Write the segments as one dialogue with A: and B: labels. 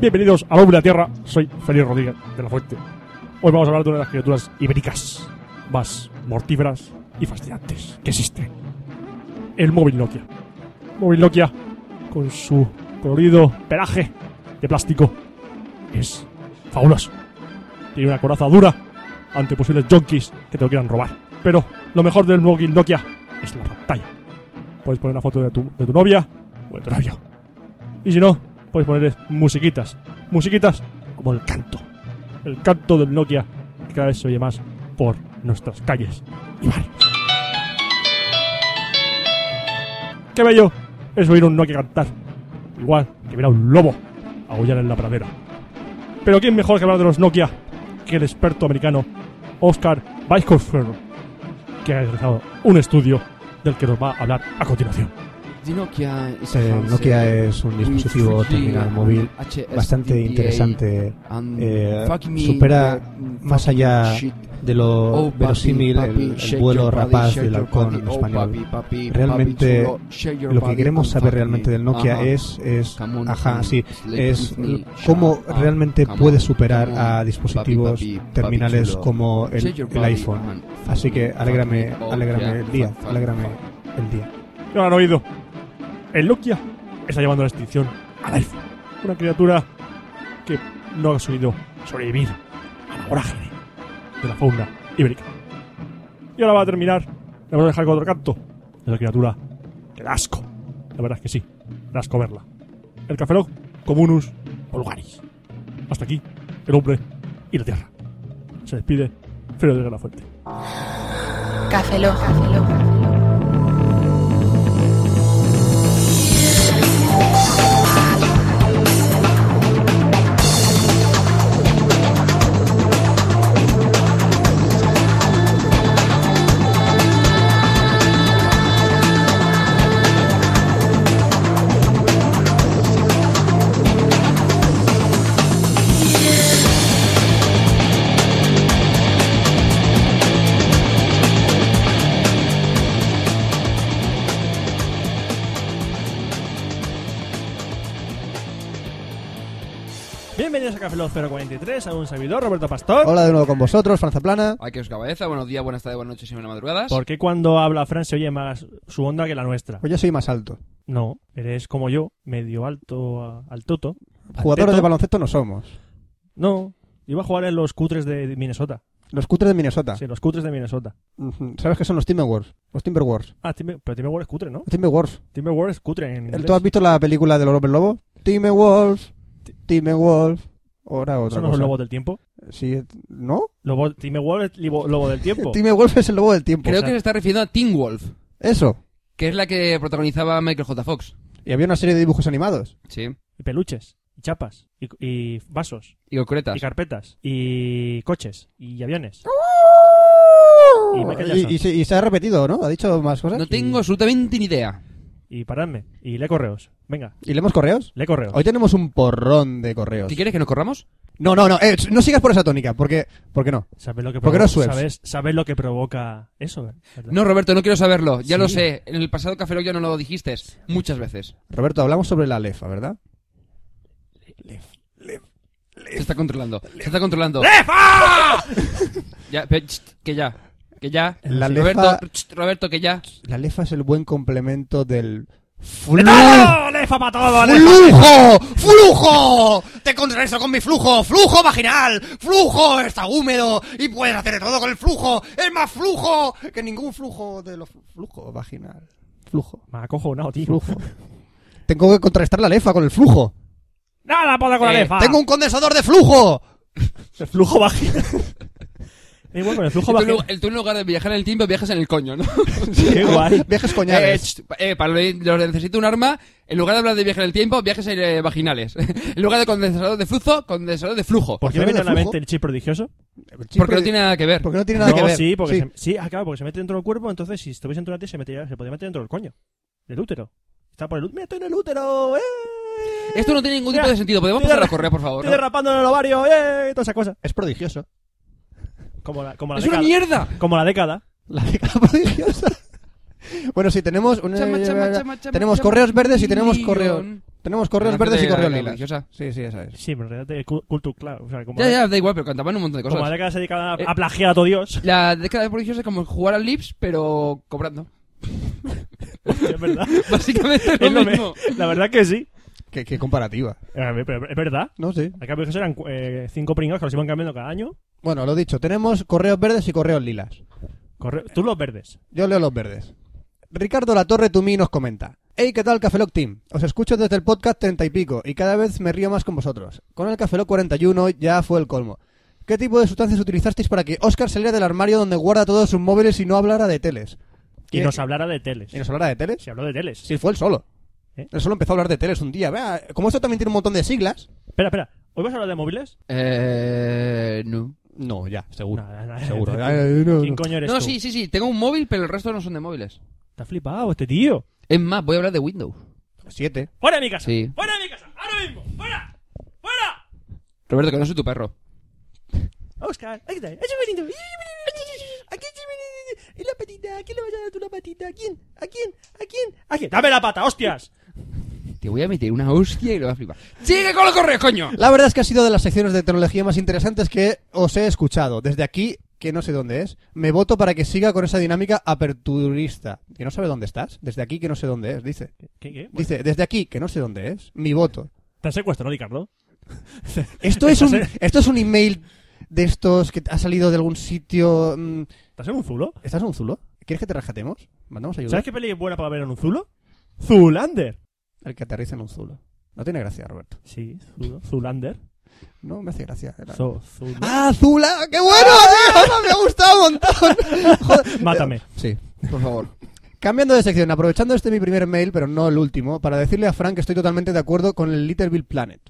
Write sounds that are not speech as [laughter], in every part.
A: Bienvenidos a Hombre de la Tierra, soy Félix Rodríguez de la Fuente. Hoy vamos a hablar de una de las criaturas ibéricas más mortíferas y fascinantes que existen. El móvil Nokia. Móvil Nokia, con su colorido pelaje de plástico, es fabuloso. Tiene una coraza dura ante posibles junkies que te lo quieran robar. Pero lo mejor del móvil Nokia es la pantalla. Puedes poner una foto de tu, de tu novia o de tu novio. Y si no, puedes ponerle musiquitas. Musiquitas como el canto. El canto del Nokia que cada vez se oye más por nuestras calles y barrios. ¡Qué bello! Es oír un Nokia cantar. Igual que ver a un lobo aullar en la pradera. Pero ¿quién mejor que hablar de los Nokia que el experto americano Oscar Weisskopf, que ha realizado un estudio del que nos va a hablar a continuación.
B: The Nokia, is
C: Eh,
B: handsome
C: Nokia es un
B: with
C: dispositivo
B: 3G
C: terminal
B: and
C: móvil
B: HSDDA
C: bastante interesante.
B: and
C: Eh,
B: fuck me,
C: supera
B: uh,
C: más
B: fuck
C: allá
B: shit.
C: de lo
B: Oh, papi,
C: verosímil
B: papi,
C: el, el
B: shake
C: vuelo
B: your body,
C: rapaz
B: shake
C: del
B: your
C: halcón
B: body.
C: en
B: Oh,
C: español.
B: papi, papi,
C: Realmente,
B: papi chulo, shake your
C: Lo
B: body
C: que queremos
B: and
C: saber
B: fuck
C: realmente
B: me.
C: del Nokia
B: Ajá.
C: es, es,
B: Come on,
C: ajá,
B: come
C: sí,
B: on, sleep
C: es
B: with me,
C: cómo
B: shut up,
C: realmente
B: come on,
C: puede superar
B: come on,
C: a
B: papi,
C: dispositivos
B: papi, papi
C: terminales
B: chulo.
C: como el,
B: Shake your
C: el
B: body
C: iPhone.
B: and fuck
C: Así
B: me,
C: que
B: fuck
C: alégrame,
B: me. Oh, yeah,
C: alégrame el día,
B: fuck, fuck,
C: alégrame
B: fuck.
C: el día.
A: ¿Qué habrán oído? El Nokia está llevando a la extinción al iPhone. Una criatura que no ha sabido sobrevivir a la vorágine de la fauna ibérica. Y ahora va a terminar. La vamos a dejar con otro canto. De la criatura que da asco. La verdad es que sí. Da asco verla. El cafelog comunus vulgaris. Hasta aquí, el hombre y la tierra. Se despide Fero de la Fuente.
D: Café Lock.
A: Bienvenidos a Cafelog 043, a un servidor, Roberto Pastor.
C: Hola de nuevo con vosotros, Franza Plana.
B: Ay, que os cabeza. Buenos días, buenas tardes, buenas noches y buenas madrugadas.
A: ¿Por qué cuando habla Fran se oye más su onda que la nuestra?
C: Pues yo soy más alto.
A: No, eres como yo, medio alto a- al toto. al
C: Jugadores
A: teto.
C: de baloncesto no somos.
A: No, iba a jugar en los cutres de Minnesota.
C: Los cutres de Minnesota.
A: Sí, los cutres de Minnesota.
C: Ujú. ¿Sabes qué son los Timberwolves? Los Timberwolves.
A: Ah, Timber- pero Timberwolves es cutre, ¿no?
C: Los Timberwolves.
A: Timberwolves es cutre en inglés.
C: ¿Tú has visto la película del hombre lobo? Timberwolves. Timberwolves. Ahora otra
A: ¿Son los
C: cosa.
A: lobos del tiempo?
C: Sí, ¿no?
A: Lobo, Timberwolves es libo- lobo del
C: [laughs]
A: tiempo.
C: Timberwolves es el lobo del tiempo.
A: o
B: Creo
A: sea-
B: que se está refiriendo a Teen Wolf,
C: Eso.
B: que es la que protagonizaba Michael J. Fox.
C: Y había una serie de dibujos animados.
B: Sí.
A: y peluches, y chapas, y, y vasos,
B: Y concretas.
A: y carpetas, y coches, y aviones. Y Michael Jackson.
C: Y, y se- y se ha repetido, ¿no? Ha dicho más cosas.
B: No tengo absolutamente ni idea.
A: Y paradme, y lee correos. Venga,
C: ¿Y leemos correos?
A: lee correos.
C: Hoy tenemos un porrón de correos.
B: ¿Qué quieres que nos corramos?
C: No, no, no. eh, no sigas por esa tónica, porque, porque no.
A: ¿Sabes lo que
C: ¿Por qué no
A: provoca-
C: sueles?
A: ¿sabes, sabes lo que provoca eso? ¿verdad?
B: No, Roberto, no quiero saberlo. Ya
A: Sí.
B: lo sé. En el pasado Café Lock ya no lo dijiste. Muchas veces.
C: Roberto, hablamos sobre la lefa, ¿verdad?
B: Se está controlando. Se está controlando. ya, pe- chst, que ya. Que ya.
C: La
B: Roberto,
C: lefa-
B: chst, Roberto, que ya.
C: La lefa es el buen complemento del flujo.
A: ¡No! ¡Lefa para todo! lefa!
C: ¡Flujo! ¡Flujo! pues Te contrarresto con mi flujo. ¡Flujo vaginal! ¡Flujo! Está húmedo y puedes hacer de todo con el flujo. ¡Es más flujo que ningún flujo de los flujo vaginal! Flujo.
A: Me ha acojonado, tío.
C: Flujo. Tengo que contrarrestar la lefa con el flujo.
A: ¡Nada para con la
B: Eh,
A: lefa!
C: ¡Tengo un condensador de flujo!
A: El flujo vaginal. Eh, bueno, el flujo
B: Tú, en
A: vaginal.
B: lu- el- tú en lugar de viajar en el tiempo, viajas en el coño, ¿no?
A: Qué guay.
C: Viajes
B: Eh,
C: coñales.
B: chst, eh, para lo, lo de necesito un arma, en lugar de hablar de viaje en el tiempo, viajes en, eh, vaginales. [laughs] en lugar de condensador de flujo, condensador de flujo.
A: ¿Por qué
C: ¿Hacer
A: me viene a
C: de
A: la
C: flujo?
A: mente el chip prodigioso?
B: Porque no tiene nada que ver.
C: porque no tiene nada
A: no,
C: que ver.
A: sí, porque Se, sí, ah, claro, porque se mete dentro del cuerpo, entonces si estuviese dentro de ti se, metería, se podría meter dentro del coño. Del útero. Está por el útero. ¡Mira, estoy en el útero! ¡Eh!
B: Esto no tiene ningún tipo
A: Mira,
B: de sentido. ¿Podemos
A: estoy
B: pasar a
A: derra-
B: correr, por favor?
A: Estoy derrapando en el ovario, ¡eh! Todas esas cosas.
C: Es prodigioso.
A: Como la, como la
B: ¡Es una
A: década.
B: mierda!
A: Como la década.
C: La década prodigiosa. [laughs] Bueno, sí, tenemos... un-
B: Chama, chama, chama, chama,
C: tenemos
B: chama,
C: correos verdes y tenemos
B: millón.
C: correos... Tenemos correos
B: Una
C: verdes y
B: gente
C: correos
B: de-
C: lilas.
B: religiosa. Sí, sí, esa es.
A: Sí, pero en realidad de cu- Culture Club. O sea, como,
B: Ya, ya, da igual, pero cantaban un montón de
A: como la
B: cosas.
A: década se dedicaba a,
B: Eh.
A: a plagiar a todo Dios. [laughs]
B: La década de prodigiosa es como jugar al Lips, pero [laughs] cobrando.
A: es verdad.
B: Básicamente es
A: Es
B: lo
A: lo me-
B: mismo.
A: La verdad que sí.
C: Qué, qué comparativa.
A: A ver, pero Es verdad.
C: No sé.
A: Acá que eran eh, cinco pringados que los iban cambiando cada año.
C: Bueno, lo dicho, tenemos correos verdes y correos lilas.
A: Corre- Tú los verdes.
C: Yo leo los verdes. Ricardo Latorre Tumí nos comenta. Hey, ¿qué tal Cafeloc Team? Os escucho desde el podcast treinta y pico y cada vez me río más con vosotros. Con el Cafeloc 41 ya fue el colmo. ¿Qué tipo de sustancias utilizasteis para que Oscar saliera del armario donde guarda todos sus móviles y no hablara de teles?
A: Y
C: ¿Qué?
A: nos hablara de teles.
C: ¿Y nos hablara de teles?
A: Se habló de teles.
C: Sí, fue él solo.
A: ¿Eh?
C: Él solo empezó a hablar de teles un día. Vea, Como esto también tiene un montón de siglas.
A: Espera, espera. ¿Hoy vas a hablar de móviles?
B: Eh. No.
C: No, ya, seguro.
A: Nada, nada.
C: Seguro. eh.
A: ¿Quién
C: Ay, no, no.
A: coño eres
B: No,
A: tú?
B: sí, sí, sí. Tengo un móvil, pero el resto no son de móviles.
A: Está flipado este tío.
B: Es más, voy a hablar de Windows.
C: Siete.
A: ¡Fuera de mi casa!
B: Sí.
A: ¡Fuera de mi casa! ¡Ahora mismo! ¡Fuera! ¡Fuera!
B: Roberto, que no soy tu perro.
A: Oscar, ahí está. ¡Es un bonito! Aquí es un- ¿Y la patita? ¿A quién le vas a dar tú la patita? ¿A quién? ¿A quién? ¿A quién? ¿A quién? ¡Dame la pata, hostias!
B: Te voy a meter una hostia y lo vas a flipar. ¡Sigue con los correos, coño!
C: La verdad es que ha sido de las secciones de tecnología más interesantes que os he escuchado. Desde aquí, que no sé dónde es, me voto para que siga con esa dinámica aperturista. Que no sabe dónde estás. Desde aquí, que no sé dónde es, dice.
A: ¿Qué, qué?
C: Dice, desde aquí, que no sé dónde es, mi voto.
A: ¿Te has secuestrado, Ricardo?
C: [laughs]
A: [laughs]
C: Esto
A: Estás
C: es un,
A: en-
C: esto es un email de estos que ha salido de algún sitio. mm,
A: ¿Estás en un zulo?
C: ¿Estás en un zulo? ¿Quieres que te rajatemos? Mandamos ayuda.
A: ¿Sabes qué peli es buena para ver en un zulo? ¡Zulander!
C: El que aterriza en un zulo. No tiene gracia, Roberto.
A: Sí, zulo. Zulander.
C: No me hace gracia. Era-
A: So, Ah. zulo.
C: ¡Ah, Zula! ¡Qué bueno! tío! ¡Me ha gustado un montón! Joder.
A: Mátame.
C: Sí, por favor. [laughs] Cambiando de sección, aprovechando este mi primer mail, pero no el último, para decirle a Frank que estoy totalmente de acuerdo con el Little Big Planet.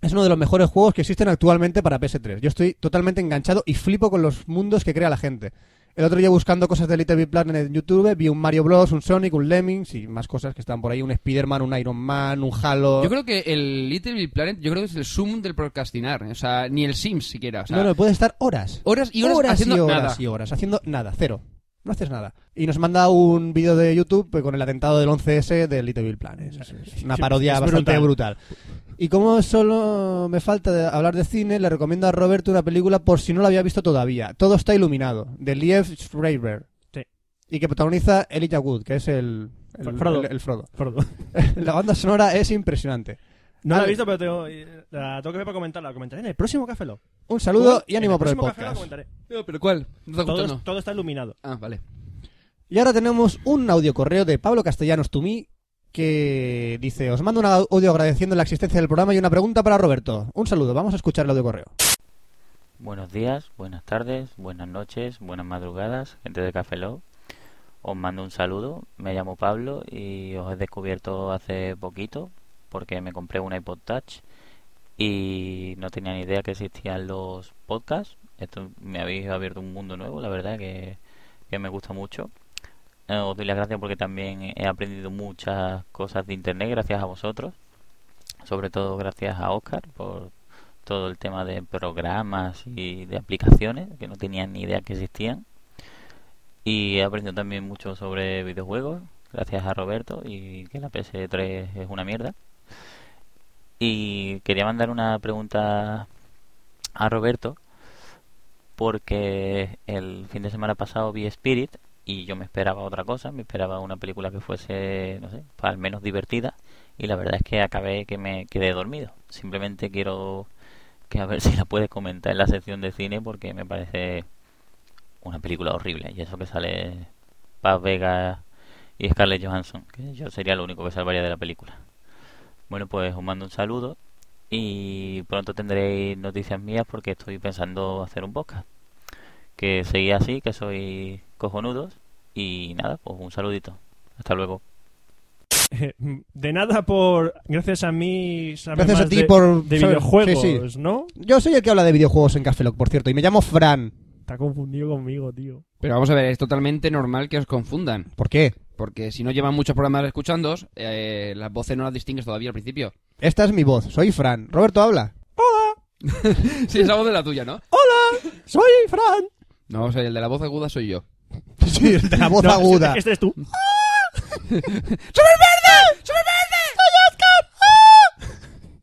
C: Es uno de los mejores juegos que existen actualmente para PS3. Yo estoy totalmente enganchado y flipo con los mundos que crea la gente. El otro día buscando cosas de Little Big Planet en YouTube, vi un Mario Bros, un Sonic, un Lemmings y más cosas que están por ahí, un Spider-Man, un Iron Man, un Halo.
B: Yo creo que el Little Big Planet, yo creo que es el zoom del procrastinar. O sea, ni el Sims siquiera. O sea,
C: no, no, puede estar horas.
B: horas y horas, haciendo
C: y horas
B: nada.
C: y horas, haciendo nada, cero. No haces nada. Y nos manda un vídeo de YouTube pues, con el atentado del 11S de Little Bill Planet. Es- es Una
A: Sí,
C: parodia
A: es
C: bastante
A: brutal.
C: brutal. Y como solo me falta de hablar de cine, le recomiendo a Roberto una película por si no la había visto todavía. Todo está iluminado, de Liev Schreiber.
A: Sí.
C: Y que protagoniza Elijah Wood, que es el, el-
A: Fro- Frodo.
C: el- el Frodo. [laughs]
A: Perdón.
C: la banda sonora es impresionante.
A: No la he
C: Vale.
A: visto, pero tengo, eh, la tengo que ver para comentarla. La comentaré en el próximo Café Lock.
C: Un saludo y
A: En
C: ánimo por el
A: próximo Café Lock
C: podcast.
A: comentaré.
B: No, pero ¿cuál? No está
A: Todo,
B: gustando.
A: todo está iluminado.
B: Ah, vale.
C: Y ahora tenemos un audio correo de Pablo Castellanos Tumí que dice, os mando un audio agradeciendo la existencia del programa y una pregunta para Roberto. Un saludo, vamos a escuchar el audio correo.
E: Buenos días, buenas tardes, buenas noches, buenas madrugadas, gente de Café Lock. Os mando un saludo, me llamo Pablo y os he descubierto hace poquito porque me compré una iPod Touch y no tenía ni idea que existían los podcasts. Esto me habéis abierto un mundo nuevo, la verdad que, que me gusta mucho. Eh, os doy las gracias porque también he aprendido muchas cosas de internet gracias a vosotros, sobre todo gracias a Oscar por todo el tema de programas y de aplicaciones que no tenía ni idea que existían. Y he aprendido también mucho sobre videojuegos, gracias a Roberto, y que la PS3 es una mierda. Y quería mandar una pregunta a Roberto, porque el fin de semana pasado vi Spirit y yo me esperaba otra cosa, me esperaba una película que fuese, no sé, al menos divertida, y la verdad es que acabé que me quedé dormido. Simplemente quiero que a ver [laughs] si la puedes comentar en la sección de cine porque me parece una película horrible y eso que sale Paz Vega y Scarlett Johansson que yo sería lo único que salvaría de la película bueno pues os mando un saludo y pronto tendréis noticias mías porque estoy pensando hacer un podcast que seguí así que soy cojonudos y nada pues un saludito hasta luego
A: Eh, De nada por... Gracias a mí... sabe
C: Gracias
A: más
C: a ti
A: de,
C: por-
A: De
C: sabe-
A: videojuegos,
C: sí,
A: ¿no?
C: Yo soy el que habla de videojuegos en Café Lock, por cierto, y me llamo Fran.
A: Está confundido conmigo, tío.
B: Pero vamos a ver, es totalmente normal que os confundan.
C: ¿Por qué?
B: Porque si no llevan muchos programas escuchándos, eh, las voces no las distingues todavía al principio. [laughs]
C: Esta es mi voz, soy Fran. Roberto habla. [laughs]
B: Sí, es la voz de la tuya, ¿no?
C: Soy Fran.
B: No, o sea, el de la voz aguda soy yo.
C: Sí, el de la voz
A: No,
C: aguda.
A: Este, este eres tú.
B: ¡Súper verde! ¡Súper verde! ¡Soy Oscar!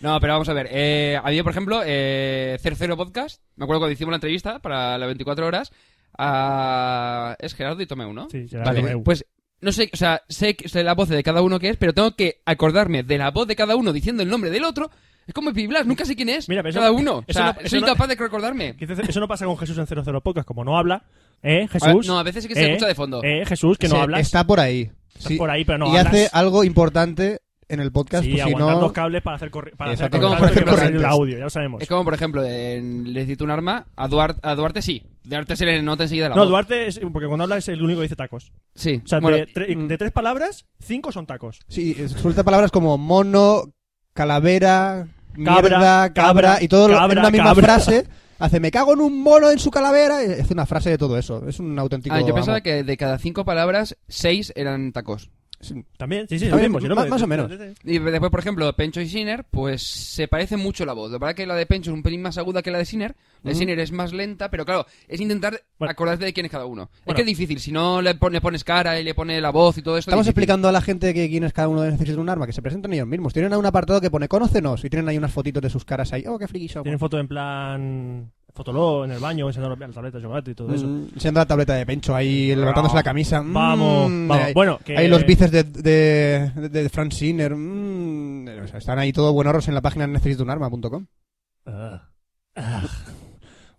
B: No, pero vamos a ver. Eh, a mí, por ejemplo, eh, Cercero Podcast, me acuerdo cuando hicimos la entrevista para las 24 horas, a... es Gerardo y Tomeu, ¿no?
F: Sí, Gerardo
B: vale,
F: Tomeu.
B: Pues no sé, o sea, sé, que- sé la voz de cada uno que es, pero tengo que acordarme de la voz de cada uno diciendo el nombre del otro. Es como Piblas, nunca sé quién es
A: Mira, pero eso-
B: cada uno. O
A: eso
B: sea,
A: no- eso
B: soy
A: no-
B: incapaz de recordarme.
A: Que dice- Eso no pasa con Jesús en 00 Podcast, como no habla. ¿Eh,
B: A
A: Jesús?
B: ver, no, a veces sí que se
A: ¿Eh?
B: escucha de fondo.
A: ¿Eh, Jesús, que no
C: Se-
A: hablas?
C: Está por ahí. Sí.
A: por ahí, pero no
C: y
A: hablas.
C: hace algo importante en el podcast,
A: sí,
C: pues si
A: aguantar
C: no...
A: los cables para hacer, corri- para hacer
C: Exacto,
B: como
A: cortar-
B: por
A: para hacer el
C: ejemplo,
A: audio, ya lo sabemos.
B: Es como, por ejemplo, en Le cito un arma, a Duarte, a Duarte sí. Duarte se le nota enseguida la
A: No,
B: voz.
A: Duarte, es, porque cuando habla es el único que dice tacos.
B: Sí.
A: O sea,
B: bueno,
A: de, tre- de tres palabras, cinco son tacos.
C: Sí, eh, suelta palabras como mono, calavera,
A: Cabra,
C: mierda, cabra,
A: cabra,
C: y todo lo- en
A: cabra,
C: una misma
A: cabra.
C: frase. Hace, me cago en un mono en su calavera. y hace una frase de todo eso. Es un auténtico...
B: ah, yo pensaba
C: amo.
B: que de cada cinco palabras, seis eran tacos.
C: Sí.
A: También, sí, sí,
C: También,
A: lo mismo, sí, lo
C: más-
A: mismo.
C: más o menos.
B: Y después, por ejemplo, Pencho y Sinner, pues se parece mucho la voz. La verdad que la de Pencho es un pelín más aguda que la de Sinner. La de Sinner es más lenta, pero claro, es intentar
A: Bueno.
B: acordarte de quién es cada uno. Es
A: Bueno.
B: que es difícil, si no le, pon- le pones cara y le pones la voz y todo esto. es
C: Estamos
B: difícil.
C: explicando a la gente que quién es cada uno de necesita un arma, que se presentan ellos mismos. Tienen ahí un apartado que pone conócenos y tienen ahí unas fotitos de sus caras ahí. Oh, qué friki somos.
A: Tienen foto en plan... Fotolog, en el baño, enseñando la tableta de chocolate y todo eso.
C: Mm, siendo la tableta de Pencho ahí levantándose la camisa. Mm,
A: Vamos, vamos.
C: ahí-
A: Bueno, que-
C: Ahí los bíceps de, de, de Frank Sinner. mm, o sea, están ahí todo buenorros en la página necesitounarma.com.
A: Ah. Ah.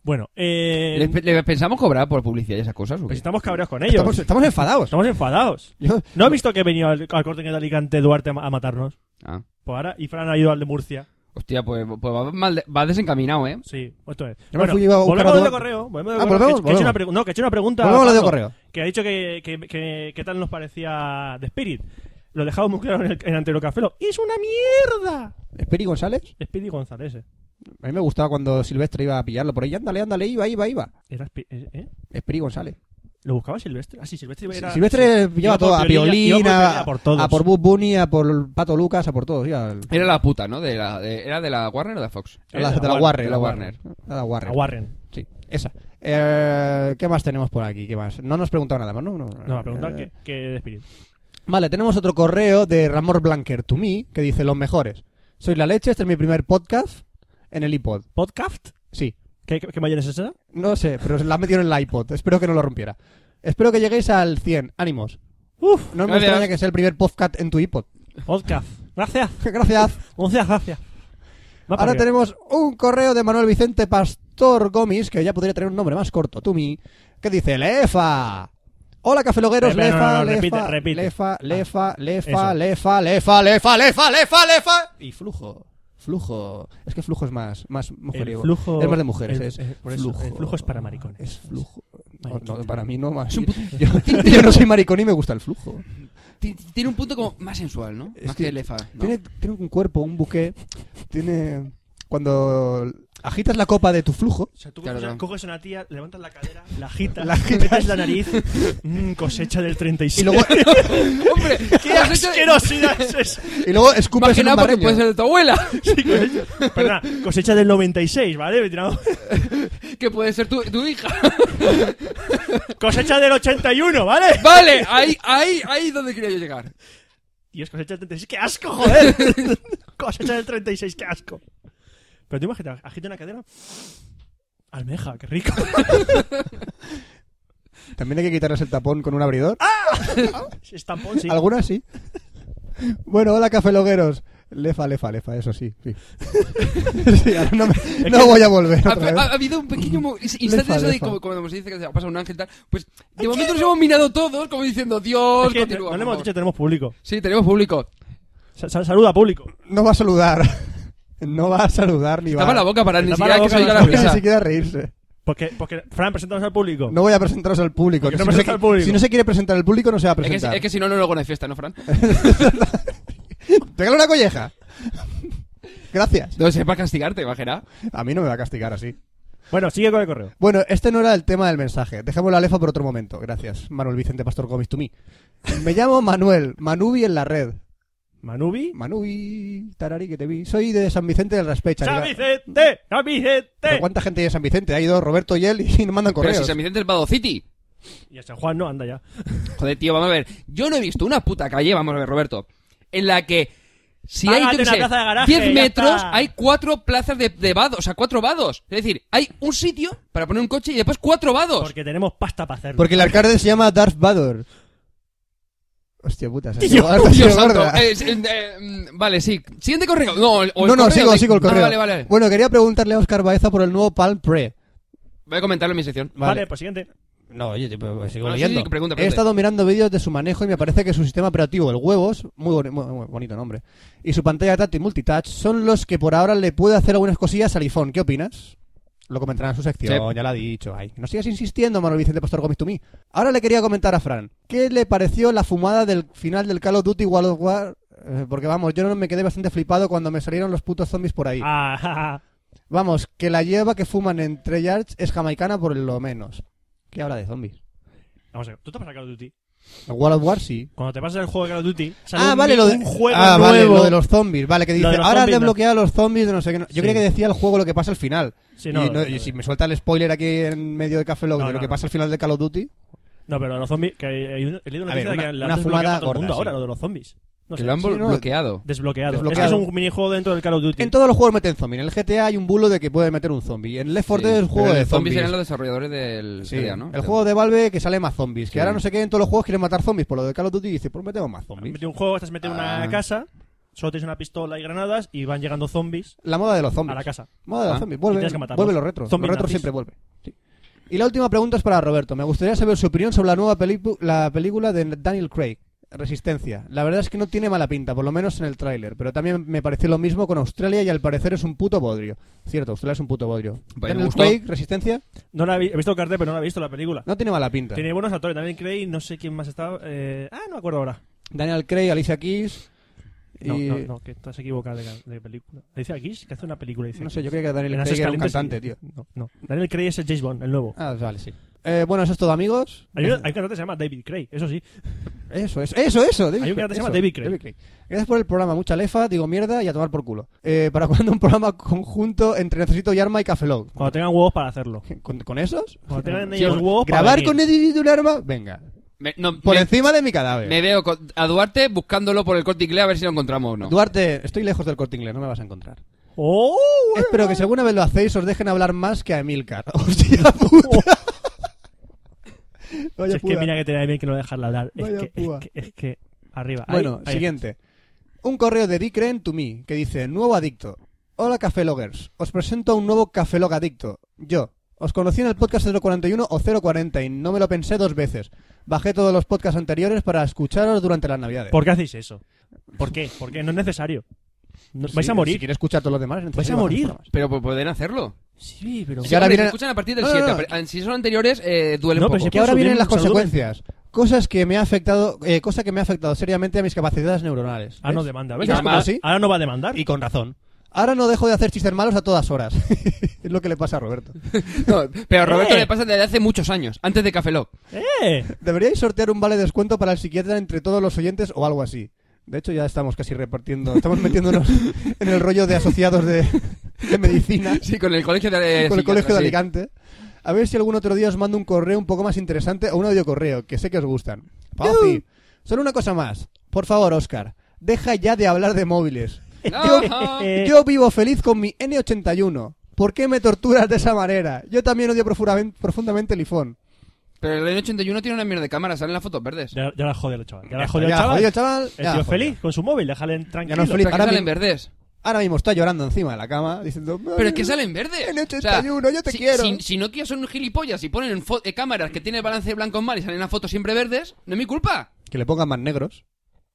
A: Bueno, eh...
B: ¿Le, le pensamos cobrar por publicidad y esas cosas? o qué?
A: Pues estamos cabreados con ellos.
C: Estamos, estamos enfadados.
A: Pues Estamos enfadados.
C: Yo-
A: ¿No has visto que he venido al, al corte de Alicante Duarte a, ma- a matarnos?
B: Ah.
A: Pues ahora, y Fran ha ido al de Murcia.
B: Hostia, pues, pues va, mal de- va desencaminado, ¿eh?
A: Sí, esto es.
C: me
A: bueno,
C: fui a buscar
A: volvemos
C: a
A: al de
C: Duarte.
A: correo. Volvemos
C: Ah,
A: al de correo,
C: volvemos,
A: que- que he hecho
C: volvemos.
A: una pregu- no, que he hecho una pregunta.
C: Volvemos a lo de
A: Pablo,
C: correo.
A: Que ha dicho que, que, que- que tal nos parecía The Spirit. Lo dejamos muy claro en el en el anterior café. Lo- ¡Es una mierda!
C: Esperi González.
A: Speedy González. eh.
C: A mí me gustaba cuando Silvestre iba a pillarlo por ahí. Ándale, ándale, iba, iba, iba.
A: Era Spi- eh, ¿eh?
C: Esperi González.
A: ¿Lo buscaba Silvestre? Ah, sí, Silvestre iba a ir a-
C: Silvestre
A: sí.
C: lleva
A: Iba por
C: todo, a
A: Piolín, iba por
C: Piolín,
A: Piolín,
C: a,
A: a por todos.
C: a por Bud Bunny, a por Pato Lucas, a por todos. iba al-
B: Era la puta, ¿no? De la, de- ¿Era de la Warner o de la Fox?
C: a la,
A: Eh,
C: de
A: la
C: la
A: Warner,
C: Warner.
B: de la Warner.
C: A la Warner.
A: A Warren.
C: Sí, esa. Eh, ¿Qué más tenemos por aquí? ¿Qué más? No nos preguntado nada más, ¿no? No,
A: No, me ha preguntado
C: Eh,
A: que, que The Spirit.
C: Vale, tenemos otro correo de Ramón Blanquer to me que dice: Los mejores. Soy la leche, este es mi primer podcast en el iPod.
A: ¿Podcast?
C: Sí,
A: ¿Qué, qué, qué mayor es esa?
C: no sé, pero se la ha metido en el iPod. Espero que no lo rompiera. Espero que lleguéis al 100. Ánimos.
A: Uf,
C: No me
B: Gracias.
C: extraña que sea el primer podcast en tu iPod. [laughs]
A: podcast. Gracias.
C: Gracias.
A: Muchas gracias. Va para
C: Ahora
A: arriba.
C: tenemos un correo de Manuel Vicente Pastor Gomis, que ya podría tener un nombre más corto, Tumi, que dice Lefa. Hola, cafelogueros,
A: Espera,
C: lefa,
A: no, no, no,
C: lefa,
A: repite, repite. Ah,
C: lefa, lefa, lefa,
A: eso.
C: lefa, lefa, lefa, lefa, lefa, lefa. Y flujo, flujo. Es que flujo es más, más mujeriego.
A: flujo-
C: es más de mujeres.
A: el-
C: es
A: eh, por eso,
C: flujo.
A: el flujo es para maricones.
C: Es flujo. No,
A: Maricones.
C: no, para mí no más. [laughs] Yo, yo no soy maricón y me gusta el flujo.
B: Ti- Tiene un punto como más sensual, ¿no?
C: Es
B: más
C: que
B: que, lefa. ¿no?
C: Tiene, tiene un cuerpo, un buque. Tiene. Cuando agitas la copa de tu flujo.
A: O sea, tú
B: Claro,
A: coges,
B: claro.
A: coges una tía, levantas la cadera, la agitas,
C: La
A: la
C: agitas.
A: metes la nariz, mm, cosecha del 36.
C: Y
A: [laughs]
C: luego,
B: [laughs] ¡Hombre!
A: ¡Qué
B: has hecho-
A: asquerosidad es esa!
C: y luego escupes
B: Más que
C: en un
B: nada porque
C: barreño.
B: puede ser de tu abuela.
A: Sí, cosecha- Perdona, cosecha del 96, ¿vale? Me he tirado-
B: Que puede ser tu, tu hija. [laughs]
A: Cosecha del 81, ¿vale?
B: Vale, ahí, ahí, ahí es donde quería yo llegar.
A: Y es cosecha del 36, ¡qué asco, joder! [laughs] cosecha del 36, ¡qué asco! Pero tú imagínate, agita una cadera. Almeja, qué rico. [laughs]
C: También hay que quitarles el tapón con un abridor.
B: Ah,
A: Estampón, sí.
C: Algunas sí. Bueno, hola, cafelogueros. Lefa, lefa, lefa, eso sí. sí. [laughs] Sí, ahora no me- no voy a volver.
B: Ha,
C: otra vez.
B: ha- ha habido un pequeño mo- instante
C: Lefa,
B: eso de
C: lefa.
B: como cuando se dice que se pasa un ángel y tal. Pues de momento nos hemos mirado todos, como diciendo, Dios,
A: Es que no le
B: continúa. por
A: hemos
B: favor".
A: dicho que tenemos público.
B: Sí, tenemos público.
A: Sa- sa- saluda, público.
C: No va a saludar. No va a saludar ni
B: Tapa
C: va
B: la boca para ni
A: Tapa
B: siquiera
A: la
B: que se
A: boca, no
B: oiga la
A: se oiga
C: ni
B: risa.
C: siquiera reírse.
A: Porque, porque Fran, presentamos al público.
C: No voy a presentaros al público.
A: Porque
C: que
A: no
C: si, no se,
A: presenta al público.
C: si no se quiere presentar al público, no se va a
B: Es que,
C: presentar.
B: si- es que si no, no luego no hay fiesta, ¿no, Fran?
C: Pégale una colleja. Gracias.
B: No sé, para castigarte, imagina.
C: A mí no me va a castigar así.
A: Bueno, sigue con el correo.
C: Bueno, este no era el tema del mensaje. Dejémoslo a Lefa por otro momento. Gracias, Manuel Vicente Pastor Gómez, to me. Me llamo Manuel, Manubi en la red.
A: Manubi.
C: Manubi, tarari, que te vi. Soy de San Vicente del Raspecha.
A: ¡San Vicente! ¡San Vicente!
C: ¿Pero ¿Cuánta gente hay en San Vicente? Ha ido Roberto y él y [laughs] no mandan
B: Pero
C: correos.
B: si San Vicente es Vado City.
A: Y a San Juan no, anda ya.
C: Pues-
B: Joder, tío, vamos a ver. Yo no he visto una puta calle, vamos a ver, Roberto, en la que Si
A: Págate
B: hay yo qué
A: Ah, una
B: sé,
A: plaza de garaje,
B: 10
A: ya
B: metros,
A: está.
B: hay cuatro plazas de, de vados, o sea, cuatro vados. Es decir, hay un sitio para poner un coche y después cuatro vados.
A: Porque tenemos pasta para hacerlo.
C: Porque el alcalde se llama Darth Vader. Hostia puta, se ha sido gorda, se ha sido
B: Dios santo.
C: gorda.
B: Eh, eh, eh, mm, vale, sí. Siguiente correo. No, o el
C: No, no,
B: correo
C: sigo,
B: de-
C: sigo el
B: Ah,
C: correo.
B: vale, vale. vale.
C: Bueno, quería preguntarle a Oscar Baeza por el nuevo Palm Pre.
B: Voy a comentarlo en mi sección.
A: Vale,
C: Vale.
A: pues siguiente.
C: No, oye, te- pues, sigo
B: Ah, sí,
C: leyendo.
B: sí, pregunta,
C: He
B: pregunta.
C: estado mirando vídeos de su manejo y me parece que su sistema operativo, el huevos, muy, boni- muy- muy bonito nombre, y su pantalla táctil multitouch son los que por ahora le puede hacer algunas cosillas al iPhone. ¿Qué opinas? Lo comentará en su sección,
B: Sí.
C: ya lo ha dicho. Ay, no sigas insistiendo, Manuel Vicente Pastor Gómez to me. Ahora le quería comentar a Fran, ¿qué le pareció la fumada del final del Call of Duty World of War? Eh, Porque vamos, yo no me quedé bastante flipado cuando me salieron los putos zombies por ahí.
A: Ah, ja, ja.
C: Vamos, que la lleva que fuman entre yards es jamaicana por lo menos. ¿Qué habla de zombies?
A: Vamos a ver. ¿Tú te pasas Call of Duty?
C: El World of War sí.
A: Cuando te pasas el juego de Call of Duty, sale
C: ah,
A: un,
C: vale,
A: un
C: lo de,
A: juego
C: ah, vale,
A: nuevo.
C: lo de los zombies. Vale, que
A: Lo de
C: dice,
A: los
C: ahora has
A: zombies, no.
C: desbloqueado a los zombies de no sé qué. no". Yo
A: Sí.
C: creía que decía el juego lo que pasa al final.
A: Sí, no,
C: y, no-
A: no,
C: y
A: no.
C: si me suelta el spoiler aquí en medio de Café Lock
A: No,
C: de
A: no,
C: lo que
A: no.
C: pasa al final de Call of Duty,
A: No, pero los zombies. Que hay- hay un- he leído una
C: A ver,
A: noticia de
C: una-
A: que la
C: una
A: han desbloqueado
C: fumada
A: a todo el mundo
C: gorda, sí.
A: ahora, lo de los zombies. No
B: Que
A: sé.
B: lo han
C: sí, no,
B: bloqueado.
A: Desbloqueado.
C: Desbloqueado.
A: Es que es un minijuego dentro del Call of Duty.
C: en todos los juegos meten zombies. En el GTA hay un bulo de que puede meter un zombie. En Left 4 Dead es un juego de
B: los zombies
C: zombies.
B: eran los desarrolladores del
C: Sí,
B: GTA, ¿no?
C: El juego de Valve que sale más zombies.
B: Sí.
C: Que ahora no sé qué, en todos los juegos quieren matar zombies. Por lo de Call of Duty dice, pues metemos más
A: Has
C: zombies.
A: metido un juego, estás metido en una
B: Ah.
A: casa, solo tienes una pistola y granadas y van llegando zombies
C: La moda de los
A: a
C: zombies.
A: la casa.
C: Moda de los
B: Ah.
C: zombies.
A: Y
C: Vuelve,
A: tienes que matarlos.
C: vuelve los retros.
A: Zombies
C: los retros
A: nazis.
C: siempre vuelve. Sí. Y la última pregunta es para Roberto. Me gustaría saber su opinión sobre la nueva pelicu- la película de Daniel Craig, Resistencia. La verdad es que no tiene mala pinta, por lo menos en el tráiler, pero también me pareció lo mismo con Australia y al parecer es un puto bodrio. Cierto, Australia es un puto bodrio.
B: Pues me
C: Daniel
B: gustó.
C: Craig, Resistencia,
A: No la he, he visto el cartel, pero no la he visto la película.
C: no tiene mala pinta.
A: Tiene buenos actores, también Craig, no sé quién más estaba. eh, ah, no me acuerdo ahora.
C: Daniel Craig, Alicia Keys y...
A: No, no, no, que estás equivocado de, ca- de película. Dice aquí que hace una película. Dice
C: no sé, yo creo que Daniel
A: En las
C: Craig era un
A: escaleras-
C: cantante, tío. No.
A: No, Daniel Craig es el James Bond, el nuevo.
C: Ah, vale, sí. Eh, bueno, eso es todo, amigos. Eh,
A: Hay, un- hay un cantante que se llama David Craig, eso sí.
C: Eso, eso, eso, eso. David
A: Hay un
C: Craig,
A: que se
C: eso,
A: llama David Craig.
C: Gracias por el programa, mucha lefa, digo mierda y a tomar por culo. Eh, ¿Para cuándo un programa conjunto entre Necesito y Arma y Café Lock?
A: Cuando tengan huevos para hacerlo.
C: ¿Con, con esos?
A: Cuando tengan
B: Sí,
A: ellos huevos para
C: ¿Grabar
A: venir.
C: con Necesito y Arma? Venga.
B: Me- no,
C: Por
B: me-
C: encima de mi cadáver.
B: me veo con- a Duarte buscándolo por el corte inglés a ver si lo encontramos o no.
C: Duarte, estoy lejos del corte inglés, no me vas a encontrar.
A: ¡Oh! bueno.
C: Espero que si alguna vez lo hacéis os dejen hablar más que a Emilcar. [laughs] ¡Hostia puta!
A: [laughs]
C: Vaya
A: Si es que
C: puta.
A: mira que te da bien que no dejarla hablar. Es
C: Vaya
A: que, es
C: púa.
A: que, es que- arriba. Ahí,
C: Bueno,
A: ahí.
C: siguiente. Un correo de Dicren to me que dice: Nuevo adicto. Hola, cafeloggers. Os presento a un nuevo cafelog adicto. Yo. Os conocí en el podcast 041 o 040 y no me lo pensé dos veces. Bajé todos los podcasts anteriores para escucharos durante las navidades.
A: ¿Por qué hacéis eso? ¿Por qué? Porque no es necesario. No-
C: Sí,
A: vais a
C: Si
A: morir.
C: quieres escuchar todos los demás,
A: Vais
C: entonces
A: a
C: no
A: morir.
C: programas.
B: Pero pues, pueden hacerlo.
A: Sí, pero.
C: Y ahora
B: Hombre,
C: vienen-
B: se escuchan a partir del
C: No, no,
B: 7.
C: no.
B: pero, eh, Si son anteriores, eh, duele
A: No,
B: un
A: pero
B: poco.
A: si-
C: Que ahora
A: Pues
C: vienen las
A: subimos, saluden.
C: consecuencias. Cosas que me ha afectado, eh, cosa que me ha afectado seriamente a mis capacidades neuronales.
A: Ah, no
C: ¿Ves?
A: demanda. ¿Ves?
B: Y
A: Ahora,
B: además-
C: ¿Sí?
A: ahora no va a demandar.
C: Y con razón. Ahora no dejo de hacer chistes malos a todas horas. [laughs] es lo que le pasa a Roberto.
B: No, pero a Roberto
A: Eh.
B: le pasa desde hace muchos años, antes de Café Lock.
A: ¡Eh!
C: Deberíais sortear un vale de descuento para el psiquiatra entre todos los oyentes o algo así. De hecho, ya estamos casi repartiendo. Estamos
B: [laughs]
C: metiéndonos en el rollo de asociados de, de medicina
B: Sí, con el colegio de eh,
C: con el
B: psiquiatras,
C: Colegio de
B: sí.
C: Alicante. A ver si algún otro día os mando un correo un poco más interesante o un audio correo, que sé que os gustan. Pauci, solo una cosa más. Por favor, Oscar, deja ya de hablar de móviles.
A: [laughs]
B: Ajá.
A: Eh,
C: Yo vivo feliz con mi N81. ¿Por qué me torturas de esa manera? Yo también odio profundamen- profundamente el iPhone.
B: Pero el año 81 tiene una mierda de cámara, salen las fotos verdes.
A: Ya, ya la jode el chaval. Ya
C: Ya
A: la
C: está,
A: jode el
C: ya la jodió el
A: chaval.
C: chaval, ya
A: El
C: la
A: tío
C: jodió.
A: feliz con su móvil, déjale en tranquilo.
C: no es feliz.
B: Pero que
C: ahora
B: salen
C: mi-
B: verdes.
C: Ahora mismo está llorando encima de la cama, diciendo...
B: Pero es que salen verdes.
C: En
B: O sea,
C: 81, yo te
B: si,
C: quiero.
B: Si, si no quieres son un gilipollas y ponen fo- eh, cámaras que tienen el balance blanco en mal y salen las fotos siempre verdes, no es mi culpa.
C: Que le pongan más negros,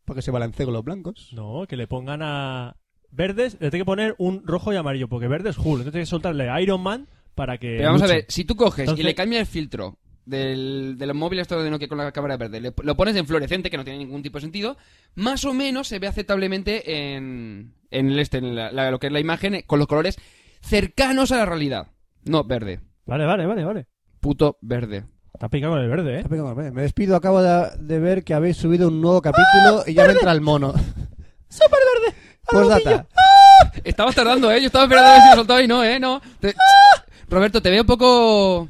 C: para que se balanceen con los
B: ¿eh?
C: blancos.
A: No, que le pongan a. Verdes, le tiene que poner un rojo y amarillo, porque verde es Hulk. Entonces hay que soltarle a Iron Man para que.
B: Pero vamos a
A: luche.
B: ver, si tú coges
A: Eh, Entonces-
B: y le cambias el filtro del, de los móviles todo de Nokia con la cámara verde, le- lo pones en fluorescente, que no tiene ningún tipo de sentido, más o menos se ve aceptablemente en, en el este, en la- la- lo que es la imagen, eh, con los colores cercanos a la realidad. No, verde.
A: Vale, vale, vale, vale.
B: Puto verde.
A: Está picado con el verde, eh.
C: Ya pegamos, vale. Me despido, acabo de, de ver que habéis subido un nuevo
B: ¡Ah,
C: capítulo y ya me entra el
B: [laughs]
C: mono.
A: ¡Súper verde!
C: Pues data.
B: Estabas tardando, ¿eh? Yo estaba esperando a ver si lo soltaba y no, ¿eh? No. Te- Roberto, te veo un poco...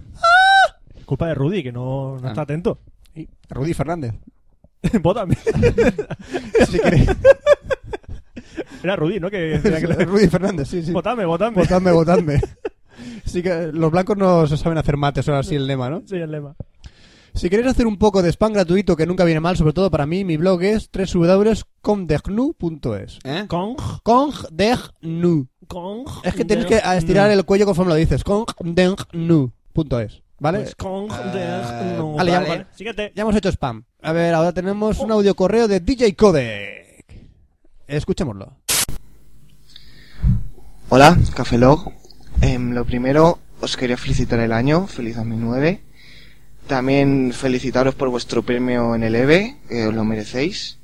A: Culpa de Rudy, que no, no
B: Ah.
A: está atento. [laughs]
C: Rudy Fernández.
A: Vótame.
B: [laughs]
C: Si queréis.
A: Era Rudy, ¿no? Que decía que le-
C: [laughs] Rudy Fernández, sí, sí.
A: Votadme, votadme.
C: Votadme,
B: [laughs]
C: votadme. Sí que los blancos no se saben hacer mates, ahora sí el lema, ¿no?
A: Sí, el lema.
C: Si queréis hacer un poco de spam gratuito que nunca viene mal, sobre todo para mí, mi blog es www.comdegnu.es.
B: ¿Eh?
A: Kong,
C: Comdegnu.
A: Kong.
C: Es que tienes que estirar el cuello conforme lo dices. Comdegnu.es. ¿Vale?
A: Pues Kong,
B: Eh,
A: de- no.
C: vale, ya-
A: vale. Siguiente.
C: Ya hemos hecho spam. A ver, ahora tenemos un audio correo de DJ Codec. Escuchémoslo.
G: Hola, Cafelog. lo primero, os quería felicitar el año, feliz 2009. También felicitaros por vuestro premio en el EVE, que os lo merecéis.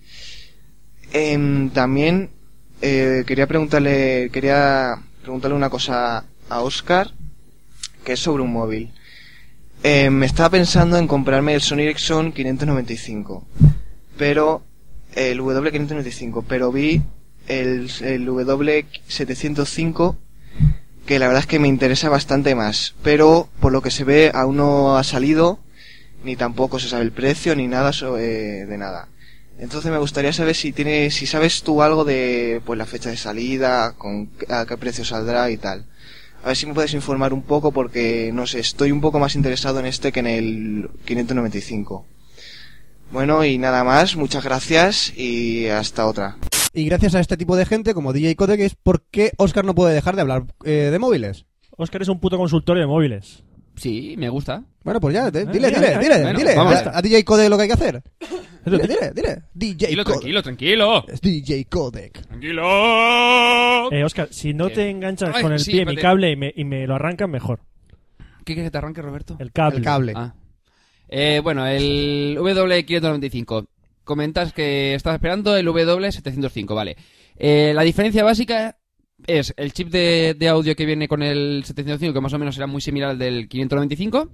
G: Em, también eh, quería preguntarle, quería preguntarle una cosa a Oscar, que es sobre un móvil. Em, me estaba pensando en comprarme el Sony Ericsson 595, pero el W595, pero vi el, el W705 que la verdad es que me interesa bastante más, pero por lo que se ve aún no ha salido, ni tampoco se sabe el precio, ni nada sobre- de nada. Entonces me gustaría saber si tiene, si sabes tú algo de pues la fecha de salida, con qué- a qué precio saldrá y tal. A ver si me puedes informar un poco porque no sé, estoy un poco más interesado en este que en el 595. Bueno, y nada más, muchas gracias y hasta otra.
C: Y gracias a este tipo de gente, como DJ Codec, es por qué Oscar no puede dejar de hablar eh, de móviles.
A: Oscar es un puto consultorio de móviles.
B: Sí, me gusta.
C: Bueno, pues ya, te- dile,
A: mira, mira,
C: dile, dile,
B: Ah, bueno,
C: dile.
B: vamos a
C: A, a DJ Codec lo que hay que hacer. Dile, dile, dile. DJ
B: Tranquilo,
C: Codec.
B: tranquilo, tranquilo.
C: Es DJ Codec.
B: Tranquilo.
A: Eh, Oscar, si no
B: ¿Qué?
A: te enganchas
B: Ay,
A: con el
B: sí,
A: pie mi
B: espérate.
A: cable y me, y me lo arrancas, mejor.
B: ¿Qué quieres que te arranque, Roberto?
A: El cable.
C: El cable.
B: Ah. Eh, bueno, el W595. Comentas que estás esperando el W705, vale. Eh, la diferencia básica es el chip de, de audio que viene con el 705, que más o menos será muy similar al del 595.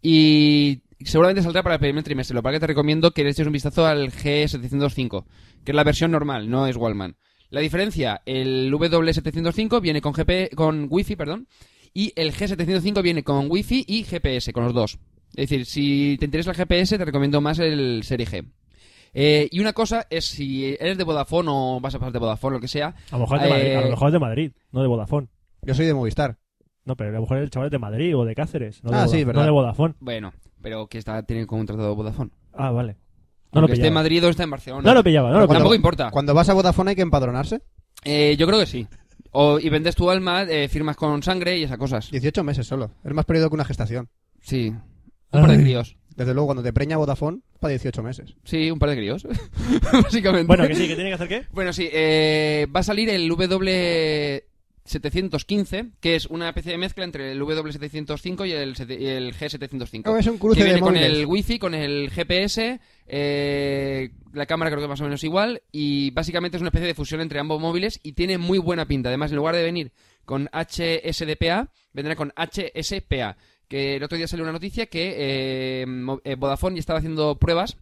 B: Y seguramente saldrá para el primer trimestre, lo para que te recomiendo que le eches un vistazo al G705, que es la versión normal, no es Wallman. La diferencia, el W705 viene con, GP, con Wi-Fi, perdón, y el G705 viene con Wi-Fi y GPS, con los dos. Es decir, si te interesa el GPS, te recomiendo más el Serie G. Eh, y una cosa es si eres de Vodafone o vas a pasar de Vodafone, lo que sea.
A: A lo, mejor es de Madrid, a lo
B: eh,
A: mejor es de Madrid, no de Vodafone.
C: Yo soy de Movistar.
A: No, pero a lo mejor el chaval es de Madrid o de Cáceres. No de
C: Ah,
A: Voda-
C: sí, verdad.
A: No de Vodafone.
B: Bueno, pero que está tiene contratado Vodafone.
A: Ah, vale. No lo
B: No Aunque esté en
A: pillaba.
B: Madrid o está en Barcelona.
A: No lo pillaba, no lo
C: Cuando-
A: pillaba.
B: Tampoco importa.
C: Cuando vas a Vodafone hay que empadronarse.
B: Eh, yo creo que sí. O, y vendes tu alma, eh, firmas con sangre y esas cosas.
C: 18 meses solo. Es más periodo que una gestación.
B: Sí. Un par de
A: Ay.
B: críos.
C: Desde luego, cuando te preña Vodafone, para 18 meses.
B: Sí, un par de críos. [laughs] Básicamente.
A: [laughs] Bueno, que sí, que tiene que hacer
C: [laughs]
A: qué.
B: Bueno, sí, eh, va a salir el W715, que es una especie de mezcla entre el W705 y el, sete- y el G705.
C: Es un cruce
B: que viene
C: de
B: con
C: móviles. [laughs]
B: el wifi, con el GPS, eh, la cámara creo que más o menos igual, y básicamente es una especie de fusión entre ambos móviles y tiene muy buena pinta. Además, en lugar de venir con HSDPA, vendrá con HSPA. Que el otro día salió una noticia que eh, Mo- eh, Vodafone ya estaba haciendo pruebas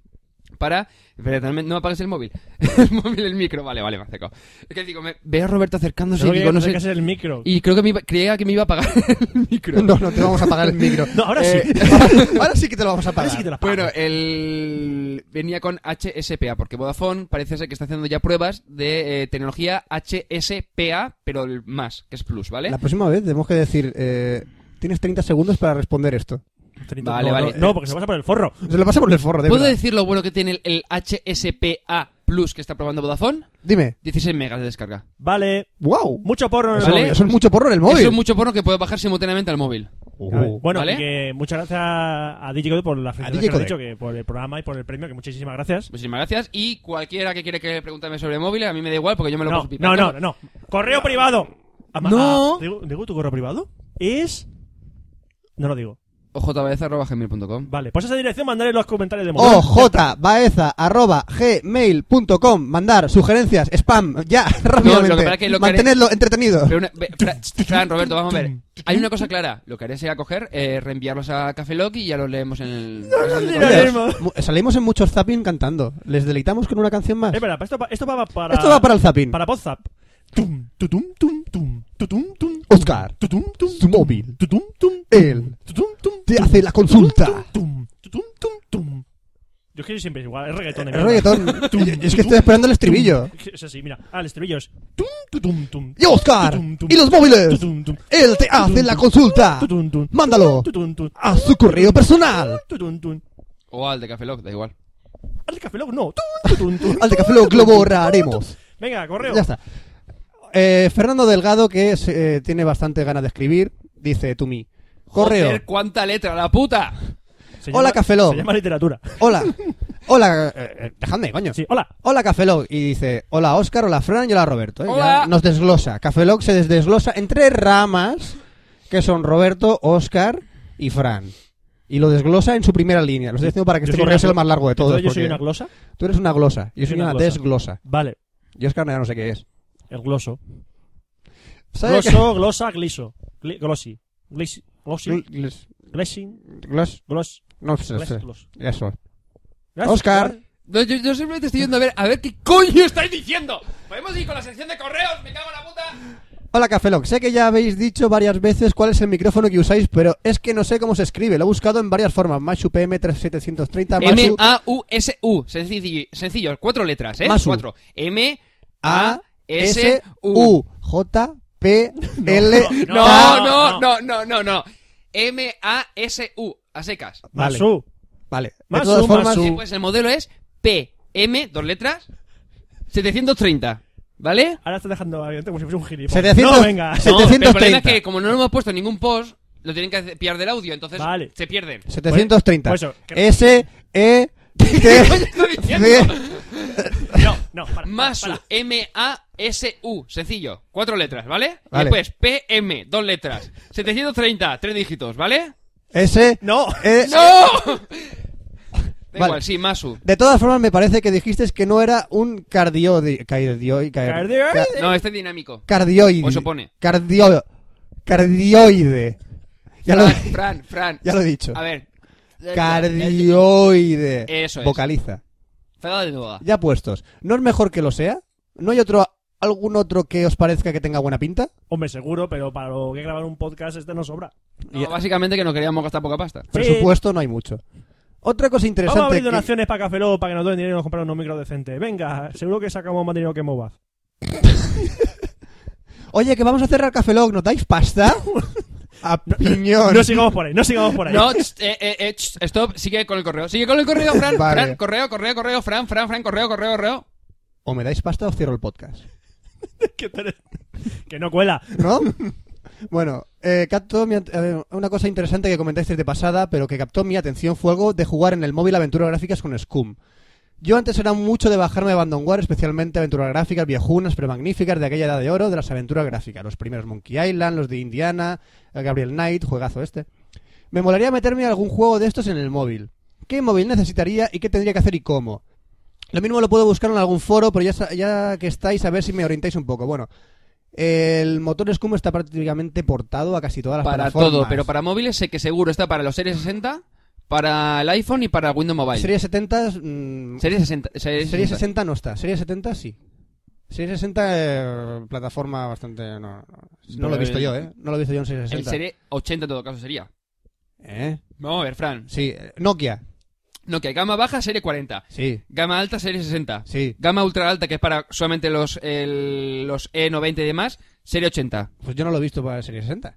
B: para... Espera, no me- no me apagues el móvil. [laughs] el móvil, el micro. Vale, vale, me acerco. Es que digo, me... veo a Roberto acercándose
A: Solo
B: y
A: que
B: digo, no
A: sé
B: sé...
A: qué es el micro.
B: Y creo que me iba- creía que me iba a apagar [laughs] el micro.
C: No, no te vamos a pagar el
B: [laughs]
C: micro. Eh,
A: No, ahora sí.
C: [laughs] Ahora sí que te lo vamos a pagar.
A: Ahora sí que te la pago.
C: Ah,
B: Bueno, el... venía con HSPA, porque Vodafone parece ser que está haciendo ya pruebas de eh, tecnología HSPA, pero el más, que es Plus, ¿vale?
C: La próxima vez tenemos que decir, eh, tienes 30 segundos para responder esto.
A: 30.
B: Vale,
A: no,
B: vale.
A: No, no, porque se pasa por el forro.
C: Se lo pasa por el forro, de
B: ¿Puedo
C: verdad.
B: decir lo bueno que tiene el, el HSPA Plus que está probando Vodafone?
C: Dime.
B: 16 megas de descarga.
A: Vale.
C: ¡Wow!
A: Mucho porro en el
B: ¿Vale?
A: móvil.
C: Eso es mucho porro en el móvil.
B: Eso es mucho porno que puede bajar simultáneamente al móvil.
C: Uh.
A: A ver, Bueno,
B: ¿Vale?
A: y que muchas gracias a DJ Code por la felicidad
C: DJ
A: que nos ha
C: Codec.
A: dicho, que por el programa y por el premio, que muchísimas gracias.
B: Muchísimas gracias. Y cualquiera que quiera que preguntarme sobre móviles, a mí me da igual porque yo me lo
A: No,
B: paso
A: no,
B: pipando.
A: no, no. Correo privado. Ama-
C: No.
A: ah, ¿digo, digo tu correo privado? Es... No lo digo.
B: ojbaez@gmail.com.
A: Vale, pues a esa dirección mandaré los comentarios de móvil.
C: OJBaeza.gmail.com Mandar sugerencias, spam, ya, [laughs] rápidamente.
B: lo que pasa es que lo que haré-
C: Mantenerlo entretenido.
B: Pero una- ve-
A: [laughs]
B: Fra- Fran, Roberto, vamos a ver. Hay una cosa clara. Lo que haré será coger, eh, reenviarlos a Café Lock y ya los leemos en el...
A: no,
C: Oye,
A: no, no.
C: mu- salimos en muchos zapping cantando. Les deleitamos con una canción más.
A: Es verdad, Eh, esto, pa- esto va para...
C: Esto va para el zapping.
A: Para WhatsApp. Tum, tutum, tum, tum, tutum, tum.
C: Oscar,
A: Tutum, tum,
C: su móvil.
A: Tutum, tum.
C: Él
A: Tutum, tum.
C: te
A: tum,
C: hace la
A: tutum,
C: consulta.
A: Tum, tutum, tum, tum. Yo es que yo siempre es igual, es reggaetón. de
C: Es
A: mierda.
C: reggaetón.
A: Tum,
C: Yo- es que
A: tum,
C: estoy esperando el
A: tum.
C: estribillo.
A: Es así, mira. Ah, el estribillo es. Tum, tu, tum, tum.
C: Y Oscar,
A: Tu, tum, tum.
C: y los móviles.
A: Tu, tum, tum.
C: Él te
A: Tu, tum,
C: hace la
A: tum.
C: consulta.
A: Tu, tum, tum.
C: Mándalo
A: Tu, tum, tum.
C: a su correo personal.
A: Tu, tum, tum.
B: O al de Café Lock, da igual.
A: Al de Café Lock, no. Tum, tu, tum, tum.
C: [laughs] Al de Café Lock lo borraremos.
A: Venga, correo.
C: Ya está. Eh, Fernando Delgado, que es, eh, tiene bastante ganas de escribir, dice to me. Correo.
B: Joder, cuánta letra, la puta.
A: Se
C: Hola,
A: llama-
C: Café Lock.
A: Se llama literatura.
C: Hola. Hola. eh, eh, dejadme, coño.
A: Sí, hola.
C: Hola Cafelog y dice hola Óscar, hola Fran y hola Roberto. ¿eh? Ya
B: Hola.
C: nos desglosa. Cafelog se desglosa en tres ramas que son Roberto, Óscar y Fran. Y lo desglosa en su primera línea. Lo estoy diciendo para que
A: Yo
C: este
A: soy
C: correo
A: una
C: sea el
A: glo-
C: más largo de todos.
A: Entonces yo soy
C: porque
A: una glosa.
C: Tú eres una glosa. Yo
A: Yo
C: soy
A: soy
C: una,
A: una glosa.
C: desglosa.
A: Vale,
C: Y Óscar ya no sé qué es.
A: el gloso.
C: ¿Sabes qué?
A: Gloso, glosa, gliso. Gli- Glossy. Glis- Glossy.
C: Glos-
A: Glessing.
C: glos-
A: Gloss.
C: No sé.
A: Gles-
C: sé.
A: gloss.
C: Eso.
A: Gracias,
C: Oscar.
A: Juan.
B: No, yo, yo simplemente estoy yendo a ver, a ver qué coño estáis diciendo. Podemos ir con la sección de correos, me cago en la puta.
C: Hola Cafelog, sé que ya habéis dicho varias veces cuál es el micrófono que usáis, pero es que no sé cómo se escribe. Lo he buscado en varias formas. Machu PM3730, Machu...
B: M A U S U, sencillo, sencillo, cuatro letras, ¿eh?
C: Masu.
B: Cuatro. M
C: A
B: A
C: S
B: S
C: U
B: U.
C: J P L K
A: No,
B: No, no, no, no, no, no. M A S U, a secas.
C: Vale.
A: Masu.
C: Vale, de
A: Masu,
C: todas formas
A: Masu.
B: Pues el modelo es P M dos letras 730, ¿vale?
A: Ahora estás dejando a como si fuese un gilipollas.
C: 700
A: No,
C: [laughs]
A: venga.
C: se-
B: No, pero el problema
C: 730.
B: es que como no lo hemos puesto en ningún post, lo tienen que hacer- pillar del audio, entonces
A: Vale.
B: se pierden.
C: 730
A: Pues eso, que-
C: S E
A: [laughs]
C: T
B: coño estoy diciendo?
C: C-
A: No, no, para. para,
B: Masu,
A: para.
B: M-A-S-U, sencillo, cuatro letras, ¿vale?
C: Vale.
B: Después, P-M, dos letras, 730, tres dígitos, ¿vale?
C: S
A: No.
C: [laughs] E
B: ¡No! Da
C: Vale.
B: igual, sí, Masu.
C: De todas formas me parece que dijiste que no era un cardioide cardio, car-
A: Cardioide.
C: ca-
B: No, este es dinámico.
C: cardioide.
B: O eso pone.
C: Cardio cardioide. Ya lo
B: Fran, Fran, Fran.
C: ya lo he dicho.
B: A ver.
C: Cardioide.
B: Eso es.
C: Vocaliza.
B: Fregado de nuevo.
C: Ya puestos. ¿No es mejor que lo sea? ¿No hay otro algún otro que os parezca que tenga buena pinta?
A: Hombre, seguro, pero para lo que grabar un podcast, este no sobra.
B: No, básicamente que no queríamos gastar poca pasta.
C: Presupuesto no hay mucho. Otra
A: Vamos
C: cosa
A: a
C: interesante
A: abrir
C: que,
A: donaciones para Café Lock para que nos den dinero y nos compren unos micros decentes. Venga, seguro que sacamos más dinero que Mobaz.
C: Oye, que vamos a cerrar Café Lock, ¿nos dais
A: [laughs]
C: pasta? a piñón.
A: No sigamos por ahí, no sigamos por ahí.
B: No, tss, eh, eh, eh, tss, stop, sigue con el correo. Sigue con el correo, Fran.
C: [laughs] Vale.
B: Fran, correo, correo, correo, Fran, Fran, Fran, correo, correo, correo.
C: O me dais pasta o cierro el podcast.
A: [laughs] que, tú eres- que no cuela. [laughs]
C: ¿No? bueno, eh, captó mi at- a ver, una cosa interesante que comentasteis de pasada, pero que captó mi atención fue algo de jugar en el móvil aventuras gráficas con Scum. Yo antes era mucho de bajarme Abandonware, especialmente aventuras gráficas viejunas pero magníficas de aquella edad de oro de las aventuras gráficas. Los primeros Monkey Island, los de Indiana, el Gabriel Knight, juegazo este. Me molaría meterme a algún juego de estos en el móvil. ¿Qué móvil necesitaría y qué tendría que hacer y cómo? Lo mismo lo puedo buscar en algún foro, pero ya, sa- ya que estáis, a ver si me orientáis un poco. Bueno, el motor Scum está prácticamente portado a casi todas las
B: Para
C: plataformas.
B: todo, pero para móviles sé que seguro está para los Series 60, para el iPhone y para Windows Mobile.
C: Serie 70... mm,
B: Serie 60. Serie
C: Serie
B: 60.
C: 60 no está, Serie 70 sí. Serie 60 eh, plataforma bastante no, no, no lo he visto yo, eh. No lo he visto yo en Serie
B: El
C: 60.
B: Serie 80 en todo caso sería.
C: ¿Eh?
B: Vamos a ver, Fran.
C: Sí, eh, Nokia.
B: No, que gama baja, serie 40.
C: Sí,
B: Gama alta, serie 60.
C: sí.
B: Gama ultra alta, que es para solamente los, el- los E90 y demás, serie 80.
C: Pues yo no lo he visto para Serie 60.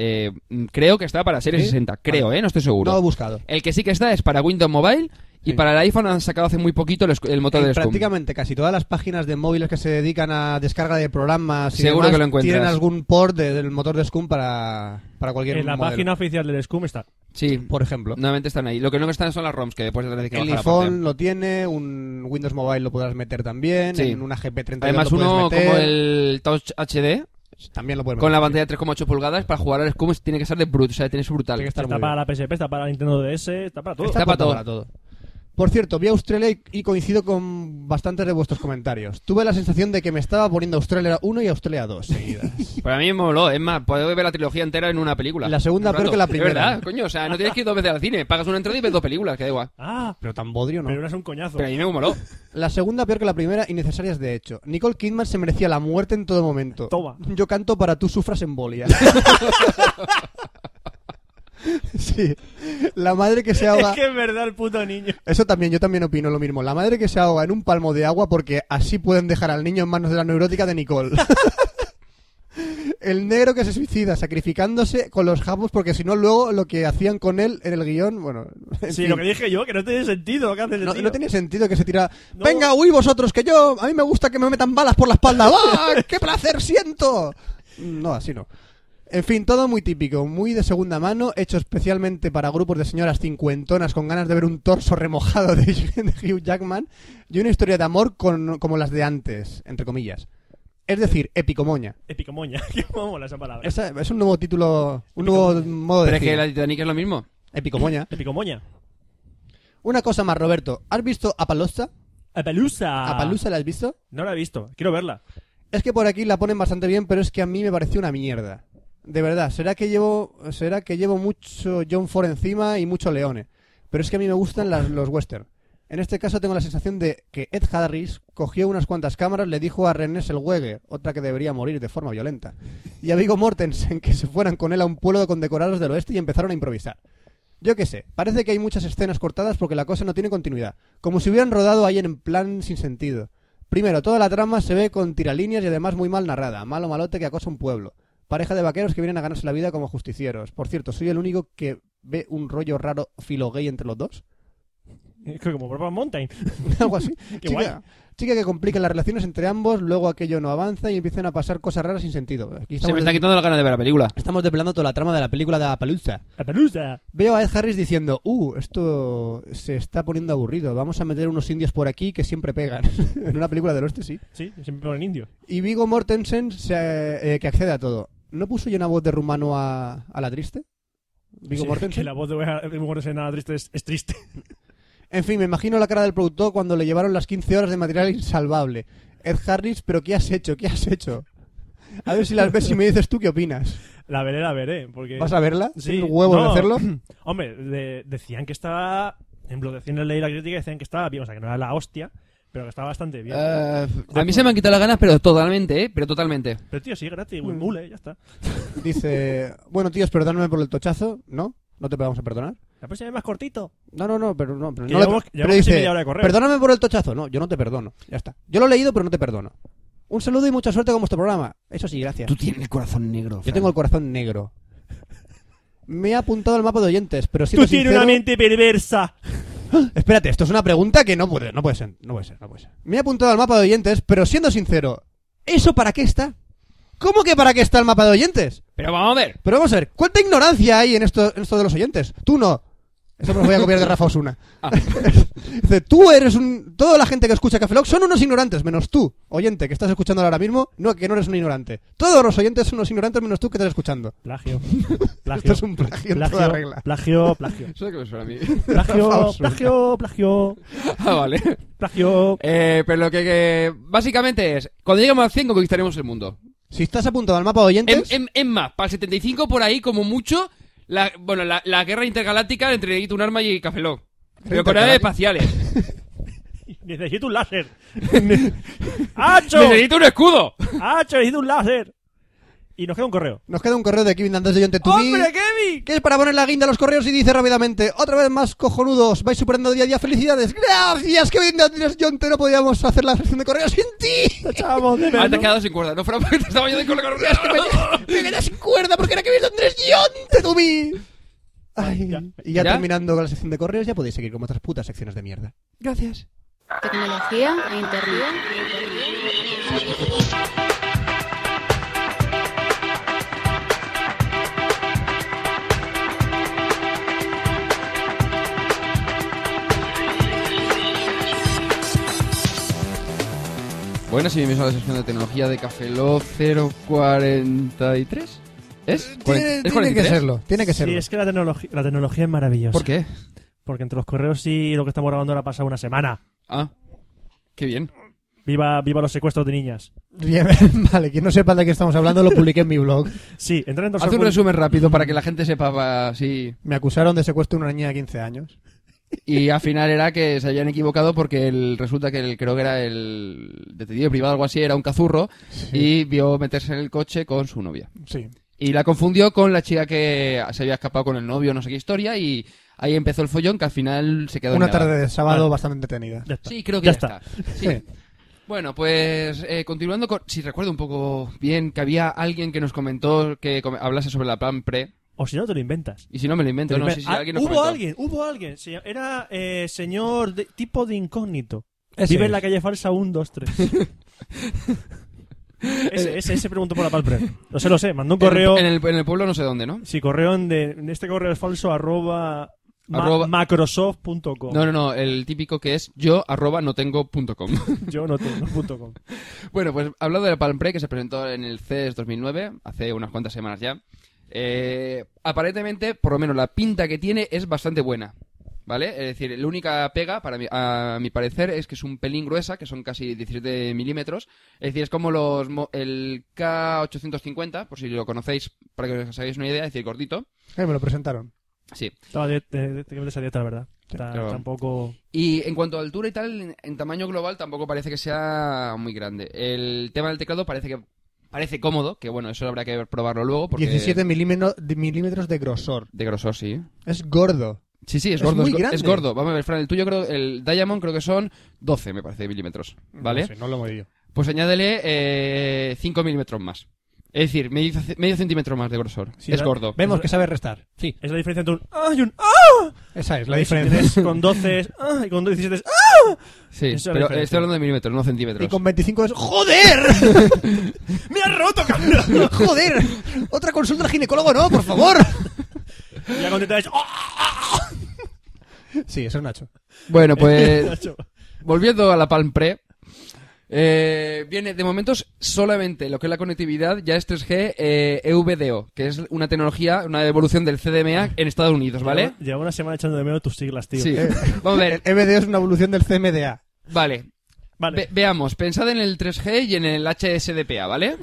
B: Eh, mm, creo que está para serie
C: ¿Sí?
B: 60. Creo, ¿eh? No estoy seguro.
C: No lo he buscado.
B: El que sí que está es para Windows Mobile y
C: Sí.
B: para el iPhone han sacado hace muy poquito el, el motor
C: En
B: del Scum.
C: prácticamente casi todas las páginas de móviles que se dedican a descarga de programas y
B: Seguro
C: demás
B: que lo encuentras.
C: tienen algún port de- del motor de Scum para, para cualquier
A: En la
C: modelo,
A: página oficial del Scum está.
B: Sí,
C: por ejemplo.
B: nuevamente están ahí. Lo que no están son las ROMs, que después tendrás que
C: El
B: bajar
C: iPhone
B: aparte.
C: lo tiene, un Windows Mobile lo podrás meter también,
B: Sí.
C: en una GP32
B: Además,
C: lo puedes
B: uno
C: meter,
B: como el Touch HD,
C: también lo puedes
B: con
C: meter,
B: la
C: sí.
B: pantalla de 3,8 pulgadas, para jugar al Scum tiene que ser de brutal. O sea, tiene que ser brutal.
C: Tiene que estar
A: Está
C: muy
A: para
C: bien.
A: la PSP, está para la Nintendo DS, está para todo.
C: Está
B: para todo.
C: Por cierto, vi a Australia y- y coincido con bastantes de vuestros comentarios. Tuve la sensación de que me estaba poniendo Australia 1 y Australia 2 seguidas.
B: Para mí me moló, es más, puedo ver la trilogía entera en una película.
C: La segunda
B: Un
C: peor
B: rato.
C: que la
B: Es
C: primera.
B: verdad, coño, o sea, no tienes que ir dos veces al cine, pagas una entrada y ves dos películas, que da igual.
A: Ah,
C: [laughs] Pero tan bodrio, ¿no?
A: pero no es un coñazo.
B: Pero a mí me
C: [laughs]
B: moló.
C: La segunda peor que la primera, innecesarias de hecho. Nicole Kidman se merecía la muerte en todo momento.
A: Toma.
C: [laughs] Yo canto para tú sufras embolia. Sí. La madre que se
A: [laughs]
C: ahoga.
A: Es que es verdad el puto niño.
C: Eso también, yo también opino lo mismo. La madre que se ahoga en un palmo de agua porque así pueden dejar al niño en manos de la neurótica de Nicole. [laughs] El negro que se suicida sacrificándose con los japos porque si no luego lo que hacían con él en el guión, bueno... en
A: Sí,
C: fin.
A: lo que dije yo, que no tiene sentido lo que hace ese
C: no,
A: tío.
C: no tiene sentido que se tira...
A: No.
C: Venga, huí vosotros, que yo... A mí me gusta que me metan balas por
B: [laughs]
C: la espalda. ¡Ah, qué placer siento! No, así no. En fin, todo muy típico, muy de segunda mano, hecho especialmente para grupos de señoras cincuentonas con ganas de ver un torso remojado de [laughs] Hugh Jackman y una historia de amor con- como las de antes, entre comillas. Es decir, epicomoña.
A: Epicomoña, [laughs] que cómo mola esa palabra.
C: Esa- es un nuevo título, un nuevo modo de
B: Pero es
C: decir.
B: que la Titanic es lo mismo.
C: Epicomoña.
A: Epicomoña.
C: Una cosa más, Roberto. ¿Has visto Apalosa?
B: Ah.
A: Apalusa.
C: ¿Apalusa la has visto?
A: No la he visto, quiero verla.
C: Es que por aquí la ponen bastante bien, pero es que a mí me pareció una mierda. De verdad, será que llevo, será que llevo mucho John Ford encima y mucho Leone. Pero es que a mí me gustan las- los western. En este caso tengo la sensación de que Ed Harris cogió unas cuantas cámaras, le dijo a René Selweger, otra que debería morir de forma violenta, y a Vigo Mortensen que se fueran con él a un pueblo de condecorados del oeste y empezaron a improvisar. Yo qué sé, parece que hay muchas escenas cortadas porque la cosa no tiene continuidad, como si hubieran rodado ahí en plan sin sentido. Primero, toda la trama se ve con tiralíneas y además muy mal narrada, malo malote que acosa un pueblo. Pareja de vaqueros que vienen a ganarse la vida como justicieros. Por cierto, soy el único que ve un rollo raro filo gay entre los dos. [laughs]
A: Es que como Purple Mountain.
C: Algo así.
A: [laughs] Qué guay.
C: chica, chica que complica las relaciones entre ambos, luego aquello no avanza y empiezan a pasar cosas raras sin sentido. Aquí
B: Se me
C: estamos,
B: está quitando la gana de ver la película.
C: estamos desvelando toda la trama de la película de Apalooza.
A: Apalusa.
C: Veo a Ed Harris diciendo, uh, esto se está poniendo aburrido, vamos a meter unos indios por aquí que siempre pegan. [laughs] en una película del oeste, sí.
A: Sí, siempre ponen indio.
C: Y Vigo Mortensen se- eh, que accede a todo. ¿No puso yo una voz de rumano a, a la triste? Vigo
A: Sí, [laughs]
C: Mortensen.
A: Que la voz de Vigo en nada triste es, es triste. [laughs]
C: En fin, me imagino la cara del productor cuando le llevaron las 15 horas de material insalvable. Ed Harris, pero ¿qué has hecho? ¿Qué has hecho? A ver si las ves y me dices tú qué opinas.
A: La veré, la veré. Porque...
C: ¿Vas a verla?
A: Eh, Sí,
C: ¿Tienes huevo de
A: no. [clears throat]
C: hacerlo?
A: Hombre, de- decían que estaba. En bloqueaciones leí la crítica decían que estaba bien, o sea, que no era la hostia, pero que estaba bastante bien.
B: Eh,
C: Eh,
B: a mí se me han quitado Mm. las ganas, pero totalmente, ¿eh? Pero totalmente.
A: Pero tío, sí, gratis, muy mule, ya está.
C: Dice, bueno tíos, perdóname por el tochazo. ¿No? ¿No te vamos a perdonar?
A: La próxima es más cortito.
C: No, no, no, pero no. Pero,
A: Que
C: no le-
A: llevamos-
C: pero
A: llevamos casi
C: dice,
A: media hora de correo.
C: perdóname por el tochazo. No, yo no te perdono. Ya está. Yo lo he leído, pero no te perdono. Un saludo y mucha suerte con vuestro programa. Eso sí, gracias.
B: Tú tienes el corazón negro.
C: Yo tengo el corazón negro. Me he apuntado al mapa de oyentes, pero si
A: Tú tienes una mente perversa.
C: Espérate, esto es una pregunta que no puede, no puede ser, no puede ser, no puede ser. Me he apuntado al mapa de oyentes, pero siendo sincero, ¿eso para qué está? ¿Cómo que para qué está el mapa de oyentes?
B: Pero vamos a ver.
C: Pero vamos a ver, ¿cuánta ignorancia hay en esto, en esto de los oyentes? Tú no. Eso me lo voy a copiar de Rafa Osuna. [laughs] Dice, tú eres un... Toda la gente que escucha Café Lock son unos ignorantes, menos tú, oyente, que estás escuchando ahora mismo, no, que no eres un ignorante. Todos los oyentes son unos ignorantes, menos tú que estás escuchando.
B: [laughs]
A: Plagio.
C: Esto
A: Plagio.
C: es un plagio en toda
A: Plagio,
C: regla.
A: plagio,
B: [laughs]
A: plagio,
B: Eso es lo que me suena a mí.
A: plagio,
C: Rafa
A: plagio, plagio,
B: ah, vale.
A: plagio.
B: Eh, pero lo que, que- Básicamente es... Cuando lleguemos al 100 conquistaremos el mundo.
C: Si estás apuntado al mapa de
B: En,
C: oyentes,
B: en- en más, para el 75 por ahí, como mucho... La, bueno, la, la guerra intergaláctica entre Edith Unarma y Café Lock. Pero con naves [laughs] espaciales.
A: Necesito un
B: [laughs]
A: láser. [laughs] ¡Hacho!
B: ¡Necesito un escudo!
A: ¡Hacho! Necesito un láser. Y nos queda un correo.
C: nos queda un correo de Kevin Dantes de Oyente to Be,
A: ¡Hombre, Kevin!
C: que es para poner la guinda a los correos y dice rápidamente, otra vez más cojonudos, vais superando día a día, felicidades, gracias Kevin Dantes de Oyente, no podíamos hacer la sección de correos sin ti.
A: Chavos, de
B: Ah, te
A: verdad.
B: has quedado sin cuerda. No fuera [laughs] porque te estaba yo de color. [laughs]
C: Es que me, me quedé sin cuerda porque era Kevin Dantes de Oyente to Be. Ay,
A: Ya.
C: y ya,
B: ¿Ya?
C: terminando con la sección de correos, ya podéis seguir con vuestras putas secciones de mierda.
B: Gracias.
D: Tecnología e internet.
B: Buenas y bienvenidos a la sección de tecnología de Café Lock 043. ¿Es?
C: Tiene,
B: ¿Es
C: tiene
B: 43?
C: que serlo, tiene que serlo.
A: Sí, es que la, tecnologi- la tecnología es maravillosa.
B: ¿Por qué?
A: Porque entre los correos y lo que estamos grabando ahora ha pasado una semana.
B: Ah, qué bien.
A: Viva, viva los secuestros de niñas.
C: Bien, [laughs] vale, quien no sepa de qué estamos hablando lo publiqué en mi blog.
A: Sí, entra en
B: Haz un resumen rápido para que la gente sepa va, sí.
C: Me acusaron de secuestro de una niña de 15 años.
B: Y al final era que se habían equivocado porque el, resulta que el, creo que era el detective privado o algo así, era un cazurro y vio meterse en el coche con su novia.
C: Sí.
B: Y la confundió con la chica que se había escapado con el novio, no sé qué historia, y ahí empezó el follón que al final se quedó en
H: Una
B: nada.
H: tarde de sábado
A: Vale.
H: bastante entretenida.
A: Ya está.
B: Sí, creo que
A: Ya
B: ya,
A: está.
B: está. Sí. Bueno, pues eh, continuando con... Si recuerdo un poco bien que había alguien que nos comentó que com- hablase sobre la plan pre,
A: O si no, te lo inventas.
B: y si no me lo
A: Te
B: invento,
A: lo
B: no sé
A: inventas.
B: si
A: Ah,
B: alguien nos
A: hubo
B: comentó.
A: alguien, hubo alguien. Se llama- Era eh, señor de- tipo de incógnito.
H: Ese
A: Vive
H: es.
A: en la calle falsa 1, 2,
B: [laughs]
A: 3. ese, ese, ese preguntó por la palpre. Lo sé, lo sé. Mandó un correo.
B: En el, en el pueblo no sé dónde, ¿no?
A: Sí, correo en de, en este correo es falso arroba, ma-
B: Arroba-
A: macrosoft.com.
B: No, no, no, el típico que es yo arroba no tengo punto com. [laughs]
A: Yo no tengo punto com.
B: Bueno, pues hablando de la Palm Pre, que se presentó en el E CES 2009, hace unas cuantas semanas ya, eh, aparentemente, por lo menos la pinta que tiene es bastante buena, ¿vale? Es decir, la única pega, para mi, a mi parecer, es que es un pelín gruesa, que son casi 17 milímetros, es decir, es como los mo- el K850, por si lo conocéis, para que os hagáis una idea, es decir, gordito,
H: Eh, me lo presentaron.
B: sí.
A: Estaba de, de, de, de esa dieta, la verdad. Está-
B: Claro.
A: Tampoco.
B: Y en cuanto a altura y tal, en, en tamaño global tampoco parece que sea muy grande. El tema del teclado parece que parece cómodo, que bueno, eso habrá que probarlo luego porque
H: 17 milímetros de, milímetros de grosor.
B: de grosor sí.
H: Es gordo.
B: Sí, sí, es
H: Es
B: gordo,
H: muy
B: es, go-
H: grande.
B: es gordo. Vamos a ver, Fran, el tuyo creo el Diamond creo que son 12, me parece, milímetros, ¿vale?
H: No, sé, no lo he medido.
B: Pues añádele eh, 5 milímetros más. Es decir, medio, medio centímetro más de grosor.
A: Sí,
B: es
A: ¿verdad?
B: gordo.
H: Vemos que sabe restar. Sí.
A: Es la diferencia entre un ¡ah! y un ¡ah!
H: Esa es la
A: Si
H: diferencia.
C: [laughs]
A: tienes Con 12 es ¡ah! y con 17 es ¡ah!
B: Sí,
A: Esa es la
B: pero
A: diferencia.
B: estoy hablando de milímetros, no centímetros.
H: Y con 25 es ¡Joder! ¡Me has roto,
B: [laughs]
H: cabrón! ¡Joder! Otra consulta al ginecólogo, no, por favor.
A: Y ya con 30 es ¡ah!
H: Sí, eso es Nacho.
A: [laughs]
B: Bueno, pues
A: Nacho.
B: Volviendo a la Palm Pre, eh, viene de momentos solamente lo que es la conectividad, ya es 3G eh, EVDO, que es una tecnología, una evolución del CDMA en Estados Unidos, ¿vale?
A: Lleva una semana echando de menos tus siglas, tío. Eh.
B: Sí. Vamos a
H: El
B: ver,
H: EBD es una evolución del CMDA.
B: vale.
A: [laughs] Vale.
B: Ve- veamos, pensad en el 3G y en el HSDPA, ¿vale?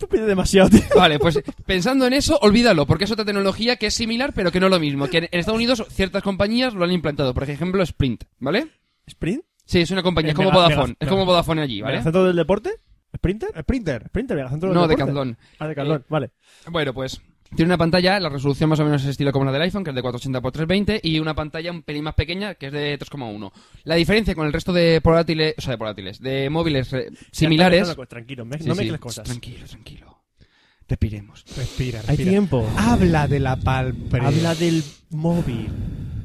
A: Tú pides demasiado, tío.
B: Vale, pues pensando en eso, olvídalo, porque es otra tecnología que es similar, pero que no es lo mismo. Que en en Estados Unidos ciertas compañías lo han implantado, por ejemplo Sprint, ¿vale?
A: ¿Sprint?
B: Sí, es una compañía,
A: Eh,
B: es como
A: mega-
B: Vodafone,
A: mega-
B: es como Vodafone allí, ¿vale?
A: ¿Megacentro del deporte? ¿Sprinter?
H: Sprinter.
A: ¿Sprinter? ¿Megacentro del
B: No, de
A: deporte?
B: Candón.
A: Ah, de Candón,
B: Eh,
A: vale.
B: Bueno, pues tiene una pantalla, la resolución más o menos es estilo como la del iPhone, que es de 480x320, y una pantalla un pelín más pequeña, que es de 3,1. La diferencia con el resto de portátiles, o sea, de portátiles, de móviles eh, similares...
A: Tranquilo, me-
B: Sí,
A: ¿eh? no
B: sí.
A: mezcles cosas.
B: Tranquilo, tranquilo. Respiremos.
H: Respira,
A: Hay
H: respira.
A: tiempo.
H: Habla de la palpre.
A: Habla del móvil.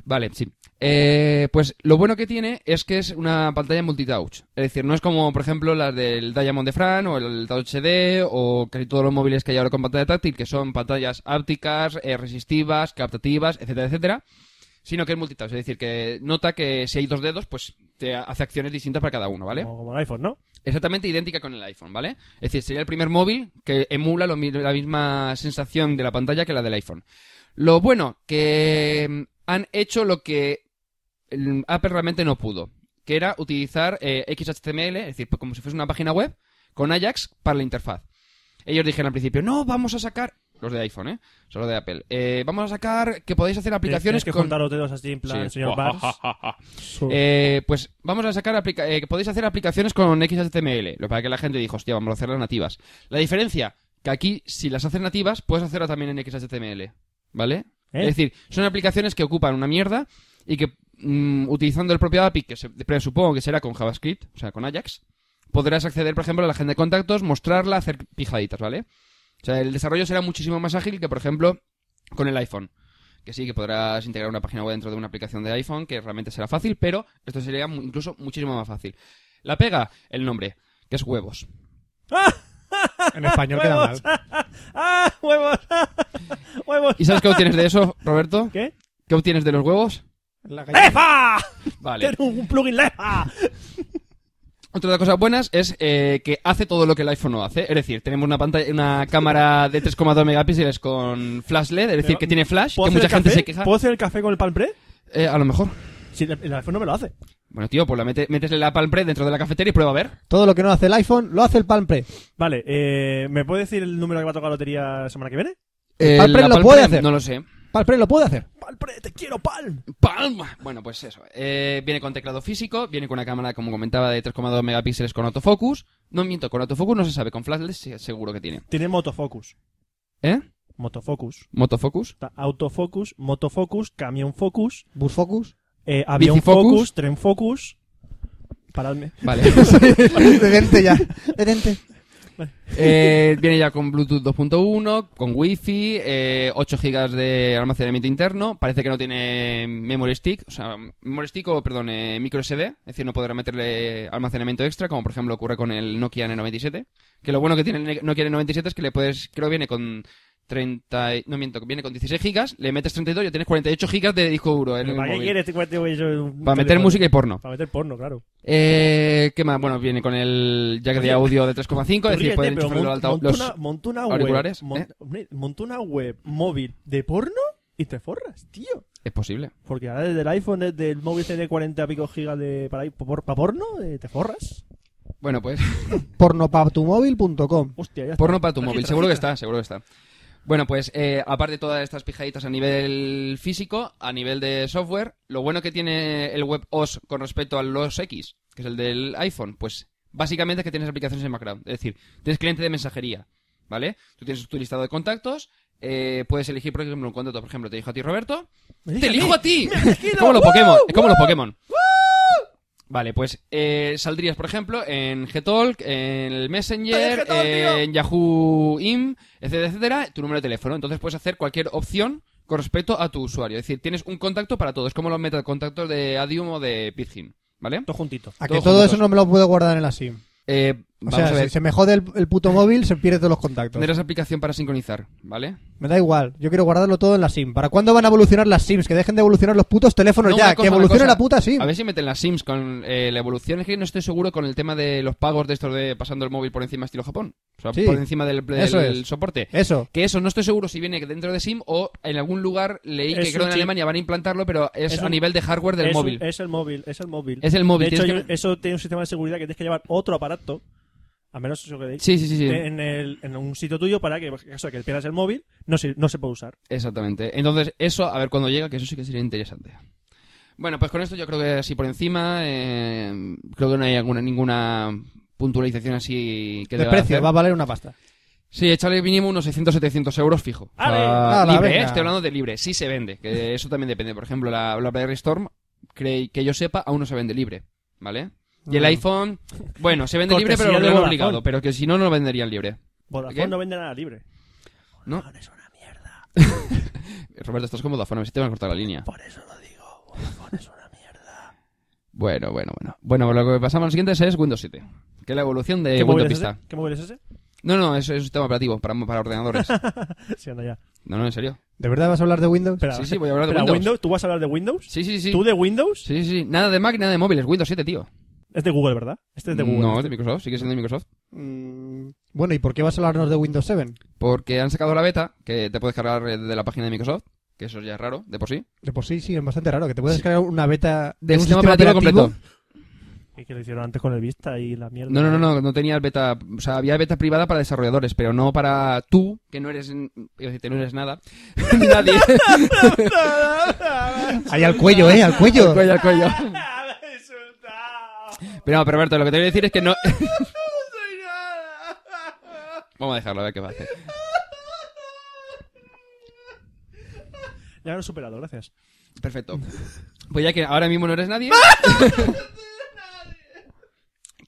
B: Vale, sí. Eh, pues lo bueno que tiene es que es una pantalla multitouch. Es decir, no es como, por ejemplo, las del Diamond de Fran o el Touch HD o casi todos los móviles que hay ahora con pantalla táctil, que son pantallas ápticas, eh, resistivas, captativas, etcétera, etcétera. Sino que es multitouch. Es decir, que nota que si hay dos dedos, pues te hace acciones distintas para cada uno, ¿vale?
A: Como, como el iPhone, ¿no?
B: Exactamente idéntica con el iPhone, ¿vale? Es decir, sería el primer móvil que emula lo mi- la misma sensación de la pantalla que la del iPhone. Lo bueno, que mm, han hecho lo que el Apple realmente no pudo, que era utilizar eh, XHTML, es decir, pues como si fuese una página web, con Ajax para la interfaz. Ellos dijeron al principio, no, vamos a sacar, los de iPhone, ¿eh? Solo de Apple, "Eh, vamos a sacar que podéis hacer aplicaciones
A: Tienes que
B: con...
A: juntar los dedos así en plan,
B: Sí.
A: señor Barnes.
B: Eh, pues vamos a sacar aplica- eh, que podéis hacer aplicaciones con XHTML, lo para que la gente dijo, hostia, vamos a hacerlas nativas. La diferencia, que aquí si las haces nativas, puedes hacerlas también en XHTML, ¿vale?
A: ¿Eh?
B: Es decir, son aplicaciones que ocupan una mierda y que mm, utilizando el propio API, que se presupongo que será con JavaScript, o sea, con Ajax, podrás acceder, por ejemplo, a la agenda de contactos, mostrarla, hacer pijaditas, ¿vale? O sea, el desarrollo será muchísimo más ágil que, por ejemplo, con el iPhone. Que sí, que podrás integrar una página web dentro de una aplicación de iPhone, que realmente será fácil, pero esto sería mu- incluso muchísimo más fácil. La pega, el nombre, que es huevos.
H: En español queda mal.
A: ¡Ah! ¡Huevos! [laughs] ¡Huevos!
B: ¿Y sabes qué obtienes de eso, Roberto?
A: ¿Qué?
B: ¿Qué obtienes de los huevos?
H: La gallina.
A: ¡Lefa!
B: Vale.
A: Tiene un plugin Lefa.
B: Otra de las cosas buenas es eh, que hace todo lo que el iPhone no hace. Es decir, tenemos una pantalla, una cámara de 3,2 megapíxeles con flash LED, es decir, que tiene flash,
A: ¿Puedo
B: que
A: hacer
B: mucha
A: el
B: gente
A: café?
B: se queja.
A: ¿Puedo hacer el café con el palpre?
B: Eh, a lo mejor.
A: Si el, el iPhone no me lo hace.
B: Bueno, tío, pues la mete- métesle la Palm Pre dentro de la cafetería y prueba a ver.
H: Todo lo que no hace el iPhone lo hace el palpre.
A: Vale, eh, ¿me puede decir el número que va a tocar la lotería la semana que viene?
B: Eh,
H: Palm Pre
B: la
H: lo
B: Palm
H: puede
B: Pre,
H: hacer.
B: No lo sé.
H: Palpre lo puede hacer.
A: ¡Palpre, te quiero, Palm!
B: Palma. Bueno, pues eso. Eh, viene con teclado físico, viene con una cámara, como comentaba, de 3,2 megapíxeles con autofocus. No miento, con autofocus no se sabe, con flash LED se- seguro que tiene.
A: Tiene motofocus.
B: ¿Eh?
A: Motofocus.
B: Motofocus.
A: Ta- Autofocus, motofocus, camión focus, [laughs]
H: Busfocus.
A: eh, avión
B: Bicifocus.
A: focus, tren focus. Paradme.
B: Vale.
H: [laughs] Detente ya. Detente.
B: Eh, viene ya con Bluetooth 2.1, con Wi-Fi, eh, 8 GB de almacenamiento interno. Parece que no tiene memory stick, o sea, memory stick o, perdón, eh, micro SD. Es decir, no podrá meterle almacenamiento extra, como por ejemplo ocurre con el Nokia N97. Que lo bueno que tiene el Ne- Nokia N97 es que le puedes, creo que viene con 30, y- no miento, viene con 16 GB, le metes 32 y tienes 48 GB de disco duro en el
A: ¿Para qué
B: móvil.
A: quieres 50 güeyes en un
B: Para meter
A: teléfono?
B: música y porno.
A: Para meter porno, claro.
B: Eh, ¿Qué más? Bueno, viene con el jack de audio de 3,5, es decir,
A: Ríete,
B: pueden
A: pero
B: enchufarlo
A: mon-
B: al altavoz.
A: montó
B: los-
A: una- montó una
B: auriculares,
A: web, mon-
B: ¿eh?
A: hombre, montó una web móvil de porno y te forras, tío.
B: Es posible.
A: Porque ahora desde el iPhone, desde el móvil tiene 40 pico gigas de para, ir- por- para porno, eh, te forras.
B: Bueno, pues [laughs]
H: Pornopaptumóvil.com.
A: Hostia, ya está.
B: porno para tu móvil,
A: Registro,
B: seguro que
A: registro.
B: está, seguro que está. Bueno, pues eh, aparte de todas estas pijaditas a nivel físico, a nivel de software, lo bueno que tiene el web OS con respecto al OS X, que es el del iPhone, pues básicamente es que tienes aplicaciones macro Es decir, tienes cliente de mensajería, ¿vale? Tú tienes tu listado de contactos, eh, puedes elegir, por ejemplo, un contacto, por ejemplo, te dijo a ti Roberto,
A: Me dije
B: ¡Te
A: a mí,
B: elijo a ti!
A: me has elegido,
B: Es como los
A: ¡uh!
B: Pokémon. Es como los Pokémon. Vale, pues eh, saldrías, por ejemplo, en Gtalk, en el
A: Estoy en
B: Messenger,
A: Gtalk, tío.
B: en Yahoo IM, etcétera, etcétera, tu número de teléfono. Entonces puedes hacer cualquier opción con respecto a tu usuario. Es decir, tienes un contacto para todos, como los metacontactos de Adium o de Pidgin, ¿vale?
A: Todo juntito.
H: A que
B: Todos
H: todo
B: juntos.
H: eso no me lo puedo guardar en la SIM.
B: Eh,
H: O
B: vamos
H: sea,
B: a ver.
H: si se me jode el, el puto móvil, se pierde todos los contactos.
B: Tendrás aplicación para sincronizar, ¿vale?
H: Me da igual, yo quiero guardarlo todo en la SIM. ¿Para cuándo van a evolucionar las SIMs? Que dejen de evolucionar los putos teléfonos
B: No,
H: ya,
B: una
H: que
B: cosa, una
H: evolucione
B: cosa.
H: la puta SIM.
B: A ver si meten las Sims con eh, la evolución. Es que no estoy seguro con el tema de los pagos de estos de pasando el móvil por encima estilo Japón. O sea,
H: Sí,
B: por encima del, del
H: eso es.
B: soporte.
H: Eso.
B: Que eso, no estoy seguro si viene dentro de SIM o en algún lugar leí
A: Es
B: que
A: un
B: creo en
A: chip.
B: Alemania van a implantarlo, pero es,
A: Es
B: a
A: un-
B: nivel de hardware del
A: es,
B: móvil.
A: Es el móvil, es el móvil.
B: Es el móvil,
A: De hecho, eh,
B: tienes
A: hay- eso tiene un sistema de seguridad que tienes que llevar otro aparato. A menos eso que
B: Sí, sí, sí, sí.
A: En, el, en un sitio tuyo para que, en caso de que pierdas el móvil, no se, no se puede usar.
B: Exactamente. Entonces, eso, a ver cuándo llega, que eso sí que sería interesante. Bueno, pues con esto yo creo que así por encima. eh, creo que no hay alguna, ninguna puntualización así que
H: de
B: deba
H: precio,
B: hacer.
H: va a valer una pasta.
B: Sí, echarle mínimo unos 600-700 euros fijo.
A: ¡Ale!
B: Ah,
H: Ala,
B: libre, ¿eh?
H: venga.
B: Estoy hablando de libre. Sí se vende. Que eso también depende. Por ejemplo, la BlackBerry Storm, cre- que yo sepa, aún no se vende libre. ¿Vale? Y el
H: Ah.
B: iPhone, bueno, se vende libre,
A: Cortesía
B: pero lo
A: de
B: han
A: Vodafone.
B: obligado. Pero que si no, no lo venderían libre.
A: Vodafone
B: ¿Qué?
A: no vende nada libre.
B: ¿No?
A: Vodafone es una mierda.
B: Roberto, estás como Vodafone, a ver si te van a cortar la línea.
A: Por eso lo digo. Vodafone es una mierda.
B: Bueno, bueno, bueno. Bueno, pues lo que pasamos al siguiente es Windows 7. Que es la evolución de
A: ¿Qué móvil,
B: Windows
A: es ese?
B: Vista.
A: ¿Qué móvil es ese? [laughs]
B: No, no, es, es un sistema operativo para, para ordenadores.
A: Sí, anda ya.
B: No, no, en serio.
H: ¿De verdad vas a hablar de Windows?
A: Espera,
B: Sí, sí, voy a hablar de
A: espera,
B: Windows.
A: ¿Tú vas a hablar de Windows?
B: Sí, sí, sí.
A: ¿Tú de Windows?
B: Sí, sí, sí. Nada de Mac, nada de móviles. Windows 7, tío.
A: Es de Google, ¿verdad? Este es de Google.
B: No, es de Microsoft. Sigue siendo de Microsoft.
H: Mm, Bueno, ¿y por qué vas a hablarnos de Windows 7?
B: Porque han sacado la beta, que te puedes cargar eh, de la página de Microsoft, que eso ya es raro, de por sí.
H: De por sí, sí, es bastante raro que te puedas crear una beta de
B: El
H: un
B: sistema operativo, completo.
A: ¿Y que lo hicieron antes con el Vista y la mierda?
B: No, no,
A: [laughs]
B: no, no, no tenía beta, o sea, había beta privada para desarrolladores, pero no para tú, que no eres, iba a decirte, no eres nada. [laughs] Nadie.
H: Ahí al cuello, ¿eh? Al cuello.
B: [laughs] Al cuello, al cuello. Pero no, pero Roberto, lo que te voy a decir es que no. [laughs] Vamos a dejarlo, a ver qué va a hacer.
A: Ya lo he superado, gracias.
B: Perfecto. Pues ya que ahora mismo no eres nadie. [laughs]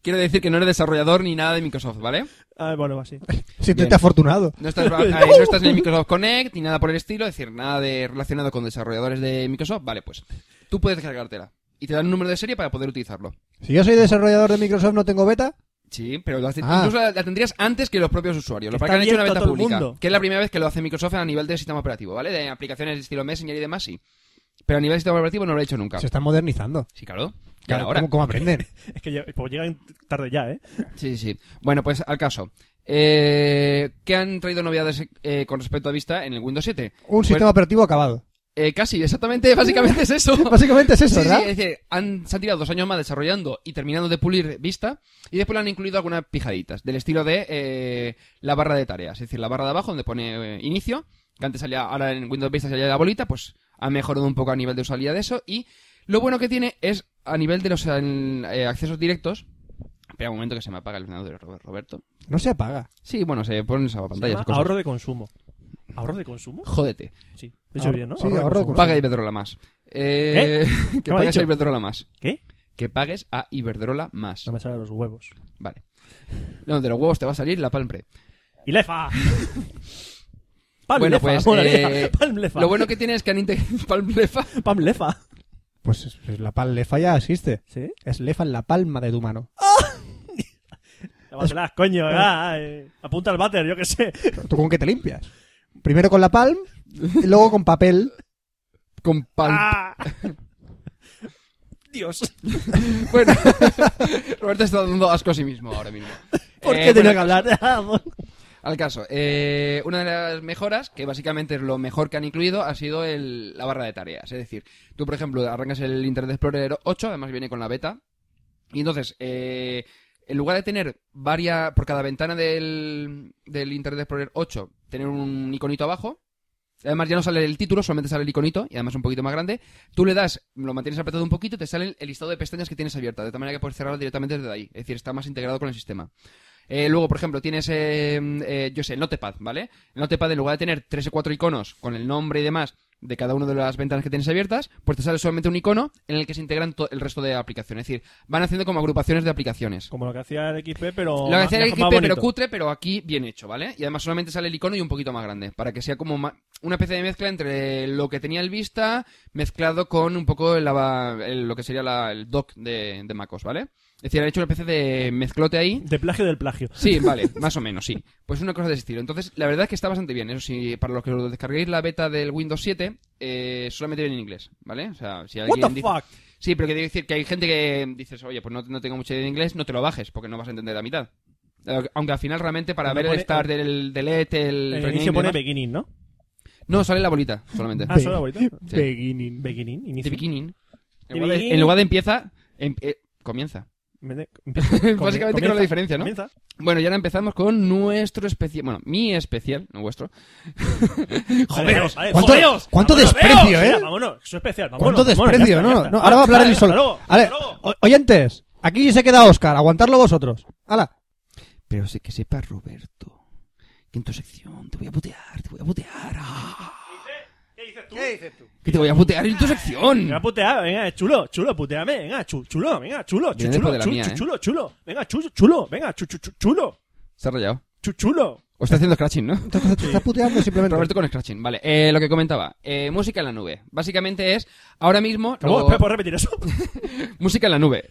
B: Quiero decir que no eres desarrollador ni nada de Microsoft, ¿vale?
A: Ah, bueno, así.
H: Siéntete
B: Bien.
H: afortunado.
A: [laughs]
B: No estás, ahí no estás en el Microsoft Connect ni nada por el estilo, es decir, nada de relacionado con desarrolladores de Microsoft. Vale, pues tú puedes descargártela y te dan un número de serie para poder utilizarlo.
H: Si yo soy desarrollador de Microsoft, ¿no tengo beta?
B: Sí, pero lo hace-
H: Ah.
B: incluso la, la tendrías antes que los propios usuarios. Lo
A: Está
B: que han hecho una
A: abierto a
B: venta
A: todo el
B: pública,
A: mundo.
B: que es la primera vez que lo hace Microsoft a nivel de sistema operativo, ¿vale? De aplicaciones de estilo Messenger y demás, sí. Pero a nivel de sistema operativo no lo he hecho nunca.
H: Se están modernizando.
B: Sí, claro. Claro,
H: ¿Cómo-
B: ahora.
H: ¿Cómo,
B: [laughs]
H: aprenden?
A: Es que ya, pues llegan tarde ya, ¿eh?
B: Sí, sí. Bueno, pues al caso. Eh, ¿Qué han traído novedades eh, con respecto a Vista en el Windows 7?
H: Un
B: Pues,
H: sistema operativo
B: [laughs]
H: acabado.
B: eh, casi, exactamente, [laughs] básicamente es eso.
H: Básicamente es eso,
B: Sí,
H: ¿verdad?
B: sí, es decir, han, se han tirado dos años más desarrollando y terminando de pulir vista y después le han incluido algunas pijaditas del estilo de eh, la barra de tareas, es decir, la barra de abajo donde pone eh, inicio, que antes salía, ahora en Windows Vista salía la bolita, pues ha mejorado un poco a nivel de usabilidad de eso y lo bueno que tiene es a nivel de los en- eh, accesos directos. Espera un momento que se me apaga el ordenador de Roberto.
H: No se apaga.
B: Sí, bueno, se pone en esa pantalla. esas cosas.
A: Ahorro de consumo. ¿Ahorro de consumo?
B: Jódete.
A: Sí. Lo he hecho
C: Ah,
A: bien, ¿no?
C: sí, ahorro de consumo.
B: Paga a Iberdrola más. Eh, [laughs] Que
A: ¿No me ha
B: pagues a
A: dicho?
B: Iberdrola más.
A: ¿Qué?
B: Que pagues a Iberdrola más.
A: No me salen los huevos.
B: Vale. No, de los huevos te va a salir la Palm Pre.
A: ¡Y [laughs] lefa! Palm
B: Bueno,
A: lefa,
B: pues.
A: mola, [laughs]
B: eh,
A: lefa, Palm lefa.
B: Lo bueno que tiene es que han [laughs] integrado Palm Lefa.
A: Palm lefa.
C: Pues, es- pues la pal lefa ya existe.
A: [laughs] ¿Sí?
C: Es lefa en la palma de tu mano.
A: Lávaselas, [laughs] coño. ah, eh, apunta al váter, yo qué sé.
C: ¿Tú con qué te limpias? Primero con la palm y luego con papel.
B: Con Palm
A: Ah. [laughs] Dios.
B: [laughs] Bueno, [laughs] Roberto está dando asco a sí mismo ahora mismo.
A: [laughs] ¿Por
B: Eh,
A: qué tenía
B: bueno,
A: que hablar? [laughs] Ah, bueno.
B: Al caso, eh, una de las mejoras, que básicamente es lo mejor que han incluido, ha sido el- la barra de tareas. Es decir, tú, por ejemplo, arrancas el Internet Explorer 8, además viene con la beta. Y entonces, eh, en lugar de tener varias, por cada ventana del, del Internet Explorer 8, tener un iconito abajo. Además ya no sale el título, solamente sale el iconito y además un poquito más grande. Tú le das, lo mantienes apretado un poquito, te sale el listado de pestañas que tienes abierta, de tal manera que puedes cerrarlo directamente desde ahí. Es decir, está más integrado con el sistema. Eh, luego, por ejemplo, tienes, eh, eh, yo sé, el Notepad, ¿vale? El Notepad, en lugar de tener tres o cuatro iconos con el nombre y demás de cada una de las ventanas que tienes abiertas, pues te sale solamente un icono en el que se integran to- el resto de aplicaciones. Es decir, van haciendo como agrupaciones de aplicaciones.
A: Como lo que hacía el XP, pero.
B: Lo que
A: ma-
B: hacía el
A: más
B: XP, pero
A: bonito.
B: cutre, pero aquí bien hecho, ¿vale? Y además solamente sale el icono y un poquito más grande, para que sea como ma- una especie de mezcla entre lo que tenía el Vista mezclado con un poco el ava- el- lo que sería la- el dock de, de MacOS, ¿vale? Es decir, han hecho una especie de mezclote ahí.
A: De plagio del plagio. [laughs]
B: Sí, vale, más o menos, sí. Pues una cosa de ese estilo. Entonces, la verdad es que está bastante bien. Eso sí, para los que os descarguéis la beta del Windows 7, eh, solamente viene en inglés, ¿vale? O sea, si
A: What
B: alguien
A: the
B: dice-
A: fuck?
B: Sí, pero que quiero decir que hay gente que dices, oye, pues no, no tengo mucha idea de inglés, no te lo bajes, porque no vas a entender la mitad. Eh, Aunque al final realmente para
A: Pero
B: ver
A: pone-
B: el start del delete, el...
A: En el
B: rename y
A: inicio Eh, pone
B: demás-
A: beginning, ¿no?
B: No, sale la bolita, solamente.
A: Ah, solo ahorita.
B: Sí.
C: Beginning.
A: Beginning,
B: The
A: inicio.
B: beginning.
A: The
B: En lugar de,
A: beginning.
B: en lugar de empieza, em- eh, comienza.
A: Me [laughs] de-
B: Básicamente creo
A: comienza,
B: la diferencia, ¿no?
A: comienza.
B: Bueno, y ahora empezamos con nuestro especial... Bueno, mi especial, no vuestro.
A: Jodeos,
C: ¿Cuánto- cuánto desprecio, eh?
A: Vámonos, eso es especial.
C: ¿Cuánto
A: vámonos, vámonos, ya está, ya
C: desprecio, no?
A: está.
C: No, Ahora va a hablar
A: Hasta
C: él solo.
A: luego, hasta
C: Ale,
A: luego.
C: o- oyentes, aquí se queda Oscar. Aguantarlo vosotros. ¡Hala!
B: Pero sí que sepa, Roberto, que en tu sección te voy a putear, te voy a putear. ah,
H: ¿Qué dices tú?
B: que te voy a putear en tu sección.
A: Venga, putea, venga, chulo, chulo, puteame, venga, chu- chulo, venga, chulo, chu-
B: Viene después
A: chulo,
B: de la
A: chu-
B: mía,
A: chu-
B: ¿eh?
A: chulo, chulo, venga, chu- chulo, venga, chu- chu- chu- chulo,
B: Se ha rayado.
A: chu- chulo.
B: O está haciendo scratching, ¿no?
C: Te te estás puteando simplemente.
B: Roberto con Scratching, vale. Eh, lo que comentaba, eh, música en la nube. Básicamente es, ahora mismo,
A: ¿Cómo?
B: lo-
A: Espera, ¿Puedes repetir
C: [laughs]
A: eso?
B: música en la nube.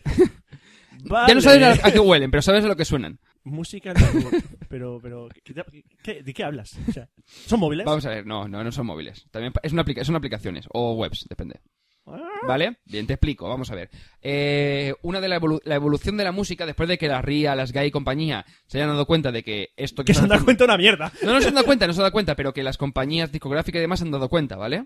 A: Vale.
B: Ya no sabes a, a qué huelen, pero sabes a lo que suenan.
A: Música en la nube. Pero, pero, ¿qué, qué- ¿de qué hablas? O sea, ¿Son móviles?
B: Vamos a ver, no, no, no son móviles. También pa- es una aplica- son aplicaciones o webs, depende.
A: Ah,
B: ¿Vale? Bien, te explico, vamos a ver. Eh, una de la, evolu- la evolución de la música, después de que las RIA, las GAI y compañía se hayan dado cuenta de que esto
A: Que se han
B: están
A: dado
B: haciendo-
A: cuenta una mierda.
B: No, no se han dado cuenta, no se han dado cuenta, pero que las compañías discográficas y demás se han dado cuenta, ¿vale?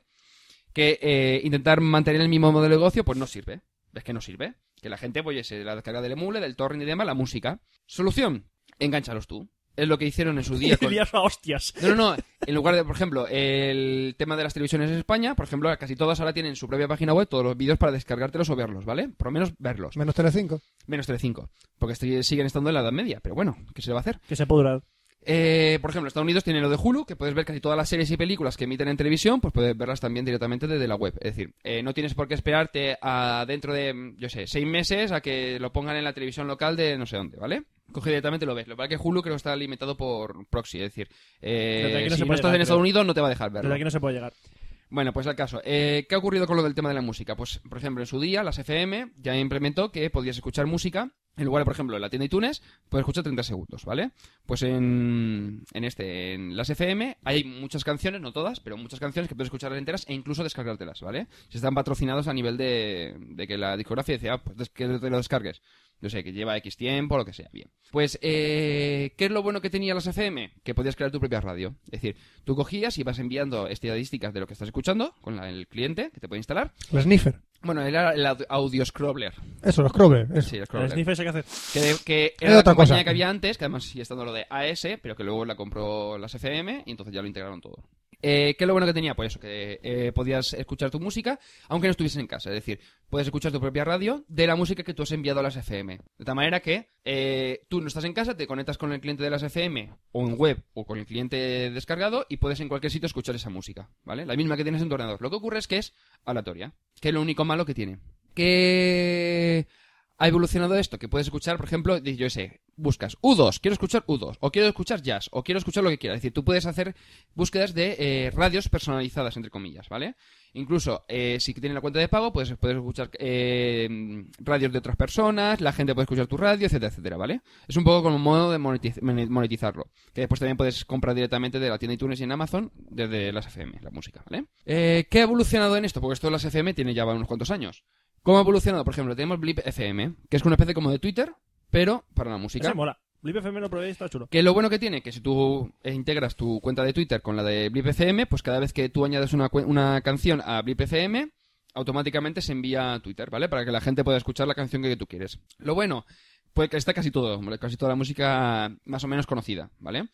B: Que eh, intentar mantener el mismo modelo de negocio, pues no sirve. Es que no sirve. Que la gente, pues, se la descarga del emule, del torrent y demás, la música. Solución, enganchalos tú. Es lo que hicieron en su día.
A: Y
B: con-
A: lías a hostias.
B: No, no, no. En lugar de, por ejemplo, el tema de las televisiones en España, por ejemplo, casi todas ahora tienen su propia página web todos los vídeos para descargártelos o verlos, ¿vale? Por lo menos verlos.
C: Menos Telecinco.
B: Menos Telecinco. Porque estoy- siguen estando en la Edad Media. Pero bueno, ¿qué se le va a hacer?
A: Que se puede durar.
B: Eh, por ejemplo, Estados Unidos tiene lo de Hulu, que puedes ver casi todas las series y películas que emiten en televisión, pues puedes verlas también directamente desde la web. Es decir, eh, no tienes por qué esperarte a dentro de, mm, yo sé, seis meses a que lo pongan en la televisión local de no sé dónde, ¿vale? Coge directamente y lo ves. Lo que pasa es que Hulu creo que está alimentado por proxy, es decir, eh,
A: Desde aquí no
B: si
A: se
B: no
A: puede
B: estás
A: dejar,
B: en Estados
A: creo.
B: Unidos no te va a dejar verlo.
A: Desde aquí no se puede llegar.
B: Bueno, pues al caso. Eh, ¿Qué ha ocurrido con lo del tema de la música? Pues, por ejemplo, en su día, las FM ya implementó que podías escuchar música. En lugar, de, por ejemplo, en la tienda iTunes, puedes escuchar 30 segundos, ¿vale? Pues en, en este, en las FM, hay muchas canciones, no todas, pero muchas canciones que puedes escucharlas enteras e incluso descargártelas, ¿vale? Si están patrocinados a nivel de, de que la discografía dice, ah, pues des- que te lo descargues. Yo sé, que lleva X tiempo, lo que sea, bien. Pues, eh, ¿qué es lo bueno que tenía las FM? Que podías crear tu propia radio. Es decir, tú cogías y vas enviando estadísticas de lo que estás escuchando con la- el cliente que te puede instalar.
C: El sniffer.
B: Bueno, era el aud- audio scrobbler.
C: Eso, los Kroger. eso.
B: Sí, el
A: El
B: scrobbler.
A: sniffer ese que hace.
B: Que, de- que
C: Es
B: era la
C: otra
B: compañía
C: cosa.
B: E que había antes, que además sigue estando lo de AS, pero que luego la compró las FM y entonces ya lo integraron todo. Eh, ¿Qué es lo bueno que tenía? Pues eso, que eh, podías escuchar tu música, aunque no estuvieses en casa. Es decir, puedes escuchar tu propia radio de la música que tú has enviado a las FM. De tal manera que eh, tú no estás en casa, te conectas con el cliente de las FM, o en web, o con el cliente descargado, y puedes en cualquier sitio escuchar esa música, ¿vale? La misma que tienes en tu ordenador. Lo que ocurre es que es aleatoria, que es lo único malo que tiene. Que ha evolucionado esto, que puedes escuchar, por ejemplo, di- yo sé, buscas U2, quiero escuchar U2, o quiero escuchar jazz, o quiero escuchar lo que quieras. Es decir, tú puedes hacer búsquedas de eh, radios personalizadas, entre comillas, ¿vale? Incluso eh, si tienes la cuenta de pago, pues puedes escuchar eh, radios de otras personas, la gente puede escuchar tu radio, etcétera, etcétera, ¿vale? Es un poco como un modo de monetiz- mone- monetizarlo. Que después también puedes comprar directamente de la tienda iTunes y en Amazon desde las FM, la música, ¿vale? Eh, ¿Qué ha evolucionado en esto? Porque esto de las FM tiene ya unos cuantos años. ¿Cómo ha evolucionado? Por ejemplo, tenemos Blip FM, que es una especie como de Twitter, pero para la música.
A: Ese mola. Blip FM lo probé y está chulo.
B: Que lo bueno que tiene, que si tú eh, integras tu cuenta de Twitter con la de Blip FM, pues cada vez que tú añades una, cuen- una canción a Blip FM, automáticamente se envía a Twitter, ¿vale? Para que la gente pueda escuchar la canción que tú quieres. Lo bueno, pues que está casi todo, ¿vale? casi toda la música más o menos conocida, ¿vale?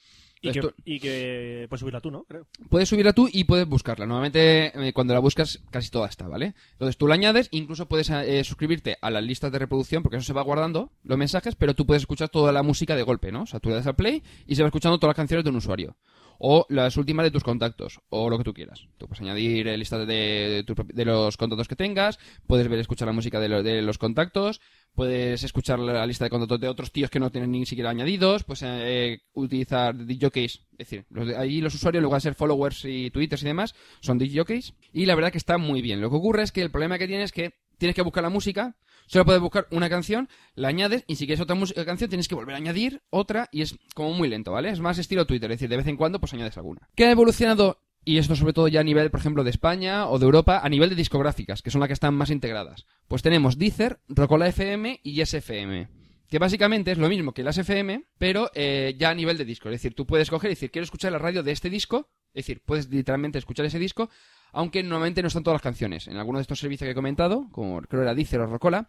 A: Y que,
B: Esto-
A: y que puedes subirla tú, ¿no? Creo.
B: puedes subirla tú y puedes buscarla. Normalmente eh, cuando la buscas casi toda está, ¿vale? Entonces tú la añades, incluso puedes eh, suscribirte a las listas de reproducción porque eso se va guardando los mensajes, pero tú puedes escuchar toda la música de golpe, ¿no? O sea, tú le das al play y se va escuchando todas las canciones de un usuario. O las últimas de tus contactos, o lo que tú quieras. Tú puedes añadir eh, listas de, de tu propi- de los contactos que tengas, puedes ver escuchar la música de, lo- de los contactos, puedes escuchar la lista de contactos de otros tíos que no tienen ni siquiera añadidos, pues eh, utilizar DJs, es decir, los de- ahí los usuarios, luego de ser followers y twitters y demás, son DJs, y la verdad que está muy bien. Lo que ocurre es que el problema que tienes es que tienes que buscar la música, solo puedes buscar una canción, la añades, y si quieres otra música- canción tienes que volver a añadir otra, y es como muy lento, ¿vale? Es más estilo Twitter, es decir, de vez en cuando pues añades alguna. ¿Qué ha evolucionado y esto sobre todo ya a nivel, por ejemplo, de España o de Europa, a nivel de discográficas, que son las que están más integradas. Pues tenemos Deezer, Rocola FM y SFM. Que básicamente es lo mismo que las FM, pero eh, ya a nivel de disco. Es decir, tú puedes coger y decir, quiero escuchar la radio de este disco. Es decir, puedes literalmente escuchar ese disco, aunque normalmente no están todas las canciones. En alguno de estos servicios que he comentado, como creo era Deezer o Rocola,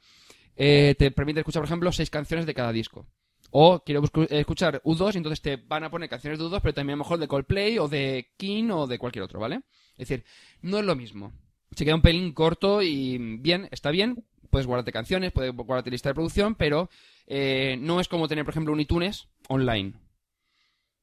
B: eh, te permite escuchar, por ejemplo, seis canciones de cada disco. O quiero buscu- eh, escuchar U2, y entonces te van a poner canciones de U2, pero también a lo mejor de Coldplay o de King o de cualquier otro, ¿vale? Es decir, no es lo mismo. Se queda un pelín corto y mm, bien, está bien. Puedes guardarte canciones, puedes guardarte lista de producción, pero eh, no es como tener, por ejemplo, un iTunes online.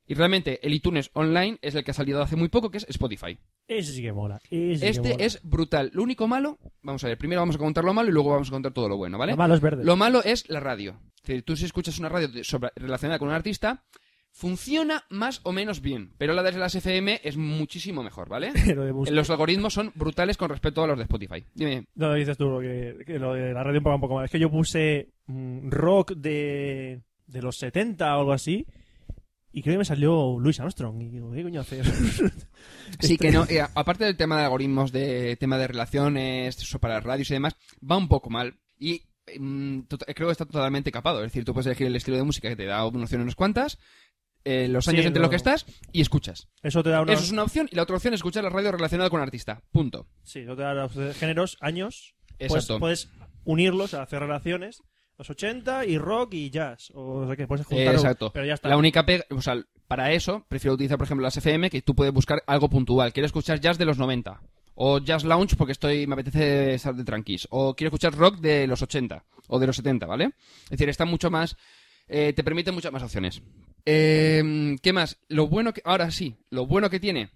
B: Y realmente el iTunes online es el que ha salido hace muy poco, que es Spotify.
A: Ese sí que mola. Ese sí que mola.
B: Este es brutal. Lo único malo, vamos a ver, primero vamos a contar lo malo y luego vamos a contar todo lo bueno, ¿vale?
A: Lo malo es verde.
B: Lo malo es la radio. Es decir, tú si escuchas una radio de- sobre- relacionada con un artista, funciona más o menos bien, pero la de las FM es muchísimo mejor, ¿vale?
A: Lo de bus-
B: Los algoritmos son brutales con respecto a los de Spotify. Dime,
A: No, dices tú lo que, que lo de la radio un poco mal. Es que yo puse mm, rock de, de los 70 o algo así. Y creo que me salió Louis Armstrong. Y digo, ¿qué coño haces?
B: [laughs] Sí, que no. eh, aparte del tema de algoritmos, de tema de relaciones, eso para las radios y demás, va un poco mal. Y eh, mm, tot- creo que está totalmente capado. Es decir, tú puedes elegir el estilo de música que te da una opción unas cuantas, eh, los
A: Sí,
B: años entre
A: lo-
B: los que estás y escuchas.
A: Eso te da una...
B: Eso es una opción y la otra opción es escuchar la radio relacionada con un artista. Punto.
A: Sí, eso te da los eh, géneros, años. Pues
B: Exacto.
A: puedes unirlos a hacer relaciones. Los 80 y rock y jazz. O, sea que puedes
B: Eh,
A: juntar...
B: exacto.
A: Pero ya está.
B: La única pega, o sea, para eso prefiero utilizar, por ejemplo, las FM, que tú puedes buscar algo puntual. Quiero escuchar jazz de los 90. O jazz lounge porque estoy, me apetece estar de tranquis. O quiero escuchar rock de los 80 o de los 70, ¿vale? Es decir, está mucho más, eh, te permite muchas más opciones. Eh, ¿Qué más? Lo bueno que, ahora sí, lo bueno que tiene,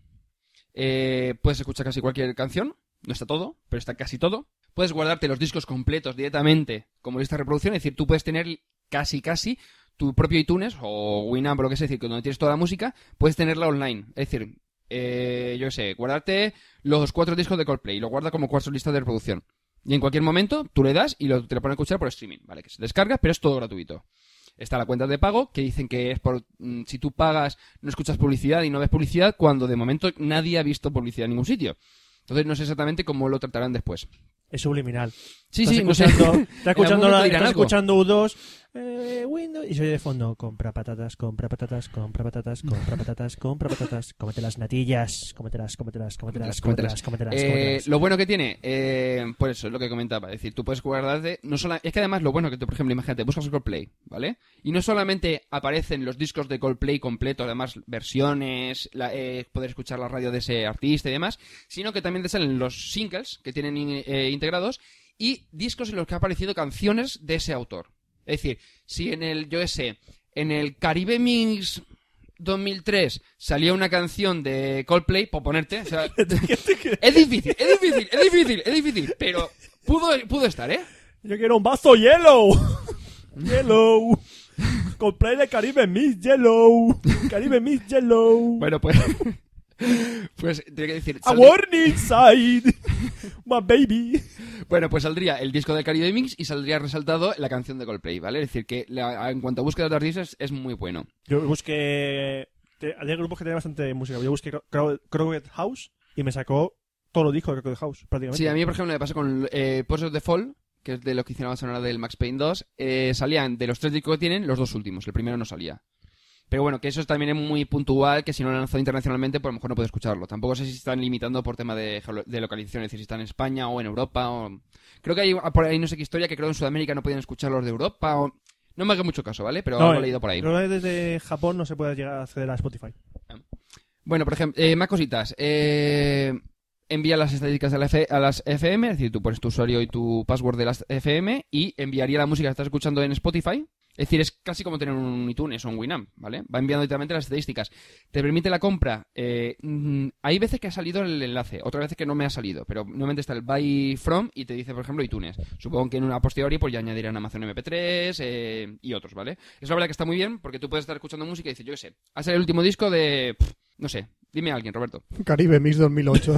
B: eh, puedes escuchar casi cualquier canción. No está todo, pero está casi todo. Puedes guardarte los discos completos directamente como lista de reproducción. Es decir, tú puedes tener casi, casi tu propio iTunes o Winamp o lo que sea, es decir, que donde tienes toda la música, puedes tenerla online. Es decir, eh, yo qué sé, guardarte los cuatro discos de Coldplay y lo guarda como cuatro listas de reproducción. Y en cualquier momento tú le das y lo, te lo ponen a escuchar por streaming, ¿vale? Que se descarga, pero es todo gratuito. Está la cuenta de pago, que dicen que es por... mm, Si tú pagas, no escuchas publicidad y no ves publicidad, cuando de momento nadie ha visto publicidad en ningún sitio. Entonces no sé exactamente cómo lo tratarán después.
A: Es subliminal.
B: Sí,
A: Estás
B: sí, no sé.
A: escuchando, estás
B: [laughs] En algún
A: escuchando,
B: momento
A: la-
B: dirán
A: estás
B: algo.
A: escuchando U2, eh, Windows. Y soy de fondo, compra patatas, compra patatas, compra patatas, compra patatas, compra patatas, cómete las natillas, cómetelas, cómetelas, cómetelas, cómetelas, cómetelas,
B: Eh,
A: cómetelas.
B: lo bueno que tiene, eh, por eso es lo que comentaba, es decir, tú puedes guardarte, no sola- es que además lo bueno que tú, por ejemplo, imagínate, buscas Coldplay, ¿vale? Y no solamente aparecen los discos de Coldplay completos, además versiones, la- eh, poder escuchar la radio de ese artista y demás, sino que también te salen los singles que tienen in- eh, integrados y discos en los que ha aparecido canciones de ese autor. Es decir, si en el, yo qué sé, en el Caribe Mix 2003 salía una canción de Coldplay, por ponerte, o sea, es difícil, es difícil, es difícil, es difícil, pero pudo, pudo estar, ¿eh?
A: Yo quiero un vaso [laughs] yellow. yellow. Coldplay de Caribe Miss Yellow. Caribe Miss Yellow.
B: Bueno, pues. [laughs] Pues, tengo que decir.
A: A
B: saldr-
A: warning side. My baby.
B: Bueno, pues saldría el disco de Caribe Mix y saldría resaltado la canción de Coldplay, ¿vale? Es decir, que la- en cuanto a búsqueda de artistas es muy bueno.
A: Yo busqué. te- Había grupos que tenían bastante música. Yo busqué Crow- Crowded House y me sacó todos los discos de Crowded House, prácticamente.
B: Sí, a mí, por ejemplo, me pasa con eh, Post of the Fall, que es de los que hicieron la sonora del Max Payne 2. eh, salían de los tres discos que tienen, los dos últimos. El primero no salía. Pero bueno, que eso también es muy puntual, que si no lo han lanzado internacionalmente, pues a lo mejor no puedes escucharlo. Tampoco sé si se están limitando por tema de, geolo- de localización, es decir, si están en España o en Europa. O... Creo que hay por ahí no sé qué historia, que creo que en Sudamérica no podían escuchar los de Europa. O... No me haga mucho caso, ¿vale? Pero lo he
A: eh,
B: leído por ahí.
A: creo que desde Japón no se puede llegar a acceder a Spotify.
B: Bueno, por ejemplo, eh, más cositas. Eh, envía las estadísticas a, la F- a las FM, es decir, tú pones tu usuario y tu password de las FM y enviaría la música que estás escuchando en Spotify. Es decir, es casi como tener un iTunes o un Winamp, ¿vale? Va enviando directamente las estadísticas. Te permite la compra. Eh, mm, hay veces que ha salido el enlace, otras veces que no me ha salido, pero normalmente está el buy from y te dice, por ejemplo, iTunes. Supongo que en una posteriori pues ya añadirán Amazon MP3 eh, y otros, ¿vale? Es la verdad que está muy bien porque tú puedes estar escuchando música y dices, yo qué sé, ha salido el último disco de... pff, no sé, dime a alguien, Roberto.
C: Caribe
A: [laughs]
C: Mix 2008.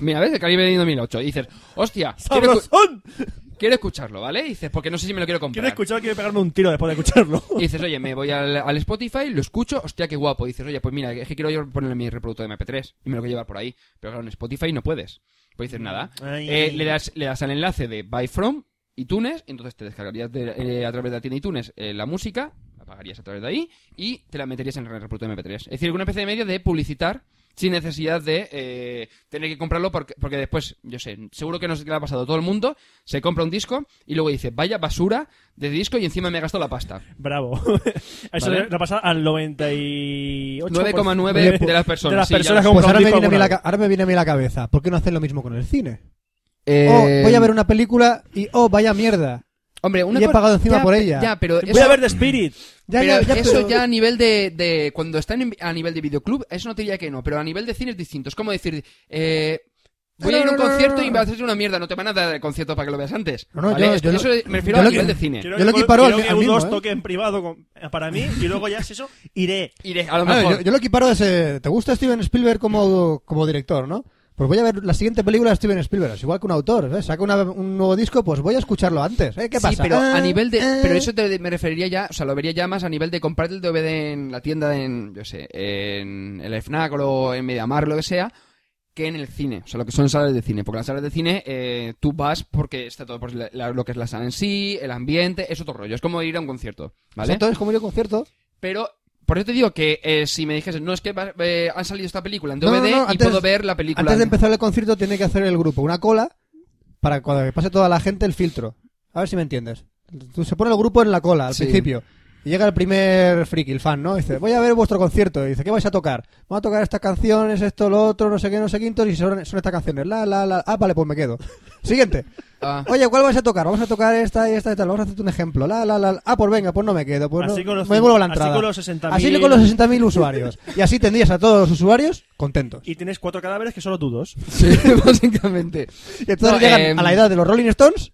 B: Mira, ves el Caribe de 2008 y dices, hostia, quiero, escu-
A: ¡Sabrosón!
B: quiero escucharlo, ¿vale? Y dices, porque no sé si me lo quiero comprar.
A: Quiero escuchar, quiero pegarme un tiro después de escucharlo.
B: Y dices, oye, me voy al, al Spotify, lo escucho, hostia, qué guapo. Y dices, oye, pues mira, es que quiero yo ponerle mi reproductor de MP3 y me lo quiero llevar por ahí. Pero claro, en Spotify no puedes. Pues dices, nada.
A: Ay.
B: Eh, le, das, le das al enlace de Buy From iTunes, entonces te descargarías de- eh, a través de la tienda iTunes eh, la música, la pagarías a través de ahí y te la meterías en el reproductor MP3. Es decir, una especie de medio de publicitar sin necesidad de eh, tener que comprarlo porque, porque después, yo sé, seguro que no sé qué le ha pasado a todo el mundo, se compra un disco y luego dice, vaya basura de disco y encima me he gastado la pasta.
A: Bravo. [laughs] Eso
B: Vale.
A: le le pasa al 98%.
B: 9,9 de las personas,
A: De las
B: sí, ya
A: personas
B: lo-
A: que
C: Pues
A: compran
C: ahora me,
A: disco
C: viene a mí la,
A: alguna
C: ca- ahora me viene a mí la cabeza. ¿Por qué no hacer lo mismo con el cine?
B: Eh,
C: Oh, voy a ver una película y oh, vaya mierda.
B: Hombre, una
C: y he
B: cosa-
C: pagado encima
B: ya,
C: por
B: pe-
C: ella.
B: Ya, pero
A: vez.
B: eso,
A: Voy a ver The Spirit.
C: Ya,
B: pero
C: ya, ya,
B: eso
C: pero-
B: ya a nivel de, de- Cuando están en- a nivel de videoclub, eso no te diría que no, pero a nivel de cine es distinto. Es como decir, eh, voy a ir a un
C: No, no, no,
B: concierto
C: no, no.
B: y me haces una mierda, no te van a dar el concierto para que lo veas antes.
C: No, no,
B: ¿vale?
C: yo-
B: Es que
C: yo lo-
B: eso me refiero
C: yo
B: a
C: lo
B: nivel
C: que-
B: de cine.
A: Quiero
C: Yo lo
A: que-
C: equiparo
A: quiero
C: al-
A: que
C: al
A: un
C: mismo,
A: dos
C: ¿eh?
A: toque en privado con- para mí y luego Pues ya es eso, iré.
B: Iré, a lo
C: Ah,
B: mejor.
C: yo, yo lo equiparo a ese... ¿Te gusta Steven Spielberg como, como director, no? Pues voy a ver la siguiente película de Steven Spielberg. Es igual que un autor. ¿eh? Saca una- un nuevo disco, pues voy a escucharlo antes. ¿eh? ¿Qué pasa?
B: Sí, pero a
C: Ah,
B: nivel de.
C: ah.
B: Pero eso te- me referiría ya, o sea, lo vería ya más a nivel de comprar el DVD en la tienda, en, yo sé, en el FNAC o en Mediamar, lo que sea, que en el cine, o sea, lo que son salas de cine. Porque las salas de cine, eh, tú vas porque está todo, pues, la- la- lo que es la sala en sí, el ambiente, es otro rollo. Es como ir a un concierto, ¿vale?
C: Exacto, es como ir a un concierto.
B: Pero. Por eso te digo que eh, si me dijesen, no es que va- eh, han salido esta película en
C: No, no,
B: DVD
C: no,
B: y
C: antes-
B: puedo ver la película.
C: Antes de empezar el concierto tiene que hacer el grupo una cola para cuando pase toda la gente el filtro. A ver si me entiendes. Tú- Se pone el grupo en la cola al
B: Sí.
C: principio. Y llega el primer friki, el fan, ¿no? Dice, voy a ver vuestro concierto. Y dice, ¿qué vais a tocar? Vamos a tocar estas canciones, esto, lo otro, no sé qué, no sé quintos. Y son, son estas canciones. La, la, la. Ah, vale, pues me quedo. [laughs] Siguiente.
B: [laughs]
C: [laughs]
B: Ah.
C: Oye, ¿cuál vais a tocar? Vamos a tocar esta y esta y tal. Vamos a hacerte un ejemplo. La, la, la. la. Ah, pues venga, pues no me quedo. Pues
A: Así
C: no-
A: con los
C: me vuelvo a la
A: cin- así
C: entrada.
A: con los 60.000.
C: Así con los 60.000 usuarios. Y así tendrías a todos los usuarios contentos.
A: Y tienes cuatro cadáveres que solo tú dos.
B: Sí, básicamente.
C: Y entonces
B: No,
C: llegan
B: eh,
C: a la edad de los Rolling Stones.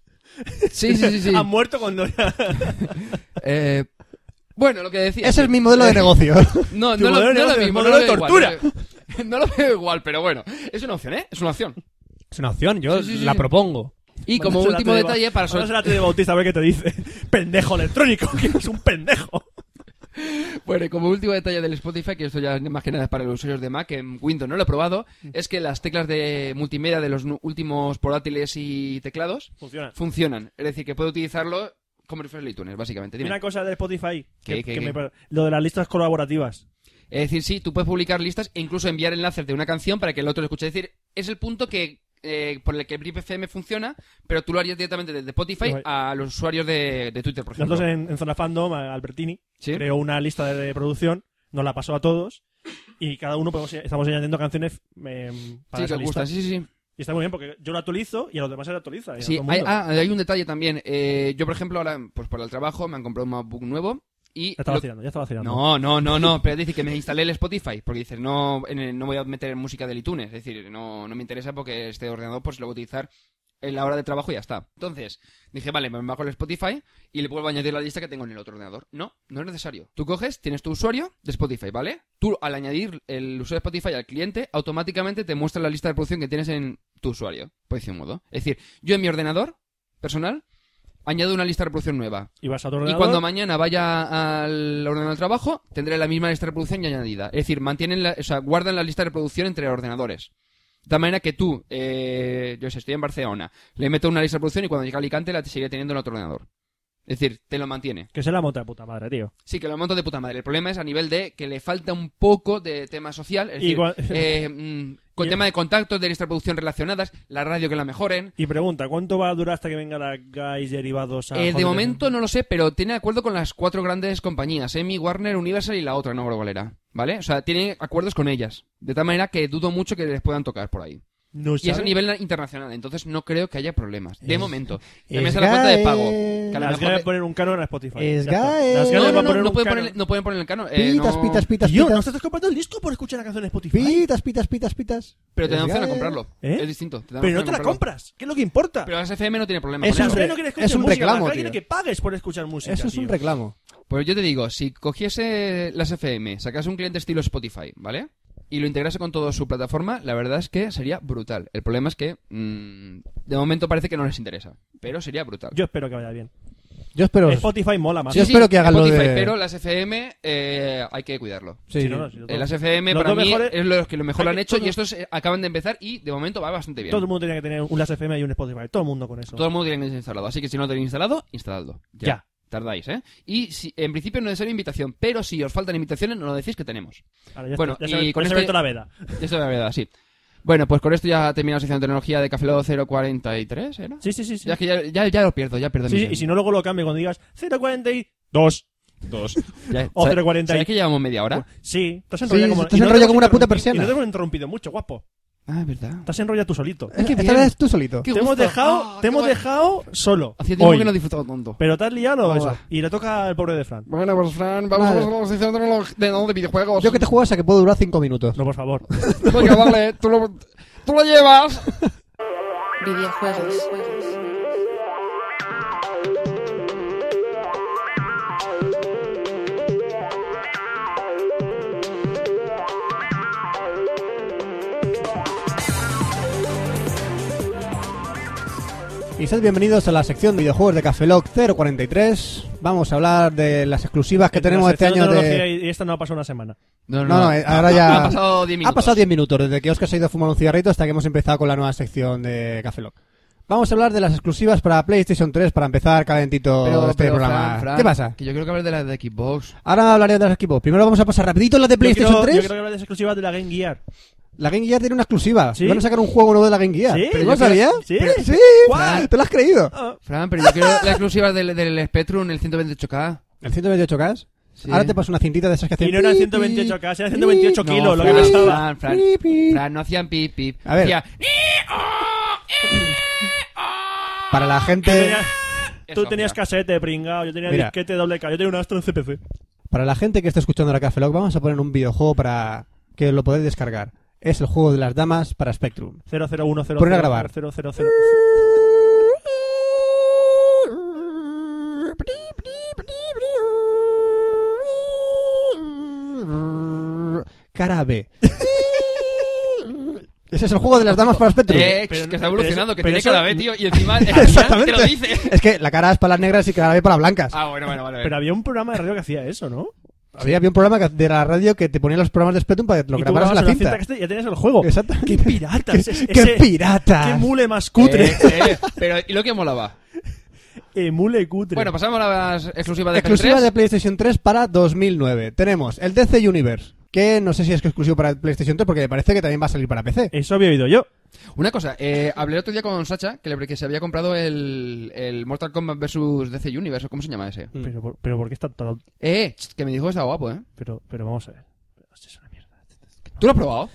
B: Sí, sí, sí.
C: [laughs]
A: [laughs]
B: sí.
A: Han muerto cuando ya.
B: Eh, bueno, lo que decía.
C: Ese es mi modelo
B: [laughs]
C: de
B: Eh,
C: negocio.
B: No,
A: Tu modelo
B: no lo,
A: de
B: no lo
A: negocio,
B: mismo,
A: modelo
B: no
A: de
B: lo veo igual,
A: tortura.
B: no lo- [laughs] No lo veo igual, pero bueno. Es una opción, ¿eh? Es una opción.
C: Es una opción, yo
B: Sí, sí, sí, la sí.
C: propongo.
B: Y como
A: Mándasela a
B: último
A: Tony Ba-
B: detalle, para, sol-
A: Mándasela a Tony Bautista a ver qué te
B: [laughs]
A: dice. Pendejo electrónico, que es un pendejo.
B: bueno, y como último detalle del Spotify, que esto ya más que nada es para los usuarios de Mac, en Windows no lo he probado,
A: Mm.
B: es que las teclas de multimedia de los nu- últimos portátiles y teclados
A: Funciona.
B: funcionan. Es decir, que puedo utilizarlo comerciales de iTunes, básicamente. Dime.
A: Una cosa de Spotify.
B: ¿Qué,
A: que-
B: qué,
A: que
B: qué?
A: me par- Lo de las listas colaborativas.
B: Es decir, sí, tú puedes publicar listas e incluso enviar enlaces de una canción para que el otro lo escuche. Es decir, es el punto que eh, por el que Blip FM funciona, pero tú lo harías directamente desde Spotify
A: Right.
B: a los usuarios de, de Twitter, por ejemplo.
A: Nosotros en, en Zona Fandom, a- Albertini
B: ¿Sí?
A: creó una lista de, de producción, nos la pasó a todos y cada uno podemos- estamos añadiendo canciones eh, para
B: Sí, que
A: esa
B: os
A: lista.
B: gusta, sí, sí, sí.
A: Y está muy bien porque yo lo actualizo y a los demás se lo actualiza. y a
B: Sí,
A: todo el
B: hay,
A: mundo.
B: ah, hay un detalle también. Eh, yo, por ejemplo, ahora, pues por el trabajo, me han comprado un MacBook nuevo y...
A: Ya estaba
B: lo-
A: vacilando, ya estaba vacilando.
B: No, no, no, no. Pero dice que me instalé el Spotify. Porque dice, no, en el- no voy a meter música del iTunes. Es decir, no, no me interesa porque este ordenador pues lo voy a utilizar en la hora de trabajo y ya está. Entonces, dije, vale, me bajo el Spotify y le vuelvo a añadir la lista que tengo en el otro ordenador. No, no es necesario. Tú coges, tienes tu usuario de Spotify, ¿vale? Tú, al añadir el usuario de Spotify al cliente, automáticamente te muestra la lista de producción que tienes en tu usuario, por decir un modo. Es decir, yo en mi ordenador personal añado una lista de reproducción nueva.
A: Y vas a otro
B: Y
A: ordenador.
B: cuando mañana vaya al ordenador de trabajo, tendré la misma lista de reproducción ya añadida. Es decir, mantienen la- o sea, guardan la lista de reproducción entre ordenadores. De tal manera que tú, eh, yo sé, estoy en Barcelona, le meto una lista de reproducción y cuando llegue a Alicante la seguiré teniendo en otro ordenador. Es decir, te lo mantiene.
A: Que se la monta de puta madre, tío.
B: Sí, que lo monto de puta madre. El problema es a nivel de que le falta un poco de tema social. Es
A: Y
B: decir,
A: cua-
B: eh, mm, con
A: Y-
B: tema de contactos, de lista de reproducción relacionadas, la radio que la mejoren.
A: [laughs] Y pregunta, ¿cuánto va a durar hasta que vengan las guys derivados a...
B: Eh, de
A: Holiday?
B: momento no lo sé, pero tiene acuerdo con las cuatro grandes compañías, Emi, Warner, Universal y la otra, no creo cuál era, ¿Vale? O sea, tiene acuerdos con ellas. De tal manera que dudo mucho que les puedan tocar por ahí.
A: No
B: Y es a
A: sabe.
B: nivel internacional, entonces no creo que haya problemas. De
C: Es-
B: momento.
C: es
B: También está la cuenta de pago.
C: gay.
B: Que a lo
A: Las
B: mejor
A: guys
B: le-
A: ponen un canon a Spotify.
C: Es
A: Ya está.
C: gay.
A: Las guys van
C: No,
B: No,
A: a
B: no, no,
A: poner
B: no
A: un
B: pueden
A: canon.
B: poner, no pueden poner el canon. eh,
C: [laughs] Pitas,
B: no-
C: pitas, pitas,
A: Tío, ¿no
C: pitas.
A: estás comprando el disco por escuchar la canción en Spotify?
C: Pitas, pitas, pitas, pitas.
B: Pero te dan opción a
C: Es gay.
B: comprarlo.
A: ¿Eh?
B: Es distinto. dan
A: Pero no
B: opción
A: te
B: a
A: la
B: comprarlo.
A: compras, que es lo que importa.
B: Pero las FM no tiene problema
C: Es
B: con
A: la
B: eso.
A: gente no quiere escuchar
C: es un
A: música,
C: reclamo,
A: la gente quiere
C: tío.
A: que pagues por escuchar música.
C: Eso es un
A: tío.
C: reclamo.
B: Pues yo te digo, si cogiese las FM, sacase un cliente estilo Spotify, ¿vale? Y lo integrase con toda su plataforma, la verdad es que sería brutal. El problema es que, mm, de momento parece que no les interesa, pero sería brutal.
A: Yo espero que vaya bien.
C: Yo espero.
A: Spotify mola más.
C: Yo espero que hagan lo
B: Spotify,
C: de-
B: Pero las FM eh, hay que cuidarlo.
C: Sí.
A: Sí, no, no, sí, lo
B: Eh,
A: todo.
B: las FM
A: Los
B: para
A: dos
B: mí
A: mejores-
B: es lo que lo mejor
A: hay
B: lo han
A: que-
B: hecho
A: todo-
B: y estos eh, acaban de empezar y de momento va bastante bien.
A: Todo el mundo tenía que tener un Las FM y un Spotify. Todo el mundo con eso.
B: Todo el mundo tiene que instalado. Así que si no lo tenéis instalado, instaladlo. Ya.
A: Ya.
B: Tardáis, ¿eh? Y si, en principio no es necesaria invitación, pero si os faltan invitaciones, no lo decís que tenemos.
A: Ahora ya
B: Bueno,
A: está, ya
B: y
A: se ha-
B: con
A: ya se ha
B: este-
A: abierto la veda.
B: Esto es la verdad, sí. Bueno, pues con esto ya termina la sección de tecnología de Café Lodo 043, ¿era?
A: Sí, sí, sí. sí.
B: Ya, es que ya, ya, ya lo pierdo, ya pierdo.
A: Sí,
B: mi
A: sí,
B: tren.
A: y si no, luego lo cambio cuando digas 042. Dos.
B: Ya-
A: o
B: ¿sabes-
A: 040.
B: ¿Sabes que llevamos media hora?
A: Sí, te has
C: Sí,
A: enrollado como,
C: te has
A: y no te
C: enrollado
A: hemos
C: como una puta
A: interrumpi-
C: persiana.
A: Y no te hemos interrumpido mucho, guapo.
B: Ah, es verdad.
A: Te has enrollado tú solito.
C: Es que
B: Qué
C: esta
B: bien.
C: vez tú solito.
B: Qué
A: te hemos
B: gusto.
A: dejado,
B: Ah,
A: te
B: qué
A: hemos
B: guay.
A: dejado solo.
B: Hacía tiempo
A: hoy.
B: que no he disfrutado tanto.
A: Pero te has liado
B: Hola.
A: eso. Y le toca al pobre de Fran.
B: Bueno, pues Fran, vamos
C: Vale.
B: a la sección de, tecnolog- de, no, de videojuegos.
C: Yo que te juegas a que puedo durar 5 minutos.
A: No, por favor.
B: Venga, dale, tú lo, tú lo llevas.
D: videojuegos,
C: Y sed bienvenidos a la sección de videojuegos de Cafeloc 043. Vamos a hablar de las exclusivas que tenemos
A: La
C: este
A: sección
C: año
A: tecnología
C: de...
A: y- Y esta no ha pasado una semana.
C: No, no, eh, ahora ya...
B: [laughs] Ha pasado 10 minutos.
C: Ha pasado 10 minutos desde que Oscar se ha ido a fumar un cigarrito hasta que hemos empezado con la nueva sección de Cafeloc. Vamos a hablar de las exclusivas para PlayStation 3 para empezar calentito
B: Pero,
C: este
B: pero,
C: programa.
B: Fran, Fran,
C: ¿Qué pasa?
B: Que yo quiero que hables de la de Xbox.
C: Ahora hablaré de los equipos. Primero vamos a pasar rapidito las de PlayStation
A: yo quiero,
C: 3.
A: Yo quiero hablar de las exclusivas de la Game Gear.
C: La Game Gear tiene una exclusiva.
A: ¿Sí?
C: Van a sacar un juego nuevo de la Game Gear.
A: ¿Sí?
C: ¿Pero
A: Pero
C: ¿No lo
A: yo
C: sabías?
A: quiero- ¿Sí?
C: Pero- ¿Sí?
A: ¿Cuál?
C: ¿Te lo has creído?
A: Ah,
B: Fran, pero yo quiero la exclusiva del, del Spectrum, el 128K.
C: ¿El 128K?
B: Sí.
C: Ahora te paso una cintita de esas que hacen...
A: Y no eran
C: pi,
A: 128K,
C: pi,
A: eran 128
C: pi,
A: kilos, lo
C: pi,
A: que pesaba.
B: Fran, Fran,
C: pi, pi.
B: Fran, no hacían pip, pip.
C: A ver.
B: Hacía-
C: Para la gente...
A: tenía- Tú
B: Eso,
A: tenías
B: mira.
A: casete, pringao. Yo tenía
C: Mira.
A: disquete doble K. Yo tenía un Astro en CPC.
C: Para la gente que está escuchando la Café Lock, vamos a poner un videojuego para que lo podáis descargar. Es el juego de las damas para Spectrum.
A: 001 000,
C: Poner a grabar.
A: 000.
C: Cara
A: [laughs]
C: B. Ese es el juego de las damas para Spectrum. [laughs]
B: Eh,
A: Pero-
B: que
A: pero
B: está evolucionando,
A: eso-
B: que
A: pero
B: tiene
A: eso-
B: cada vez, tío, y encima al final
C: Exactamente.
B: te lo dice.
C: Es que la cara es para las negras y cara B para las blancas.
B: Ah, bueno, bueno, vale.
A: Pero había un programa de radio que hacía eso, ¿no?
C: Había, había un programa que- de la radio que te ponía los programas de Spectrum para que te lo
A: Y tú
C: grabaras en la
A: grababas
C: cinta.
A: cassette y ya tenías el juego.
C: Exacto.
A: ¡Qué piratas!
C: [laughs] ¡Qué,
A: Ese-
C: qué
A: ese-
C: piratas!
A: ¡Qué mule más cutre!
B: Eh, eh, pero, ¿y lo que molaba?
A: Emule cutre.
B: Bueno, pasamos a las exclusivas de
C: Exclusiva
B: PS3.
C: de PlayStation 3 para 2009. Tenemos el DC Universe, que no sé si es que exclusivo para PlayStation 3 porque me parece que también va a salir para PC.
A: Eso había oído yo.
B: Una cosa, eh, hablé el otro día con Sacha que, le, que se había comprado el, el Mortal Kombat vs DC Universe, ¿o ¿cómo se llama ese?
C: Mm.
A: Pero, por- pero ¿por qué está todo.?
B: Eh, ch, que me dijo que está guapo, ¿eh?
A: Pero, pero vamos a ver. Pero esto es una mierda.
B: ¿Tú lo has probado?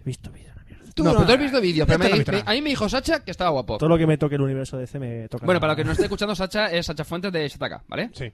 A: He visto vídeo, una mierda.
C: Tú
B: no,
C: no.
B: pero tú has visto vídeos, pero
C: Esto
B: me,
C: no he visto
B: me-
C: nada.
B: a mí me dijo Sacha que estaba guapo.
A: Todo lo que me toque el universo de DC me toca.
B: Bueno, para los que no esté escuchando, Sacha es Sacha Fuentes de Shataka, ¿vale?
C: Sí.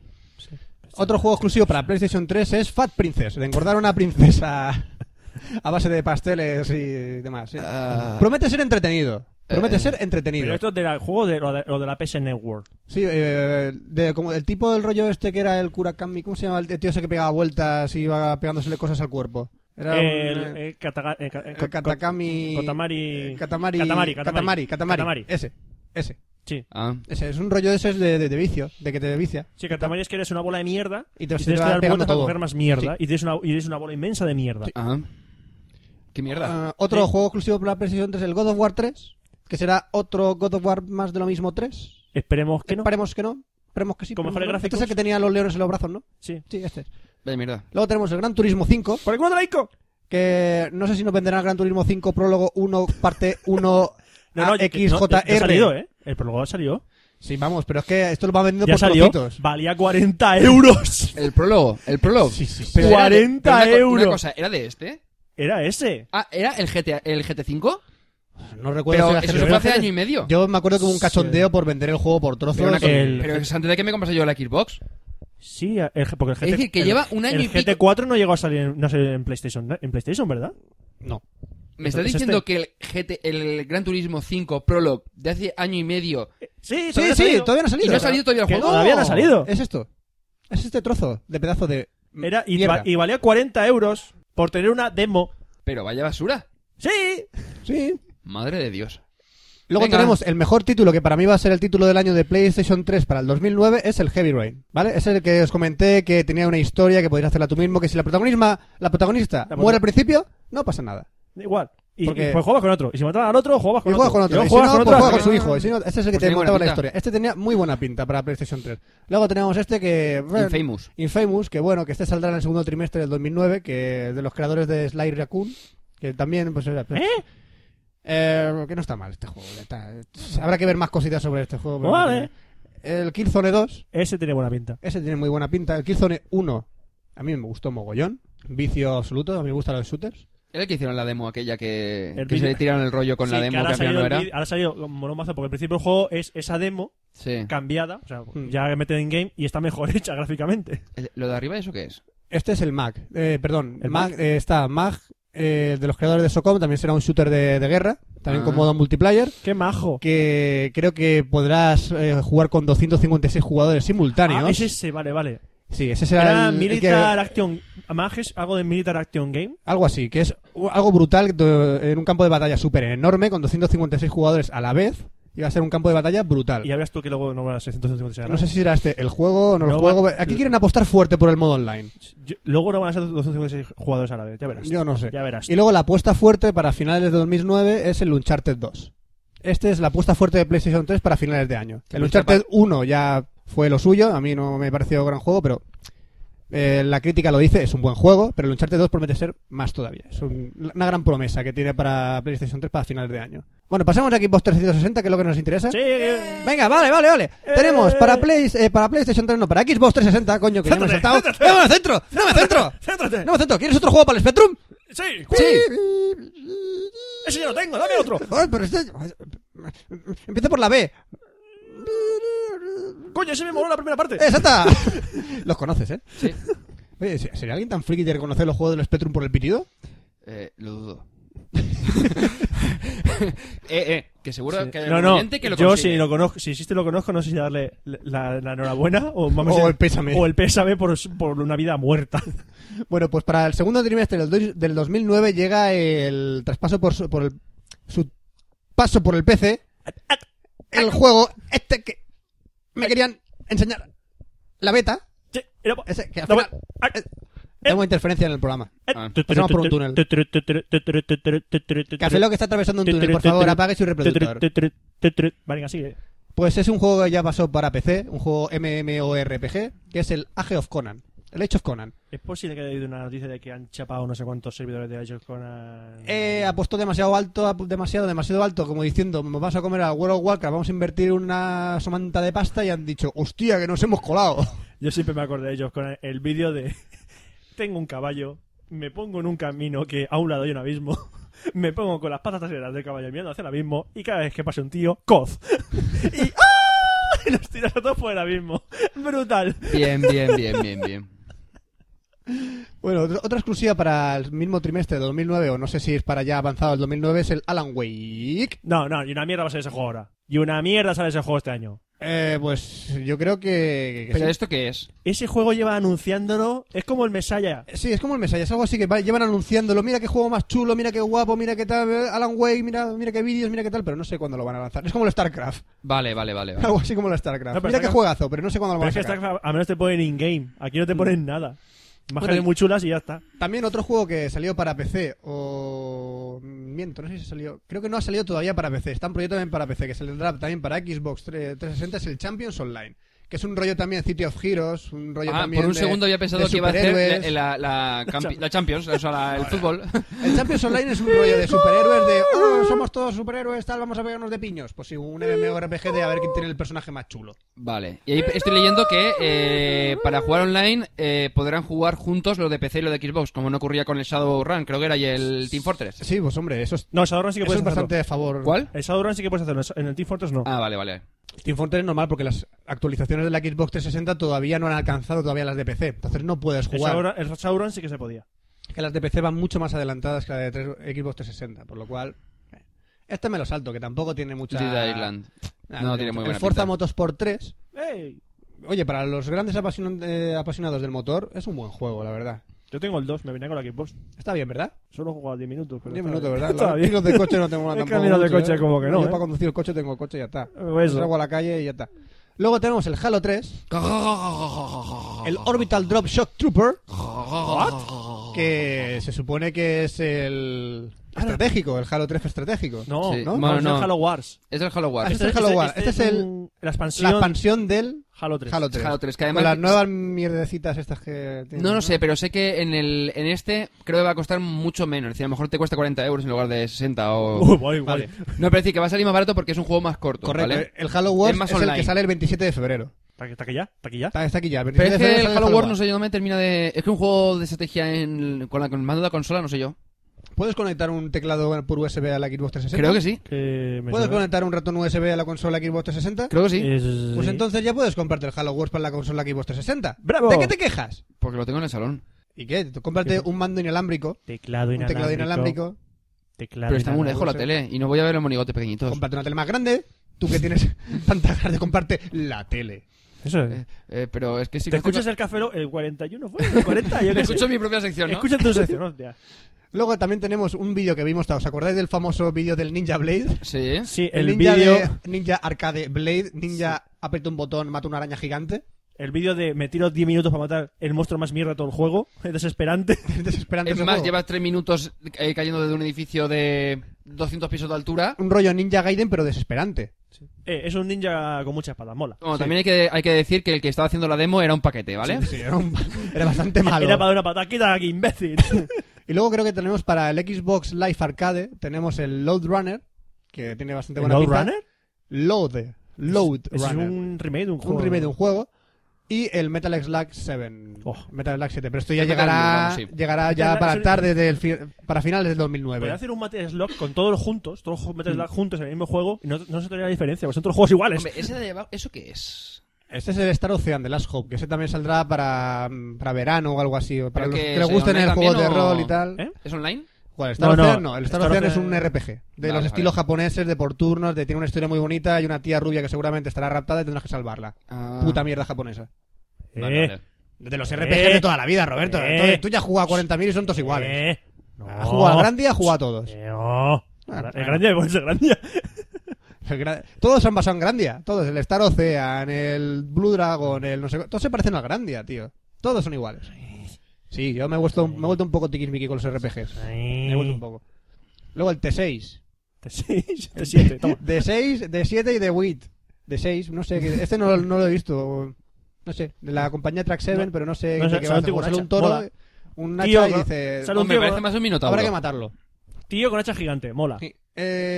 C: Otro juego exclusivo para PlayStation 3 es Fat Princess, de engordar a una princesa [laughs] a base de pasteles y demás. sí.
B: Ah.
C: Promete ser entretenido. Promete
B: Eh.
C: ser entretenido.
A: Pero esto es del juego de lo, de lo de la PS Network.
C: Sí, eh, de, como el tipo del rollo este que era el Kurakami, ¿cómo se llama? El tío ese que pegaba vueltas y iba pegándosele cosas al cuerpo. Era un,
A: el,
C: eh,
A: eh, Kataga- eh, Ka- eh,
C: Ka-
A: Ko-
C: Katakami.
A: Kotamari-
C: eh, Katamari.
A: Katamari,
C: Katamari.
A: Katamari.
C: Katamari.
A: Katamari.
C: Ese. Ese.
A: Sí.
B: Ah.
C: Ese. Es un rollo de esos de, de, de vicio, de que te vicia.
A: Sí, Katamari es que eres una bola de mierda
C: Y te- se te
A: tienes
C: va
A: que dar
C: pegando
A: vueltas para
C: todo.
A: coger más mierda.
C: Sí.
A: Y, tienes una, y eres una bola inmensa de mierda.
B: Ah. Qué mierda.
C: Ah, otro
A: Sí.
C: juego exclusivo para PlayStation 3, el God of War 3, que será otro God of War más de lo mismo 3.
A: Esperemos que no.
C: Esperemos que no. Esperemos que sí.
A: Con mejores
C: esperemos que no. Este
A: gráficos.
C: es el que tenía los leones en los brazos, ¿no?
A: Sí.
C: Sí, este es.
B: Vaya mierda.
C: Luego tenemos el Gran Turismo 5,
A: ¡Por el culo de laico!
C: que no sé si nos venderán el Gran Turismo 5 prólogo 1,
A: [laughs]
C: parte 1,
A: No, no,
C: a-
A: ya- no, ya- ya
C: XJR.
A: ha salido, ¿eh? El prologo salió.
C: Sí, vamos, pero es que esto lo va vendiendo
A: Ya
C: por
A: salió.
C: trocitos.
A: Valía 40 euros.
B: El prólogo, el prólogo.
C: Sí, sí, sí.
B: Pero era de-
A: 40
B: pero una co-
A: euros.
B: Una cosa, ¿era de este?
A: Era ese.
B: Ah, ¿era el, GTA, el GT5?
C: No
B: Pero
C: recuerdo si era
B: eso
C: GT5.
B: fue hace año y medio.
C: Yo me acuerdo que hubo un cachondeo por vender el juego por trozos.
B: pero, una cosa,
A: el-
B: pero es antes de que me comprase yo la Xbox.
A: Sí, el, porque el GT,
B: Es decir, que
A: el-
B: lleva un año
A: el
B: y pico.
A: GT4 no llegó a salir en, no salió en PlayStation, ¿no? en PlayStation, ¿verdad?
C: No.
B: ¿Me estás
A: Entonces,
B: diciendo
A: este-
B: que el, GT, el Gran Turismo 5 Prologue de hace año y medio
A: Sí,
C: Sí, sí, todavía no ha salido.
B: y no ha salido todavía el
A: Que
B: juego?
A: todavía no ha salido.
C: Es esto. Es este trozo de pedazo de.
A: Era, y,
C: mierda.
A: va- y valía 40 euros por tener una demo.
B: Pero vaya basura.
A: Sí.
C: Sí.
B: Madre de Dios.
C: Luego
B: Venga.
C: tenemos el mejor título que para mí va a ser el título del año de PlayStation 3 para el 2009 es el Heavy Rain, ¿vale? Es el que os comenté que tenía una historia que podías hacerla tú mismo, que si la protagonista, la protagonista
A: La prota-
C: muere al principio, no pasa nada.
A: Da Igual. Y,
C: Porque-
A: y pues jugabas con otro. Y si mataban al otro, jugabas
C: Y
A: con
C: juega
A: otro.
C: con otro.
A: Y
C: Y si
A: luego
C: no,
A: jugabas
C: pues
A: con otro.
C: juega con
B: Ah.
C: su hijo. Y si no, este es el que
B: Pues
C: te
B: tenía buena
C: montaba la
B: pinta.
C: historia. Este tenía muy buena pinta para PlayStation 3. Luego tenemos este que... bueno,
B: Infamous.
C: Infamous, que bueno, que este saldrá en el segundo trimestre del 2009, que de los creadores de Sly Raccoon, que también, pues... era-
A: ¿Eh?
C: Eh, que no está mal este juego. está- habrá que ver más cositas sobre este juego. pero-
A: Vale.
C: El Killzone 2,
A: Ese tiene buena pinta.
C: ese tiene muy buena pinta. El Killzone 1, a mí me gustó mogollón. Vicio absoluto, a mí me gustan los shooters.
B: Era el que hicieron la demo aquella que,
A: El
B: que se
A: vídeo-
B: le tiraron el rollo con
A: Sí,
B: la
A: que
B: demo que
A: ahora,
B: al
A: ha
B: final
A: salido
B: no
A: el
B: era.
A: vídeo- ahora ha salido monomazo, porque al principio el juego es esa demo
B: Sí.
A: cambiada, o sea,
C: Hmm.
A: ya meten en game y está mejor [laughs] hecha gráficamente.
B: Eh, ¿Lo de arriba eso qué es?
C: Este es el Mag, eh, perdón,
A: ¿El
C: Mag, eh, está Mag, eh, de los creadores de Socom, también será un shooter de, de guerra, también con
B: Ah.
C: modo multiplayer.
A: ¡Qué majo!
C: Que creo que podrás eh, jugar con 256 jugadores simultáneos.
A: Ah, es ese, vale, vale.
C: Sí, ese será
A: Era
C: el- el que-
A: Militar Action... Mages, algo de Militar Action Game.
C: Algo así, que es algo brutal de- en un campo de batalla súper enorme con 256 jugadores a la vez. Y va a ser un campo de batalla brutal.
A: Y ya verás tú que luego no va a 656
C: No sé si será este el juego o no, el
A: No,
C: juego.
A: va-
C: Aquí quieren apostar fuerte por el modo online.
A: Yo- luego no van a ser 256 jugadores a la vez, ya verás.
C: Yo no sé.
A: Ya verás.
C: Y luego la apuesta fuerte para finales de 2009 es el Uncharted 2. Este es la apuesta fuerte de PlayStation 3 para finales de año.
B: Que
C: El
B: no
C: Uncharted 1 ya fue lo suyo, a mí no me pareció gran juego, pero eh, la crítica lo dice, es un buen juego, pero el Uncharted 2 promete ser más todavía. Es un- una gran promesa que tiene para PlayStation 3 para finales de año. Bueno, pasamos a Xbox 360, que es lo que nos interesa.
A: Sí, que-
C: Venga, vale, vale, vale.
B: Eh.
C: Tenemos para, Play- eh, para PlayStation 3, no, para Xbox 360, coño, que ya me he saltado.
A: Céntrate,
C: ¡No me centro! ¡No me centro!
A: ¡Céntrate!
C: ¡No me centro! ¿Quieres otro juego para el Spectrum?
A: ¡Sí!
C: Sí.
A: ¡Ese ya lo tengo! ¡Dame otro!
C: Ay, pero este... Empieza por la B.
A: ¡Coño, ese me moló la primera parte! [laughs]
C: ¡Exacta! Eh, los conoces, ¿eh?
B: Sí.
C: Oye, ¿se- ¿sería alguien tan friki de reconocer los juegos del Spectrum por el pitido?
B: Eh, lo
A: [laughs]
B: dudo. eh, eh, que seguro
A: Sí.
B: que hay
A: no,
B: algún
A: no.
B: oyente que lo
A: Yo
B: consigue.
A: si lo conozco, si existe lo conozco, no sé si darle la, la enhorabuena o vamos
C: O
A: a-
C: el pésame.
A: o el pésame por, por una vida muerta.
C: Bueno, pues para el segundo trimestre del, dos- del 2009 llega el traspaso por, su- por el... Su paso por el PC. El juego este que me querían enseñar. La beta.
A: Sí, era-
C: Ese que al
A: No,
C: final...
A: ah,
C: eh, Tengo interferencia en el programa.
B: Ah.
C: Pasamos por un túnel. Café lo que está atravesando un túnel, por favor, apague su reproductor.
A: Vale, así. eh.
C: Pues es un juego que ya pasó para PC, un juego MMORPG, que es el Age of Conan. El Age of Conan.
A: ¿Es posible que haya habido una noticia de que han chapado no sé cuántos servidores de Age of Conan?
C: Eh, apostó demasiado alto, ap- demasiado, demasiado alto, como diciendo, nos vamos a comer a World of Warcraft, vamos a invertir una somanta de pasta y han dicho, hostia, que nos hemos colado. [laughs]
A: Yo siempre me acordé de Age of Conan, el vídeo de tengo un caballo, me pongo en un camino que a un lado hay un abismo, me pongo con las patas traseras del caballo mirando hacia el abismo y cada vez que pase un tío, coz. y ¡ah! Y los tiras a todos por el abismo. Brutal.
B: Bien, bien, bien, bien,
A: [laughs]
B: bien.
C: Bueno, otro- otra exclusiva para el mismo trimestre de 2009, o no sé si es para ya avanzado el 2009, es el Alan Wake.
A: No, no, y una mierda va a ser ese juego ahora. Y una mierda sale ese juego este año.
C: Eh, pues yo creo que... que
B: ¿Pero
C: sí.
B: esto qué es?
A: Ese juego lleva anunciándolo, es como el Mesaya.
C: Sí, es como el mensaje, es algo así que va- llevan anunciándolo, mira qué juego más chulo, mira qué guapo, mira qué tal, eh, Alan Wake, mira, mira qué vídeos, mira qué tal, pero no sé cuándo lo van a lanzar. Es como el StarCraft, [laughs]
B: Vale, vale, vale. vale.
C: algo así como el StarCraft.
A: No, pero
C: mira qué
A: StarCraft-
C: juegazo, pero no sé cuándo lo
A: Pero
C: van
A: es
C: a
A: que
C: sacar. Mm.
A: StarCraft, al menos te ponen in-game. Aquí no te ponen nada. Imágenes
C: Bueno, y-
A: muy chulas y ya está.
C: También otro juego que salió para PC, o... Miento, no sé si salió... Creo que no ha salido todavía para PC, está en proyecto también para PC, que saldrá también para Xbox 3- 360, es el Champions Online. Que es un rollo también City of Heroes, un rollo
B: Ah,
C: también
B: por un
C: de-
B: segundo había pensado
C: de
B: que iba a hacer
C: superhéroes.
B: la, la- la campi- la Champions, o sea, la- el fútbol. [laughs]
C: El Champions Online es un rollo de superhéroes de "Oh, somos todos superhéroes, tal, vamos a pegarnos de piños. Pues sí, un MMORPG de a ver quién tiene el personaje más chulo.
B: Vale. Y ahí estoy leyendo que eh, para jugar online eh, podrán jugar juntos lo de PC y lo de Xbox, como no ocurría con el Shadowrun, creo que era, y el Team Fortress.
C: Sí, pues hombre, eso es,
A: No, Shadowrun sí que
C: eso
A: puedes
C: es
A: hacerlo.
C: bastante a favor.
B: ¿Cuál?
A: El Shadowrun sí que puedes hacerlo, en el Team Fortress no.
B: Ah, vale, vale.
C: Team Fortress es normal porque las actualizaciones de la Xbox 360 todavía no han alcanzado todavía las de PC. Entonces no puedes
A: El
C: jugar.
A: Shadowrun- el Shadowrun sí que se podía.
C: Que las de PC van mucho más adelantadas que las de tres- Xbox 360, por lo cual... eh. Este me lo salto, que tampoco tiene mucha...
B: Dead
A: [laughs]
B: Island.
C: Ah,
B: No, tiene muy
C: mucho.
B: buena
C: El Forza
B: pinta.
C: Motorsport 3
A: ¡Ey!
C: Oye, para los grandes apasion- eh, apasionados del motor, es un buen juego, la verdad.
A: Yo tengo el 2, me venía con la Xbox.
C: Está bien, ¿verdad?
A: Solo he jugado 10 minutos. Pero
C: 10
A: está
C: minutos,
A: bien. [laughs]
C: ¿verdad?
A: Está
C: Los
A: bien.
C: tiros de coche
A: [laughs]
C: no tengo nada
A: El
C: tampoco.
A: camino de
C: mucho,
A: coche
C: ¿eh?
A: como que no,
C: Yo
A: ¿eh?
C: para conducir el coche tengo coche y ya está.
A: Pues Eso.
C: Salgo a la calle y ya está. Luego tenemos el Halo 3, el Orbital Drop Shock Trooper, que se supone que es el estratégico, el Halo 3 estratégico.
A: Ah, No,
B: Sí.
A: no,
B: Bueno,
A: no, es el
B: no.
A: Halo Wars.
B: Es el Halo Wars.
A: [laughs]
C: Ah, este es el Halo Wars. Este es el-
A: un- la
C: La
A: expansión
C: expansión del
A: Halo 3.
C: Halo 3.
B: Halo 3, que además-
C: Con las nuevas mierdecitas estas que tienen.
B: No lo sé, pero sé que en el en este creo que va a costar mucho menos. Es decir, a lo mejor te cuesta 40 euros en lugar de 60 o...
A: [laughs]
C: [laughs]
A: Uy, guay, guay.
C: Vale.
B: No, pero es decir, que va a salir más barato porque es un juego más corto,
C: Correcto. Eh,
B: ¿vale?
C: El Halo Wars
B: Es
C: es,
B: más
C: el
B: online.
C: que sale el 27 de febrero.
A: ¿Está, está aquí ya? ¿Está aquí ya?
C: Está, está aquí ya. el 27
B: Pero es
C: de
B: que
C: febrero
B: el
C: sale
B: Halo Wars no
C: Wars.
B: sé yo no me termina de... Es que un juego de estrategia en, con la con el mando de la consola, no sé yo.
C: ¿Puedes conectar un teclado por USB a la Xbox 360?
B: Creo que sí,
A: Eh, me
C: ¿Puedes
A: suena.
C: conectar un ratón USB a la consola Xbox 360?
B: creo que sí.
A: Eh,
C: Pues
A: sí.
C: entonces ya puedes comprarte el Halo Wars para la consola Xbox 360.
A: ¡Bravo!
C: ¿De qué te quejas?
B: Porque lo tengo en el salón.
C: ¿Y qué? Tú Cómprate un mando inalámbrico,
A: Teclado
C: un
A: inalámbrico.
C: teclado inalámbrico,
A: Teclado
B: Pero está muy lejos
A: inalámbrico.
B: la tele y no voy a ver los monigotes pequeñitos.
C: cómprate una tele más grande. Tú que tienes [laughs] tantas ganas de comprarte la tele.
A: Eso es.
B: Eh, eh, pero es que si
A: ¿Te
B: no tengo-
A: escuchas el café Lock? El 41 fue. El 40, yo
B: Me
C: [laughs]
A: qué
B: [laughs] escucho
A: sé.
B: mi propia sección, ¿no?
A: Escucha tu sección, hostia.
C: Luego también tenemos un vídeo que vimos, ¿os acordáis del famoso vídeo del Ninja Blade?
B: Sí.
A: Sí, el
C: Ninja
A: vídeo.
C: de Ninja Arcade Blade, Ninja aprieta un botón, mata una araña gigante. [laughs]
A: El vídeo de me tiro 10 minutos para matar el monstruo más mierda de todo el juego. [laughs] Es desesperante.
C: Es desesperante.
B: Es
C: ese
B: más,
C: juego.
B: llevas tres minutos eh, cayendo desde un edificio de 200 pisos de altura.
C: un rollo Ninja Gaiden, pero desesperante.
A: Eh, es un ninja con mucha espada, mola.
C: Oh,
B: Bueno, también hay que, hay que decir que el que estaba haciendo la demo era un paquete, ¿vale?
C: Sí, era, un- [laughs] era bastante malo.
A: Era para dar una patada. Quita de aquí,
C: [laughs]
A: imbécil.
C: Y luego creo que tenemos para el Xbox Live Arcade, tenemos el Load Runner, que tiene bastante buena pinta.
A: Runner?
C: Load. Load
A: Es
C: Runner.
A: un remake de un
C: Un
A: juego.
C: remake de un juego. Y el Metal Slug 7.
A: Oh.
C: Metal Slug 7. Pero esto ya
B: Metal
C: llegará,
B: Slug, vamos, sí.
C: llegará
A: Metal
C: ya
A: Slug es
C: para
A: un-
C: tarde del fi- para finales del
A: Podría
C: 2009.
A: hacer un Metal Slug con todos los juntos, todos los
C: Mm.
A: Metal Slug juntos en el mismo juego, y no, no se notaría la diferencia, porque son todos juegos iguales.
B: Hombre, ese de abajo, ¿eso qué es?
C: Este es el Star Ocean de Last Hope, que ese también saldrá para, para verano o algo así. o Para
B: ¿Pero
C: los
B: que
C: que les
B: se
C: gusten
B: online
C: el juego de
B: también o-
C: rol y tal.
A: ¿Eh?
B: ¿Es online?
C: ¿Cuál? ¿Star
A: No, no,
C: Ocean? No, el Star,
A: Star
C: Ocean,
A: Ocean-
C: es un RPG. De
B: Vale,
C: los
B: vale.
C: estilos japoneses, de por turnos, de tiene una historia muy bonita y una tía rubia que seguramente estará raptada y tendrás que salvarla.
B: Ah.
C: Puta mierda japonesa.
B: Vale,
A: Eh,
B: vale.
C: De los
A: Eh.
C: RPG de toda la vida, Roberto.
A: Eh.
C: Entonces, tú ya has jugado a 40.000 y son todos iguales.
A: eh, no.
C: Has jugado al Grandia, has jugado a todos.
A: Eh, no.
C: Ah,
A: el Grandia, pues el Grandia.
C: El Gra- Todos se han basado en Grandia. Todos. El Star Ocean, el Blue Dragon, el no sé qué. Todos se parecen al Grandia, tío. Todos son iguales. Sí, yo me he vuelto, me he vuelto un poco tiquismiqui con los RPGs. Me he vuelto un poco. Luego el T6.
A: [laughs] T6, T7, toma.
C: De 6, de 7 y de 8. de 6, no sé. que- Este no, no lo he visto. No sé, de la compañía Track 7,
A: No.
C: pero no sé
A: No sé,
C: de qué
A: sale
C: va.
A: un tío con
C: Sale
A: hacha,
C: un toro,
A: mola.
C: un
A: Tío,
C: hacha y
A: ¿no?
C: dice...
A: Sale un
B: Hombre,
A: tío
B: parece
A: con-
B: más un minotauro.
C: Habrá que matarlo.
A: Tío con hacha gigante, mola.
C: Sí.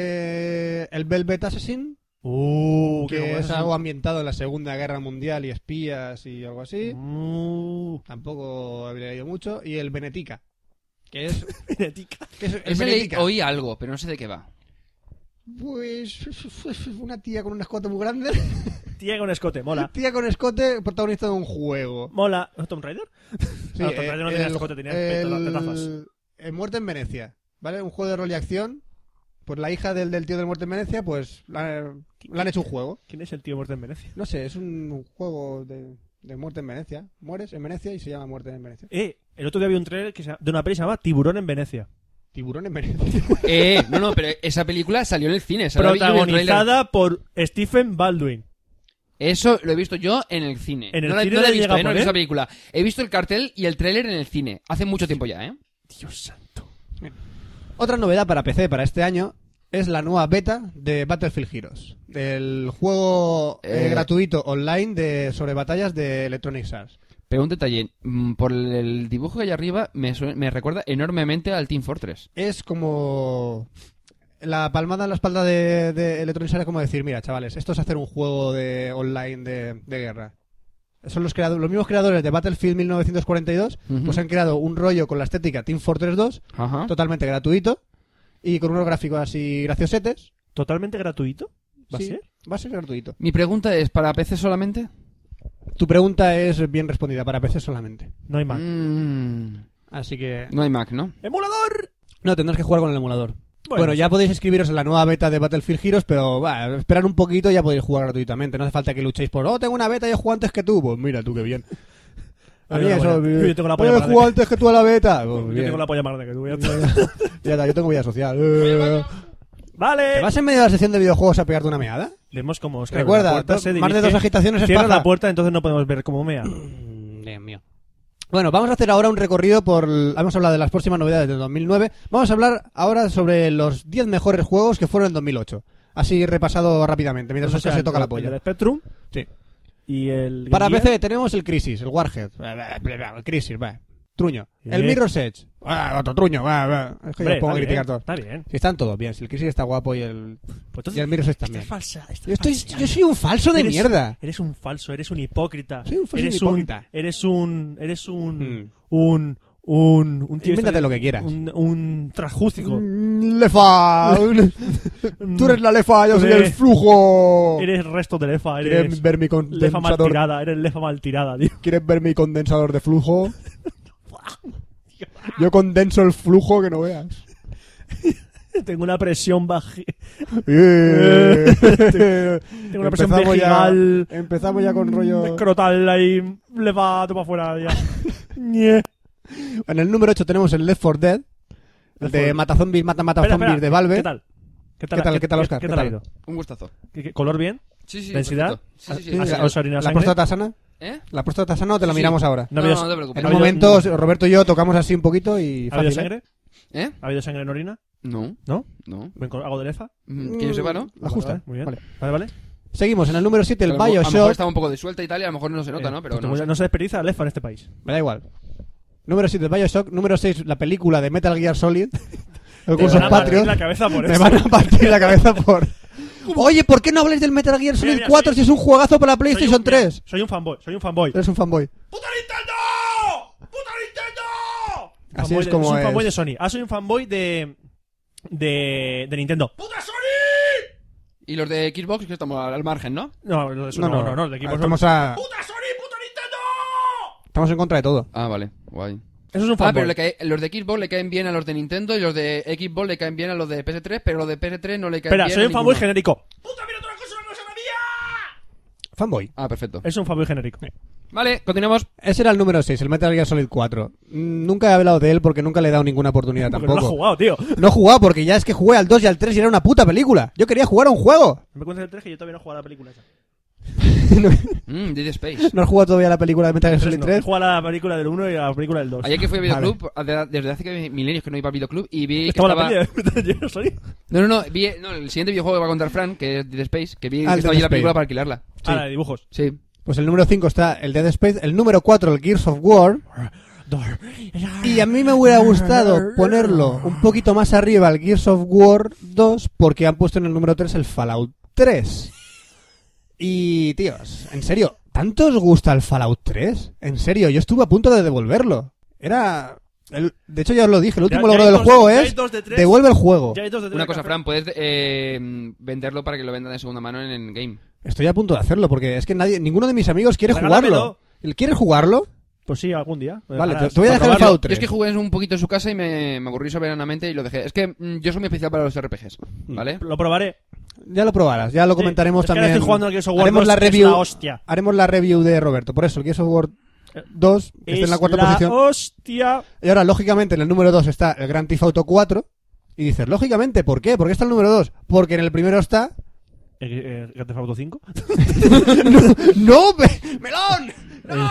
C: Eh, el Velvet Assassin,
A: Uh, qué
C: que
A: bueno.
C: es algo ambientado en la Segunda Guerra Mundial y espías y algo así.
A: Uh, [laughs]
C: Tampoco habría leído mucho. Y el Benetica, que es...
A: Benetica.
C: que es el
B: [laughs] Ese le
C: Benetica.
B: oí algo, pero no sé de qué va.
C: Pues [laughs] una tía con un escote muy grande.
A: Tía con escote, mola.
C: [laughs] Tía con escote, protagonista de un juego.
A: Mola. ¿No es Tomb Raider?
C: Sí, eh,
A: Claro, Tomb Raider no tenía escote, tenía peta- petazas.
C: el Muerte en Venecia, ¿vale? Un juego de rol y acción. Pues la hija del, del tío del Muerte en Venecia, pues la, la han hecho un juego.
A: ¿Quién es el tío muerto en Venecia?
C: No sé, es un juego de, de Muerte en Venecia. Mueres en Venecia y se llama Muerte en Venecia.
A: Eh, el otro día había un trailer que se llama- de una peli que se llama Tiburón en Venecia.
C: Tiburón en Venecia.
B: Eh, no, no, pero esa película salió en el cine. salió en el trailer.
A: Protagonizada por Stephen Baldwin.
B: Eso lo he visto yo en el cine.
A: En el
B: no, la-
A: cine
B: no la he
A: le
B: visto,
A: llega
B: eh, no
A: a
B: he
A: poner.
B: visto la película. He visto el cartel y el tráiler en el cine. Hace mucho tiempo ya, ¿eh?
A: [laughs] Dios santo.
C: Otra novedad para PC para este año es la nueva beta de Battlefield Heroes, el juego eh,
B: Eh.
C: gratuito online de sobre batallas de Electronic Arts.
B: Pero un detalle, mm, por el dibujo que hay arriba me, sue- me recuerda enormemente al Team Fortress.
C: Es como la palmada en la espalda de, de Electronic Arts es como decir, mira, chavales, esto es hacer un juego de online de, de guerra. Son los creadores, los mismos creadores de Battlefield 1942,
B: Ujú.
C: pues han creado un rollo con la estética Team Fortress 2,
A: Ah.
B: Ajá.
C: totalmente gratuito y con unos gráficos así graciosetes.
A: ¿Totalmente gratuito? ¿Va
C: Sí,
A: a ser?
C: Va a ser gratuito.
B: Mi pregunta es, ¿para PC solamente?
C: Tu pregunta es bien respondida para PC solamente.
A: No hay más.
B: Mm,
C: Así que.
B: no hay Mac, ¿no?
A: ¡Emulador!
C: No, tendrás que jugar con el emulador. Mm. Bueno,
A: Bueno,
C: ya podéis inscribiros en la nueva beta de Battlefield Heroes, pero va, esperar un poquito y ya podéis jugar gratuitamente. No hace falta que luchéis por, oh, tengo una beta y he jugado antes que tú. Pues mira, tú
A: [laughs]
C: qué bien. A
A: Yo
C: mí
A: tengo
C: eso,
A: la-
C: eh,
A: yo tengo la
C: "Eh,
A: polla
C: he
A: para
C: jugado antes que tú a la beta. Pues
A: Yo
C: bien.
A: tengo
C: [laughs]
A: la polla más grande que tú. voy a-
C: Ya está, yo tengo
A: [laughs]
C: vida social. Eh. ¿Te
A: ¡Vale!
C: vas en medio de la sesión de videojuegos a pegarte una meada?
A: Vemos como Oscar.
C: Recuerda,
A: la puerta
C: do-
A: se
C: más de
A: dirige-
C: dos agitaciones es
A: Cierra
C: paja.
A: la puerta, entonces no podemos ver cómo mea.
C: Mm, Dios mío. Bueno, vamos a hacer ahora un recorrido por... el- Hemos hablado de las próximas novedades de 2009. Vamos a hablar ahora sobre los 10 mejores juegos que fueron en 2008. Así repasado rápidamente, mientras
A: O
C: Oscar
A: sea,
C: se toca
A: el-
C: la
A: El
C: polla.
A: del Spectrum
C: Sí.
A: y el.
C: Para
A: Game
C: PC tenemos el Crisis, el Warhead. Bla, bla, bla, bla, El Crisis, va. Truño. El
A: Sí.
C: Mirror's Edge. Ah, otro truño. va, va. Es que yo
A: Hombre,
C: los pongo a
A: está
C: criticar
A: bien,
C: todos.
A: Está bien.
C: Si están todos bien, si el Crisis está guapo y el,
A: Pues
C: y
A: entonces,
C: el Mirror's Edge
A: estás
C: también.
A: falsa. estás
C: Yo, estoy,
A: falseando.
C: yo soy un falso de
A: Eres-
C: mierda.
A: Eres un falso, eres un hipócrita.
C: Soy un falso
A: eres
C: hipócrita.
A: Un, eres un. Eres un.
C: Mm.
A: Un. Un. un tío
C: Invéntate
A: este-
C: lo que quieras.
A: Un, un trasjúcico. [laughs]
C: Mm, Lefa. Tú eres la lefa, yo soy
A: Hombre.
C: el flujo.
A: Hmm. Eres resto de lefa. Eres.
C: ¿Quieres ver mi
A: lefa mal
C: condensador?
A: tirada. Eres lefa mal tirada, tío. [laughs]
C: ¿Quieres ver mi condensador de flujo? Yo condenso el flujo que
A: [laughs]
C: no veas.
A: Tengo una presión baja.
C: Eh.
A: Tengo una presión
C: Empezamos ya-
A: vaginal.
C: Empezamos ya con
A: [laughs]
C: rollo.
A: Escrotal ahí. Lefa, toma fuera, ya. Ñe.
C: En el número 8 tenemos el Left 4 Dead. El
A: Left
C: de
A: 4
C: mata zombies, mata mata
A: Espera,
C: zombies
A: espera.
C: de Valve.
A: ¿Qué tal? ¿Qué
C: ¿Qué tal, qué tal, Oscar?
A: ¿Qué
C: ¿Qué
A: tal ha
C: tal?
A: ido?
B: Un gustazo.
A: ¿Qué- qué- ¿Color bien?
B: Sí, sí,
A: ¿Densidad? Ah,
B: perfecto. Sí, sí, sí.
C: Ah, Sí,
A: ¿Has-
C: la-
A: os orinado
C: ¿La
A: sangre?
C: próstata sana?
B: ¿Eh?
C: ¿La próstata sana o te la
B: Sí, sí.
C: miramos ahora?
A: No
B: No,
A: habías-
B: no, te preocupes.
C: En
A: ha
C: un
A: habido-
C: momento, Roberto y yo tocamos así un poquito y.
A: ¿Ha habido
C: fácil, ¿eh?
A: sangre?
B: ¿Eh?
A: ¿Ha habido sangre en orina?
B: No.
A: ¿No?
B: No.
A: ¿Buen color? ¿Algo de leza?
B: Mm, Que yo sepa, ¿no?
C: La justa.
A: Vale, muy bien.
C: Vale.
A: Vale, vale.
C: Seguimos en el número 7, el
B: A lo mejor- A lo
C: Bioshock.
B: mejor estaba un poco de suelta y tal, y a lo mejor no se nota,
A: Eh,
B: ¿no? Pero
A: pues
B: no.
A: como ya
B: sé.
A: no se desperdiza lefa en este país.
C: Me da igual. Número 7, Bioshock. Número 6, la película de Metal Gear [laughs] Solid. Recursos
A: van a partir
C: patrios.
A: la cabeza por
C: Me
A: eso.
C: van a partir la cabeza por. Oye, ¿por qué no habláis del Metal Gear Solid
A: Mira, mira,
C: 4
A: soy-
C: si es un juegazo para
A: Soy un-
C: PlayStation
A: mira,
C: 3?
A: Soy un fanboy, soy un fanboy.
C: Eres un fanboy.
A: ¡Puta Nintendo! ¡Puta Nintendo!
C: Así
A: Fanboy
C: es
A: de-
C: como
A: soy
C: es.
A: un fanboy de Sony. Ah, soy un fanboy de... De, de Nintendo. ¡Puta Sony!
B: Y los de Xbox, que estamos al al margen, ¿no?
A: No, no, no, no, no, no, de equipo
C: Ah, Estamos, a-
A: ¡Puta Sony, puta Nintendo!
C: estamos en contra de todo.
B: Ah, vale. Guay.
A: Eso es un
B: Ah,
A: fanboy.
B: pero le cae- los de Xbox le caen bien a los de Nintendo y los de Xbox le caen bien a los de PS3, pero los de PS3 no le caen
A: Espera,
B: bien.
A: soy
B: a
A: un fanboy
B: ninguno.
A: genérico. ¡Puta, mira otra cosa, una cosa mía!
C: Fanboy.
B: Ah, perfecto.
A: Es un fanboy genérico.
B: Vale, continuamos.
C: Ese era el número 6, el Metal Gear Solid 4. Mm, Nunca he hablado de él porque nunca le he dado ninguna
A: [laughs]
C: oportunidad
A: Porque no lo has
C: tampoco.
A: jugado, tío.
C: No he jugado porque ya es que jugué al 2 y al 3 y era una puta película. Yo quería jugar a un juego.
A: No me cuentes el 3 que yo todavía no he jugado a la película esa.
C: no,
B: Mm, Dead Space.
C: no has jugado todavía la película de Metal Gear
A: Entonces,
C: Solid
A: no,
C: 3.
A: juega la película del 1 y la película del 2.
B: Ayer que fui a videoclub, de- desde hace que- milenios que no iba a videoclub y vi que
A: Estaba la
B: estaba...
A: peli de [laughs] Metal Gear Solid.
B: No, no, no, vi, no, el siguiente videojuego que va a contar Fran, que es Dead Space, que vi que
C: Ah, el
B: estaba
C: Dead
B: allí la
C: Space.
B: película para alquilarla.
A: Ah, la de dibujos.
B: Sí.
C: Pues el número 5 está el Dead Space, el número 4 el Gears of War. Y a mí me hubiera gustado ponerlo un poquito más arriba al Gears of War 2 porque han puesto en el número 3 el Fallout 3. Y tíos, en serio, ¿tanto os gusta el Fallout 3? En serio, yo estuve a punto de devolverlo. Era... el- de hecho ya os lo dije, el
A: Ya-
C: último
A: ya
C: logro
A: hay
C: del
A: dos-
C: juego
A: ya hay
C: es...
A: dos de tres.
C: devuelve el juego.
A: Ya hay dos de tres
B: Una
A: que
B: cosa,
A: hacer.
B: Fran, puedes eh, venderlo para que lo vendan de segunda mano en, en game.
C: Estoy a punto de hacerlo porque es que nadie, ninguno de mis amigos quiere
A: Regálamelo.
C: jugarlo. ¿Quiere jugarlo?
A: Pues sí, algún día. Me
C: Vale,
A: dejarás
C: te- te voy a dejar el
A: probarlo.
C: Fallout
B: Yo es
C: 3.
B: que jugué un poquito en su casa y me, me aburrí soberanamente y lo dejé. Es que mm, yo soy muy especial para los RPGs,
C: Mm.
B: ¿vale?
A: Lo probaré.
C: Ya lo probarás, ya lo
A: Sí,
C: comentaremos
A: es que ahora
C: también.
A: estoy jugando al Gears of War
C: haremos
A: 2,
C: la
A: que es
C: review,
A: la hostia.
C: haremos la review de Roberto. Por eso el Gears of War 2 que está en la
A: Es
C: cuarta posición.
A: hostia.
C: Y ahora lógicamente en el número 2 está el Grand Theft Auto 4 y dices, lógicamente, ¿por qué? ¿Por qué está el número 2? Porque en el primero está [laughs]
A: Eh, eh, Grand Theft Auto 5.
C: No, me- melón.
A: [laughs]
C: No.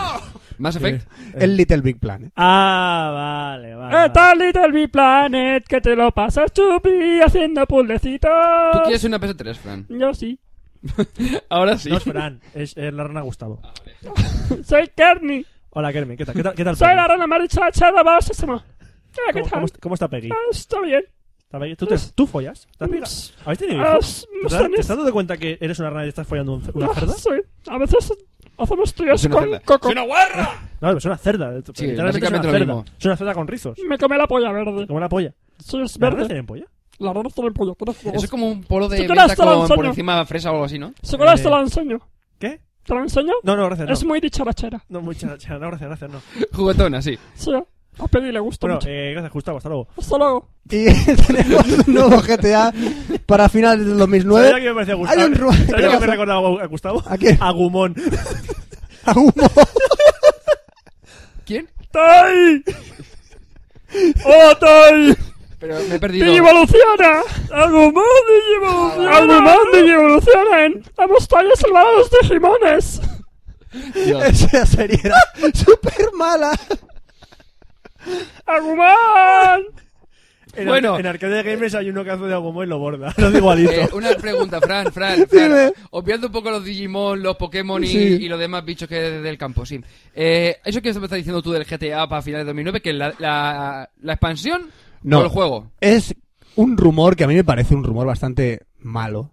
B: Mass Effect.
C: El Little Big Planet.
A: Eh, Ah, vale, vale.
I: Está Little Big Planet, que te lo pasas chupi haciendo puzzlecitos.
B: Tú quieres una PS3, Fran.
I: Yo sí.
B: Ahora sí.
A: No es Fran, es, es la rana Gustavo.
I: Soy Kerny.
A: Hola, Kermin, ¿qué tal? ¿Qué tal, qué tal
I: Soy
A: Peggy?
I: la rana más echada más esa Ah, ¿Qué
A: ¿Cómo,
I: tal?
A: cómo está, cómo está Peggy?
I: Ah, Está bien.
A: ¿Está Peggy? ¿Tú, te- tú follas? ¿Te has pegado?
I: Ups.
A: ¿Habéis tenido
I: Ah,
A: hijos? ¿Te
I: no
A: estás-
I: sé,
A: ¿Te estás dando cuenta que eres una rana y estás follando un- una
I: Ah,
A: cerda?
I: soy- A veces hacemos
B: Es
I: tríos
B: una
I: con
B: cerda.
I: coco.
A: No, pero es una cerda.
B: Sí,
A: literalmente es una
B: básicamente lo
A: cerda.
B: mismo.
A: Es una cerda con rizos.
I: Me comí la polla verde.
A: Como una polla.
I: Soy es
A: ¿Las ranas
I: verde.
A: tienen polla?
I: La rana está en el pollo. pero es-
B: Eso es como un polo de
I: Tú que
B: menta
I: eras
B: con por
I: talanzoño.
B: encima fresa o algo así, ¿no? [laughs]
I: Si quieres
A: Eh.
I: te la enseño.
A: ¿Qué?
I: ¿Te la enseño?
A: No, no, gracias, no.
I: Es muy dicharachera.
A: [laughs] No, muchas gracias, no, gracias, gracias, no.
B: Juguetona, sí.
I: Sí. A Peggy le gusta
A: Bueno,
I: mucho.
A: eh, gracias, Gustavo, hasta luego.
I: Hasta luego.
C: Y [laughs] tenemos un nuevo GTA para finales del
A: ¿Sabes a
C: 2009.
A: quién me parecía Gustavo?
C: Hay un ru-
A: ¿Sabes a quién me
C: Pero-
A: recordaba a Gustavo?
C: ¿A quién?
A: A Gumón.
C: A humo.
B: ¿Quién?
I: ¡Tai! ¡Hola, Tai!
B: Pero me he perdido.
I: ¡Digievoluciona! ¡Agumón digievoluciona! ¡Agumón digievolucionen! ¡Hemos todavía salvado a los Digimones!
B: Dios.
C: [laughs] Esa serie era súper mala.
I: ¡Agumón!
A: [laughs] En,
B: Bueno.
A: en Arcade Games hay uno que hace de Agumón y lo borda. Lo digo [laughs] igualito.
B: Eh, una pregunta, Fran, Fran, Fran.
C: [laughs] Dime.
B: Obviando un poco los Digimon, los Pokémon y,
C: Sí.
B: y los demás bichos que del campo, sí. Eh, eso que me estás diciendo tú del GTA para finales de 2009, que la, la, la expansión
C: No.
B: o el juego.
C: Es un rumor que a mí me parece un rumor bastante malo.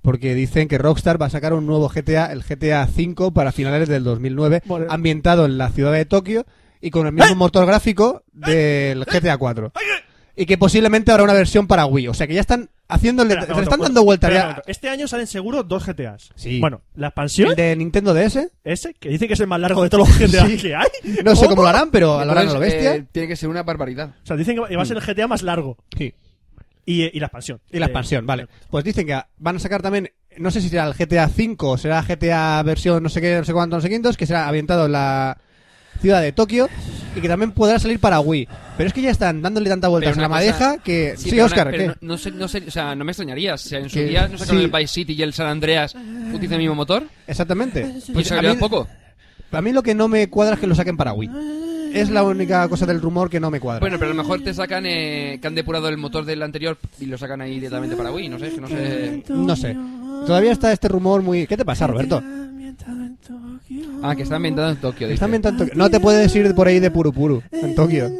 C: Porque dicen que Rockstar va a sacar un nuevo GTA, el GTA V, para finales del 2009,
A: Vale.
C: ambientado en la ciudad de Tokio y con el mismo
A: ¿Eh?
C: motor gráfico del GTA 4. Y que posiblemente habrá una versión para Wii. O sea que ya están haciéndole,
A: Espera,
C: se
A: un
C: están
A: momento,
C: dando
A: un-
C: vueltas
A: espera un
C: ya.
A: momento. Este año salen seguro dos GTAs.
C: Sí.
A: Bueno, la expansión,
C: ¿El de Nintendo DS?
A: ese, que dice que es el más largo de todos los GTAs
C: Sí.
A: que hay.
C: No sé cómo lo harán, pero lo harán a lo
A: Pues,
B: Entonces,
C: bestia.
B: eh, tiene que ser una barbaridad.
A: O sea, dicen que va va a ser el GTA más largo.
C: Sí.
A: Y, eh, y la expansión.
C: Y la
A: Eh,
C: expansión, vale. Pues dicen que van a sacar también, no sé si será el GTA V o será GTA versión no sé qué, no sé cuánto, no sé quintos, que será ambientado en la ciudad de Tokio y que también podrá salir para Wii. Pero es que ya están dándole tanta vueltas a
B: Pero
C: la
B: una cosa-
C: madeja que... Sí,
B: pero una-
C: Oscar,
B: pero
C: ¿qué?
B: No, no sé, no sé, o sea, no me extrañaría. O sea, en su
C: Que-
B: día no sacaron
C: sí.
B: el Vice City y el San Andreas utilizan el mismo motor.
C: Exactamente.
B: Pues
C: a,
B: sabría
C: mí,
B: poco.
C: a mí lo que no me cuadra es que lo saquen para Wii. Es la única cosa del rumor que no me cuadra.
B: Bueno, pero a lo mejor te sacan eh, que han depurado el motor del anterior y lo sacan ahí directamente para Wii. No sé, que no sé.
C: no sé. Todavía está este rumor muy... ¿Qué te pasa, Roberto?
B: Ah, que está ambientado en Tokio. dice.
C: Están ambientado en Tokio. No te puedes ir por ahí de Purupuru, en Tokio.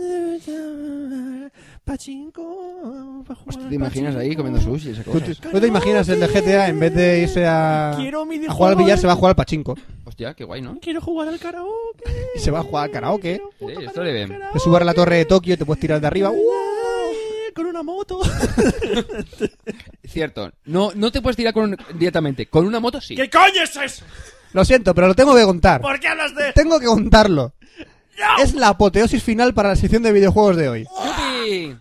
B: Hostia, Pues ¿Te imaginas ahí comiendo sushi? y esa
C: ¿Tú
B: cosa?
C: te, ¿No te imaginas el de GTA en vez de irse a,
A: Quiero mi
C: a jugar al billar se va a jugar al pachinko?
B: Hostia, qué guay, ¿no?
A: Quiero jugar al karaoke.
C: Y [laughs] se va a jugar al karaoke.
B: Sí, esto le bien.
C: Te subes a la torre de Tokio y te puedes tirar de arriba. ¡Uh!
A: Con una
C: [laughs]
A: moto.
B: Cierto. No, no te puedes tirar con, directamente. Con una moto sí.
A: ¿Qué coño es eso?
C: Lo siento, pero lo tengo que contar.
A: ¿Por qué hablas de.?
C: Tengo que contarlo. Es la apoteosis final para la sección de videojuegos de hoy.
B: ¡Yupi!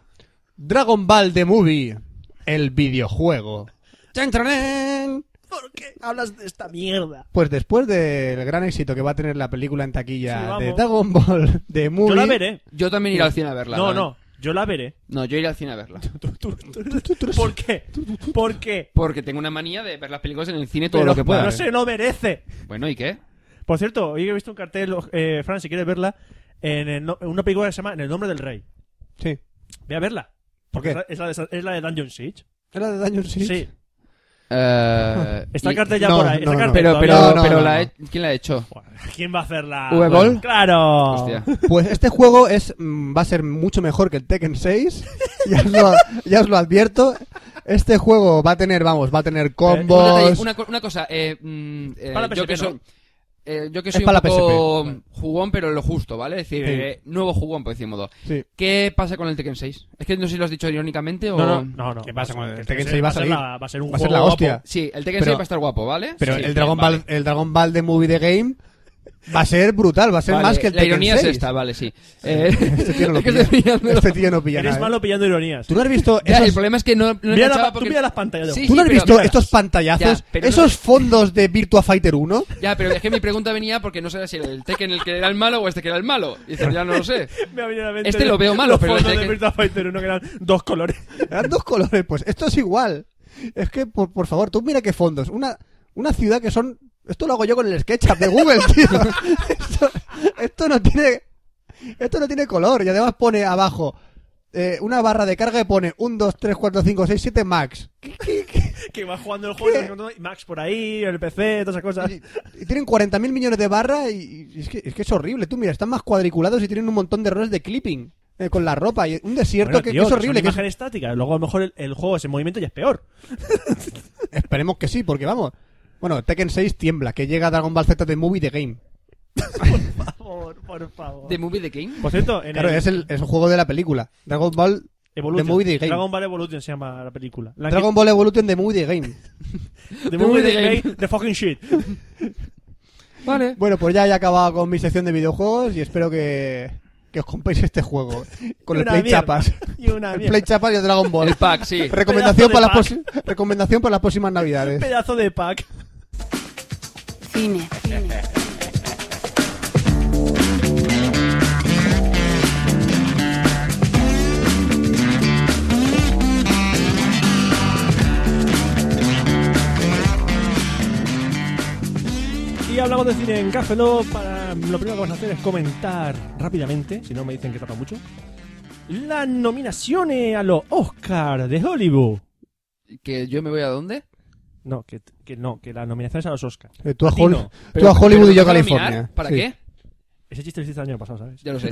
C: Dragon Ball The Movie. El videojuego. Chan, charán.
A: ¿Por qué hablas de esta mierda?
C: Pues después del gran éxito que va a tener la película en taquilla
A: Sí, vamos.
C: de Dragon Ball The Movie...
A: Yo la veré.
B: Yo también iré al cine a verla.
A: No,
B: ¿sabes?
A: no. Yo la
B: [laughs]
A: veré.
B: No, yo iré al cine a verla.
A: ¿Por qué? ¿Por qué?
B: Porque tengo una manía de ver las películas en el cine [laughs] todo
A: Pero
B: lo que pueda. ¿eh?
A: No se lo merece.
B: Bueno, ¿y qué?
A: Por cierto, hoy he visto un cartel, eh, Fran, si quieres verla, en, el no- en una película que se llama En el nombre del rey.
C: Sí.
A: Ve a verla.
C: ¿Por qué?
A: Es la- Es la, de, Sa- es la de Dungeon Siege.
C: ¿Era de Dungeon Siege?
A: Sí.
B: Eh,
A: Está el
B: y-
A: cartel ya
C: no,
A: por ahí. está
C: no,
A: el
C: no.
A: cartel
B: Pero, pero,
A: todavía.
C: No, no,
B: pero
C: no,
B: la
C: no.
B: he- ¿quién la ha hecho?
A: ¿Quién va a hacerla?
B: ¿V-Ball?
A: ¡Claro!
B: Hostia.
C: Pues este juego es mm, va a ser mucho mejor que el Tekken 6. [laughs] ya, os lo, ya os lo advierto. Este juego va a tener, vamos, va a tener
B: Un detalle,
C: combos.
B: Una, co- una cosa, eh, mm, eh,
A: Para la
B: yo que
A: PSP, ¿no?
B: soy, eh, yo que
C: Es
B: soy
C: para
B: un
C: la
B: poco
C: PSP, vale.
B: jugón, pero lo justo, ¿vale? Es decir,
C: Sí.
B: eh, nuevo jugón, por decir modo.
C: Sí.
B: ¿Qué pasa con el Tekken 6? Es que no sé si lo has dicho irónicamente o...
A: No, no, no, no.
C: ¿Qué pasa con el
A: Que
C: Tekken
A: se-
C: 6 va a
A: ser
C: salir?
A: la- Va a ser un
C: Va a ser
A: juego
C: la
A: guapo.
C: hostia.
B: Sí, el Tekken
C: Pero-
B: 6 va a estar guapo, ¿vale?
C: Pero
B: Sí.
C: el Dragon Ball, el Dragon Ball de Movie the Game va a ser brutal, va a ser
B: Vale,
C: más que el
B: La
C: Tekken
B: ironía
C: 6.
B: es esta, vale,
C: [laughs]
B: sí. Eh,
C: Este tío no
B: [laughs]
C: lo
B: es que
C: pilla.
B: estoy mirándolo.
C: Este tío no pilla
A: Eres
C: nada. ¿eh?
A: malo pillando ironías.
C: ¿Tú no has visto
B: Ya,
C: esos-
B: el problema es que no, no
A: Mira la-
B: enganchaba
A: tú
B: porque-
A: mira las pantallas de
B: Sí,
C: ¿Tú no
B: sí,
C: has
B: pero
C: visto
B: míralas.
C: estos pantallazos?
B: Ya, pero no-
C: esos fondos de Virtua Fighter 1?
B: Ya, pero es que mi pregunta venía porque no sabía si era el Tekken el que era el malo o este que era el malo. Y dices, ya no lo sé.
A: Me ha venido a la mente
B: Este
A: de-
B: lo veo malo,
A: los
B: pero el
A: fondos de
B: Tekken-
A: Virtua Fighter 1 que eran dos colores.
C: Eran dos colores, pues esto es igual. Es que, por, por favor, tú mira qué fondos. Una, una ciudad que son... Esto lo hago yo con el SketchUp de Google, [laughs] tío. Esto, esto no tiene... Esto no tiene color. Y además pone abajo eh, una barra de carga que pone 1, 2, 3, 4, 5, 6, 7 max. ¿Qué- qué- qué?
A: que va jugando el juego y Max por ahí, el PC, todas esas cosas.
C: Y- y tienen 40.000 millones de barras y, y es, que, es que es horrible. Tú mira, están más cuadriculados y tienen un montón de errores de clipping eh, con la ropa. Y un desierto
A: Bueno,
C: que,
A: tío,
C: que es horrible.
A: que
C: que
A: son imágenes estáticas. Luego a lo mejor el, el juego es en movimiento y es
C: [laughs]
A: peor.
C: es- esperemos que sí, porque vamos. Bueno, Tekken 6 tiembla, que llega Dragon Ball Z de Movie The Game.
A: Por favor, por favor.
B: ¿De Movie The King?
A: Por cierto, en
C: Claro,
A: el
C: es el, es el juego de la película. Dragon Ball,
A: Evolution,
C: The Movie The Game.
A: Dragon Ball Evolution se llama la película. La
C: Dragon Ball Evolution de Movie The Game. [laughs]
A: que- The Movie The Game, The Fucking Shit.
B: Vale.
C: Bueno, pues ya he acabado con mi sección de videojuegos y espero que, que os compréis este juego. [laughs] Con el
A: Una
C: Play
A: mierda.
C: Chapas.
A: [laughs] Y una
C: El Play
A: mierda.
C: Chapas y el
A: [laughs]
C: Dragon Ball.
B: El pack, sí.
C: Recomendación para,
A: Pedazo
C: las
A: de
C: posi- recomendación para las próximas navidades.
A: Pedazo de pack.
D: Cine. Cine.
A: Y hablamos de cine en Café Lock, para Lo primero que vamos a hacer es comentar rápidamente, si no me dicen que tarda mucho, las nominaciones a los Oscars de Hollywood.
B: ¿Que yo me voy a dónde?
A: No, que, que no, que las nominaciones a los Oscars.
C: Eh, Tú a,
A: Latino.
C: Hol-
B: Pero-
C: tú a Hollywood
B: pero
C: y yo a
B: ¿me vas
C: California.
B: nominar? ¿Para
C: Sí.
B: qué?
A: Ese chiste lo hiciste el año pasado, ¿sabes?
B: Ya lo sé.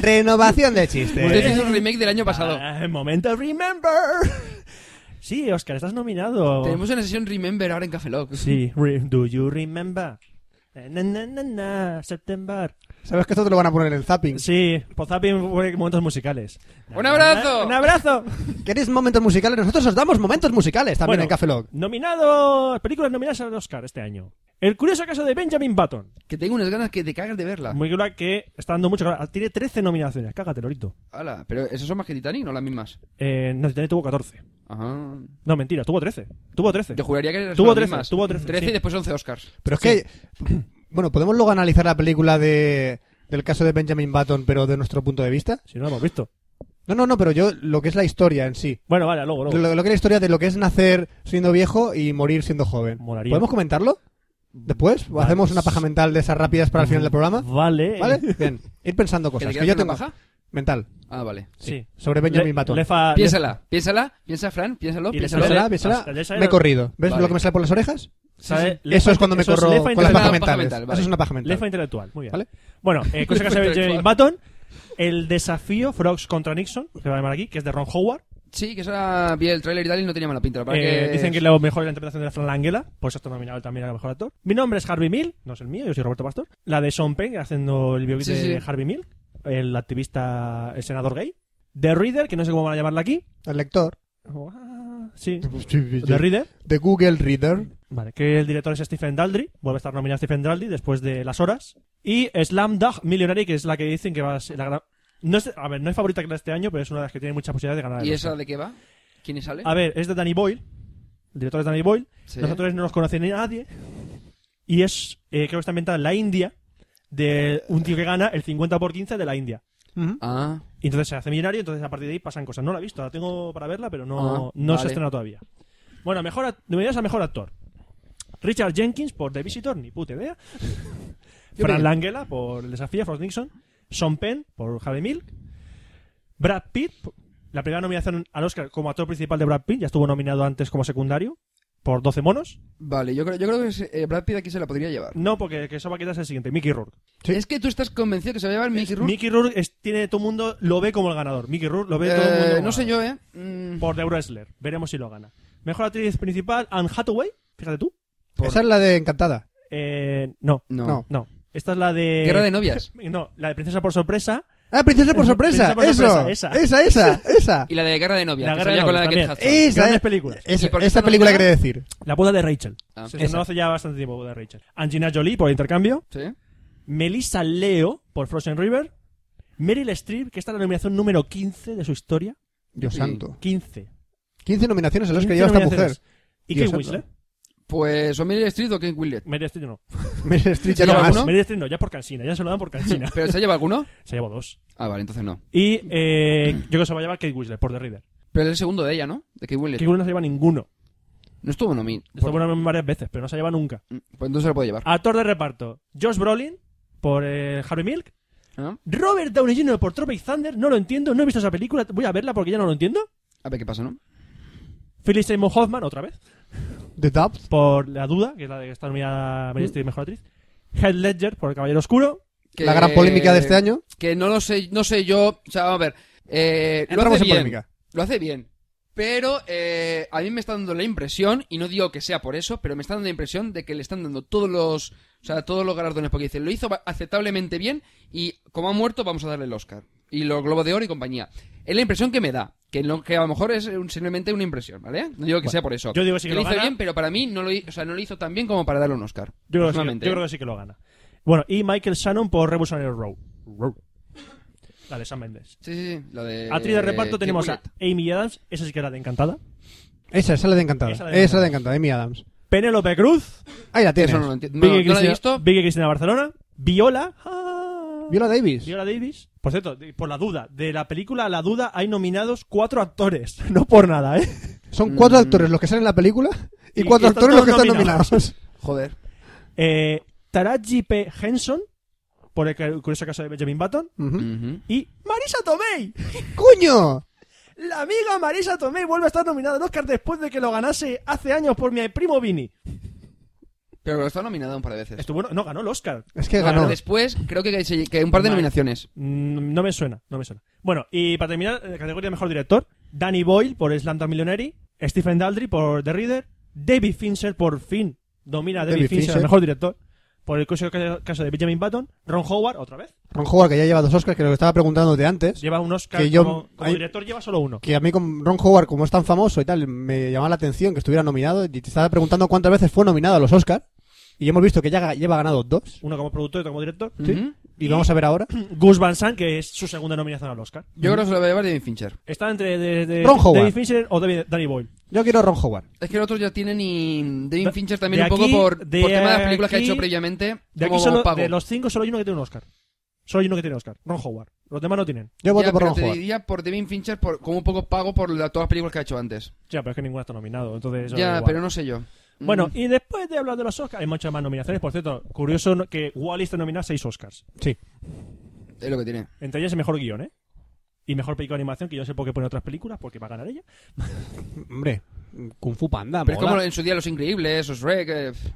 C: Renovación de chistes.
B: Usted hizo un remake del año pasado.
A: Ah, momento remember. Sí, Oscar, estás nominado.
B: Tenemos una sesión Remember ahora en Café Lock.
A: Sí, re- do you remember? Na, na, na, na, September.
C: Sabes que esto te lo van a poner en zapping.
A: Sí, Pozapping fue momentos musicales.
B: ¡Un abrazo!
A: ¡Un abrazo!
C: ¿Queréis momentos musicales? Nosotros os damos momentos musicales también
A: Bueno,
C: en Café Lock.
A: Nominado, películas nominadas al Oscar este año. El curioso caso de Benjamin Button.
B: Que tengo unas ganas que te cagas de verla.
A: Muy cool que está dando mucho. Ah, Tiene 13 nominaciones. Cágate, Lorito.
B: Hala, pero ¿esas son más que Titanic no las mismas?
A: Eh, no, Titanic tuvo 14.
B: Ajá.
A: No, mentira, tuvo 13. Tuvo 13.
B: Yo juraría que eran
A: Tuvo
B: las
A: 13,
B: mismas.
A: tuvo 13,
B: 13
A: sí.
B: y después 11 Oscars.
C: Pero es que. [clears throat] Bueno, ¿podemos luego analizar la película de, del caso de Benjamin Button, pero de nuestro punto de vista?
A: Si no lo hemos visto.
C: No, no, no, pero yo lo que es la historia en sí.
A: Bueno, vale, luego, luego.
C: Lo, lo que es la historia de lo que es nacer siendo viejo y morir siendo joven.
A: Molaría.
C: ¿Podemos comentarlo? ¿Después? ¿O
A: Vale. Mm.
C: hacemos una paja mental de esas rápidas para el final del programa?
A: Vale.
C: ¿Vale? Bien. Ir
B: [laughs]
C: pensando
B: ¿Que
C: cosas.
B: te
C: Que,
B: quieras
C: yo
B: hacer
C: tengo.
B: una paja?
C: Mental.
B: Ah, vale.
A: Sí.
C: Sobre Benjamin Button.
A: Lefa-
B: Piénsala, piénsala, piensa Fran, piénsalo,
A: Ah, Y le
B: piénsalo.
A: sale-
C: Piénsala,
A: Vale.
C: piénsala.
A: Hasta ya sale
C: Me he
A: lo-
C: corrido. ¿Ves
B: Vale.
C: lo que me sale por las orejas?
A: ¿Sabe?
C: eso
A: Lefa-
C: es cuando me
A: eso es
C: corro
A: lefa
C: con
A: intelectual.
C: las pajas
B: Una paja
C: mentales.
B: mental, vale.
C: Eso es una paja mental.
A: Lefa intelectual, muy bien.
C: ¿ale?
A: Bueno, eh, cosa que
C: [laughs]
B: Lefa
A: sabe Jimmy
B: intelectual.
A: Button, el desafío Frogs contra Nixon, que se va a llamar aquí, que es de Ron Howard.
B: Sí, que esa vi el tráiler y tal y no tenía mala pinta. lo para
A: Eh,
B: que-
A: Dicen que lo mejor es la interpretación de Fran Langela, por eso está nominado también a mejor actor. Mi nombre es Harvey Mill, no es el mío, yo soy Roberto Pastor. La de Sean Penn, haciendo el biopic
B: Sí,
A: de
B: sí.
A: Harvey Mill, el activista, el senador gay. The Reader, que no sé cómo van a llamarla aquí.
C: El lector.
A: Ah, Sí, The Reader.
C: De Google Reader.
A: Vale, que el director es Stephen Daldry, vuelve a estar nominado Stephen Daldry después de Las Horas. Y Slamdog Millionary, que es la que dicen que va a ser la gran... No es, a ver, no es favorita que la de este año, pero es una de las que tiene muchas posibilidades de ganar. el
B: ¿Y
A: Oscar.
B: esa de qué va? ¿Quién sale?
A: A ver, es de Danny Boyle, el director es Danny Boyle.
B: Sí.
A: Ah, Nosotros no nos conoce ni nadie. Y es, eh, creo que está ambientada en la India, de un tío que gana el 50 por 15 de la India.
B: Ah,
A: Y entonces se hace millonario, entonces a partir de ahí pasan cosas. No la he visto, la tengo para verla, pero no,
B: Ah,
A: no se
B: vale.
A: ha estrenado todavía. Bueno, mejor act- nominados a mejor actor. Richard Jenkins por The Visitor, ni puta idea. Fran Langela por El desafío, Frost Nixon. Sean Penn por Harry Milk. Brad Pitt, la primera nominación al Oscar como actor principal de Brad Pitt, ya estuvo nominado antes como secundario por 12 monos.
B: Vale, yo creo, yo creo que se- eh, Brad Pitt aquí se la podría llevar.
A: No, porque que eso va a quedarse el siguiente, Mickey Rourke.
B: Es que tú estás convencido que se va a llevar Mickey Rourke.
A: Mickey Rourke es- tiene todo el mundo, lo ve como el ganador. Mickey Rourke lo ve todo el
B: Eh,
A: mundo. como
B: no sé
A: ganador.
B: yo, ¿eh? Mm,
A: Por The Wrestler. Veremos si lo gana. Mejor actriz principal, Anne Hathaway. Fíjate tú. Por-
C: Esa es la de Encantada.
A: Eh, no,
B: no.
C: no.
A: no. Eh. Esta es la de.
B: Guerra
A: [laughs]
B: de novias.
A: No, la de Princesa por sorpresa.
C: Ah, Princesa por
A: Esa- Princesa
C: sorpresa.
A: por
C: eso.
A: sorpresa,
C: Esa, esa, esa.
B: [laughs] Y la de Guerra de novias.
A: La
B: que
A: Guerra de
B: salía con la
A: Novias
B: Kate
A: también.
B: Hudson.
C: Esa
A: Grandes
C: es-
A: películas.
C: esa-
B: ¿Y por qué
C: esta
B: está
C: película
B: nominada?
C: quería decir.
A: La boda de Rachel.
B: Ah,
A: Se
C: Esa.
A: Eh. no hace ya bastante tiempo boda de Rachel. Angelina Jolie por intercambio.
B: ¿sí?
A: Melissa Leo por Frozen River. Meryl Streep, que esta es la nominación número 15 de su historia.
C: Dios santo.
A: 15.
C: 15 nominaciones a los
A: 15
C: que lleva esta mujer.
A: nominaciones. Y
C: Dios
A: Kate
C: santo.
A: Winslet.
B: Pues o Meryl Streep o Kate Winslet.
A: Meryl Streep no.
C: Meryl Streep ya
B: ¿Se
C: no
B: lleva
C: más.
B: uno?
A: Meryl Streep no, ya por Cansina. Ya se lo dan por Cansina.
C: [laughs]
B: ¿Pero se lleva alguno?
A: se llevó dos.
B: Ah, vale, entonces no.
A: Y eh, yo creo que se va a llevar Kate Winslet por The Reader.
B: Pero es el segundo de ella, ¿no? De Kate Winslet.
A: Kate Winslet no se lleva ninguno.
B: No estuvo nominado.
A: Esto bueno varias veces, pero no se lleva nunca.
B: Pues entonces se lo puede llevar.
A: Actor de reparto: Josh Brolin por eh, Harvey Milk.
B: ¿no?
A: Robert Downey Jr. por Tropic Thunder. No lo entiendo, no he visto esa película. Voy a verla porque ya no lo entiendo.
B: A ver qué pasa, ¿no?
A: Philip Seymour Hoffman, otra vez,
C: The Dubs.
A: por La Duda, que es la de que está nominada Meryl Streep Mejor Actriz. Head Ledger por El Caballero Oscuro.
B: Que-
C: La gran polémica de este año.
B: Que no lo sé, no sé yo. O sea, vamos a ver. Eh, lo
C: Entramos
B: hace
C: en
B: bien.
C: polémica.
B: Lo hace bien. Pero eh, a mí me está dando la impresión, y no digo que sea por eso, pero me está dando la impresión de que le están dando todos los, o sea, todos los galardones, porque dicen, lo hizo ba- aceptablemente bien y como ha muerto vamos a darle el Oscar. Y los Globos de Oro y compañía. Es la impresión que me da, que, lo, que a lo mejor es un- simplemente una impresión, ¿vale? No digo que sea por eso.
A: yo digo que sí que
B: lo
A: lo
B: hizo
A: gana.
B: bien, pero para mí no lo, hi- o sea, no lo hizo tan bien como para darle un Oscar.
A: Yo creo, que sí,
B: personalmente,
A: yo creo
B: ¿eh?
A: que sí que lo gana. Bueno, y Michael Shannon por Revolutionary Row. La de Sam Mendes.
B: Sí, sí, sí, la de...
A: Actriz de reparto
B: Kate
A: tenemos a
B: Winslet.
A: Amy Adams, esa sí que era de encantada.
C: Esa, esa es la de Encantada.
A: Esa
C: Esa
A: la
C: es
A: de
C: la de Encantada, Amy Adams.
A: Penélope Cruz,
C: Ahí la tienes.
B: Eso no lo entiendo. No,
A: Vicky
B: no la he
A: Cristina-
B: visto.
A: Vicky Cristina Barcelona, Viola. ah,
C: Viola Davis.
A: Viola Davis. Por cierto, de- por la duda, de la película La Duda hay nominados cuatro actores. [laughs] No por nada, ¿eh?
C: Son cuatro
B: Mm.
C: actores los que salen en la película y
A: Y
C: cuatro
A: que están
C: actores los que
A: todos
C: están
A: nominados.
B: [laughs]
C: nominados.
B: Joder.
A: Eh, Taraji P. Henson, por el cu- curioso caso de Benjamin Button,
C: Ujú.
B: Ujú.
A: y Marisa Tomei.
C: ¡Coño!
A: La amiga Marisa Tomei vuelve a estar nominada al Oscar después de que lo ganase hace años por mi primo Vini.
B: Pero está nominada un par de veces.
A: Estuvo, no, ganó el Oscar.
C: Es que
B: No, pero
C: ganó.
B: después creo que, se- que hay un par de
A: Vale.
B: nominaciones.
A: Mm, No me suena, no me suena. Bueno, y para terminar, eh, categoría mejor director: Danny Boyle por Slanta Millionary, Stephen Daldry por The Reader, David Fincher por Finn, domina a David,
C: David
A: Fincher,
C: Fincher.
A: el mejor director, por el curioso ca- caso de Benjamin Button, Ron Howard, otra vez,
C: Ron Howard, que ya lleva dos Oscars, que lo que estaba preguntándote antes,
A: lleva un Oscar,
C: Que yo-
A: como, como
C: hay-
A: director lleva solo uno.
C: que a mí con Ron Howard, como es tan famoso y tal, me llamaba la atención que estuviera nominado y te estaba preguntando cuántas veces fue nominado a los Oscars y hemos visto que ya ga- lleva ganado dos.
A: Uno como productor y otro como director. [clears throat]
B: Ujú.
C: Y vamos a ver ahora.
A: Gus Van Sant, que es su segunda nominación al Oscar.
B: Yo creo que se lo va a llevar David Fincher.
A: Está entre de- de-
C: Ron Howard.
A: David Fincher o David- Danny Boyle.
C: Yo quiero a Ron Howard.
B: Es que el otro ya tiene ni. David
A: De-
B: Fincher también
A: de
B: un poco
A: aquí-
B: por,
A: de
B: por tema de las películas que
A: aquí-
B: ha hecho previamente.
A: De, aquí
B: como
A: solo,
B: pago.
A: de los cinco, solo hay uno que tiene un Oscar. Solo hay uno que tiene Oscar, Ron Howard. Los demás no tienen.
C: Yo voto
B: Ya,
C: por
B: pero
C: Ron
B: te
C: Howard.
B: diría por David Fincher por, como un poco pago por la- todas las películas que ha hecho antes.
A: Ya, pero es que ninguno está nominado. Entonces, eso da
B: ya,
A: igual.
B: pero no sé yo. Mm.
A: Bueno, y después de hablar de los Oscars, hay muchas más nominaciones. Por cierto, curioso no- que Wallis te nomina seis Oscars.
C: Sí.
B: es lo que tiene.
A: Entre ellas el mejor guión, ¿eh? Y mejor película de animación, que yo no sé por qué pone otras películas, porque va a ganar ella.
C: Hombre, Kung Fu Panda.
B: Pero es como
C: mola.
B: en su día Los Increíbles, o Shrek. eh, pff.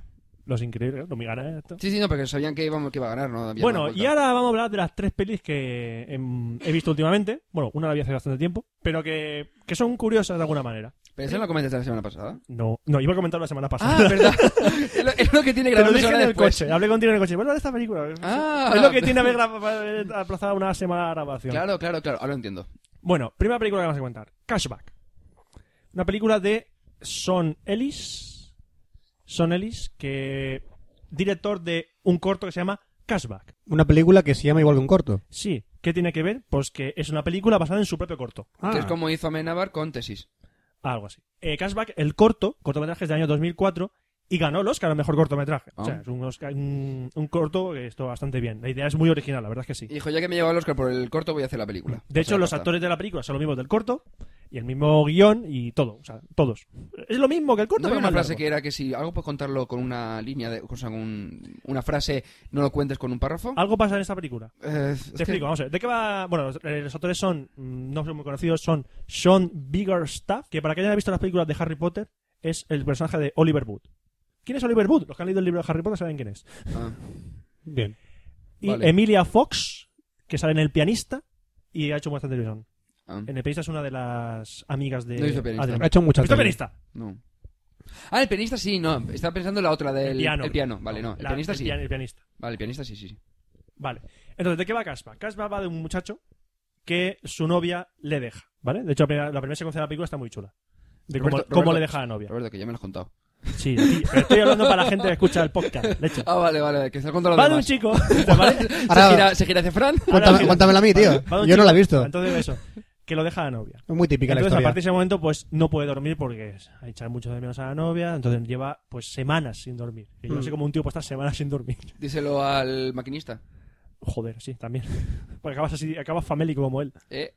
A: Los increíbles, no me gana esto.
B: Sí, sí, no, porque sabían que, íbamos, que iba a ganar, ¿no? Había
A: Bueno,
B: dado la
A: y ahora vamos a hablar de las tres pelis que em, he visto últimamente. Bueno, una la vi hace bastante tiempo, pero que, que son curiosas de alguna manera.
B: vuelta. Pero eso lo comentaste la
A: [laughs]
B: semana pasada.
A: No, no, iba a comentar la semana pasada. [laughs]
B: Ah, verdad. [laughs] es, lo, es lo que tiene
A: Te lo
B: grabado
A: dije en el
B: después.
A: coche, hablé contigo en el coche. Bueno, esta película.
B: Ah.
A: es lo que tiene
B: [laughs]
A: haber gra- [laughs] aplazado una semana la grabación.
B: Claro, claro, claro. Ahora lo entiendo.
A: Bueno, primera película que vamos a comentar. Cashback. Una película de Son Ellis. Son Ellis, que... Director de un corto que se llama Cashback.
C: Una película que se llama igual que un corto.
A: Sí. ¿Qué tiene que ver? Pues que es una película basada en su propio corto.
B: Que es como hizo Amenábar con Tesis.
A: Algo así. Eh, Cashback, el corto, cortometraje es del año 2004, y ganó el Oscar al mejor cortometraje.
B: Ah.
A: O sea, es un, Oscar- un, un corto que está bastante bien. La idea es muy original, la verdad es que sí.
B: Dijo, ya que me llevaba el Oscar por el corto, voy a hacer la película.
A: De
B: O sea,
A: hecho, los
B: pasa.
A: actores de la película son los mismos del corto y el mismo guión y todo. O sea, todos. Es lo mismo que el corto,
B: ¿No
A: pero
B: había una
A: más
B: frase
A: largo.
B: que era que si algo puedes contarlo con una línea, de, o sea, con un- una frase, no lo cuentes con un párrafo?
A: Algo pasa en esta película.
B: Eh, es
A: Ah, Te
B: que-
A: explico, vamos a ver. ¿De qué va? Bueno, los, eh, los autores son, mm, no son muy conocidos, son Sean Biggerstaff, que para que hayan visto las películas de Harry Potter, es el personaje de Oliver Wood. ¿Quién es Oliver Wood? Los que han leído el libro de Harry Potter saben quién es.
B: ah.
C: Bien.
A: Y
B: Vale.
A: Emilia Fox, que sale en El Pianista y ha hecho bastante televisión.
B: Ah,
A: En El Pianista es una de las amigas de...
B: No he visto El Pianista.
A: Adrián.
C: Ha hecho muchas
A: ¿Has visto El
C: veces.
A: Pianista?
B: no. Ah, el pianista sí, no. Estaba pensando en la otra del
A: el piano.
B: Vale, no. El
A: La-
B: pianista sí.
A: pian- el pianista.
B: Vale, el pianista sí, sí. sí.
A: Vale. Entonces, ¿de qué va Caspa? Caspa va de un muchacho que su novia le deja, ¿vale? De hecho, la primera, la primera secuencia de la película está muy chula. De cómo,
B: Roberto-
A: cómo
B: Roberto-
A: le deja a la novia.
B: Roberto, que ya me lo has contado.
A: Sí, sí, pero estoy hablando para la gente que escucha el podcast.
B: [laughs]
A: De hecho.
B: Ah, vale, vale, que está contando lo
A: Va de un
B: demás.
A: chico, [laughs] ¿vale?
B: Se
C: Ahora-
B: gira, se gira hacia Fran.
C: Cuéntame-
A: sí.
C: Cuéntamela [laughs] a mí, tío.
A: Va de un
C: Yo no la he
A: chico,
C: visto.
A: Entonces, eso, que lo deja a la novia.
C: Es muy típica
A: Entonces,
C: la
A: a
C: historia.
A: partir de ese momento, pues no puede dormir porque ha echado mucho de menos a la novia. Entonces, lleva pues semanas sin dormir. Y yo
C: Mm.
A: no sé cómo un tío puede estar semanas sin dormir. [laughs]
B: Díselo al maquinista.
A: Joder, sí, también. Porque acabas así, acabas famélico como él.
B: Eh,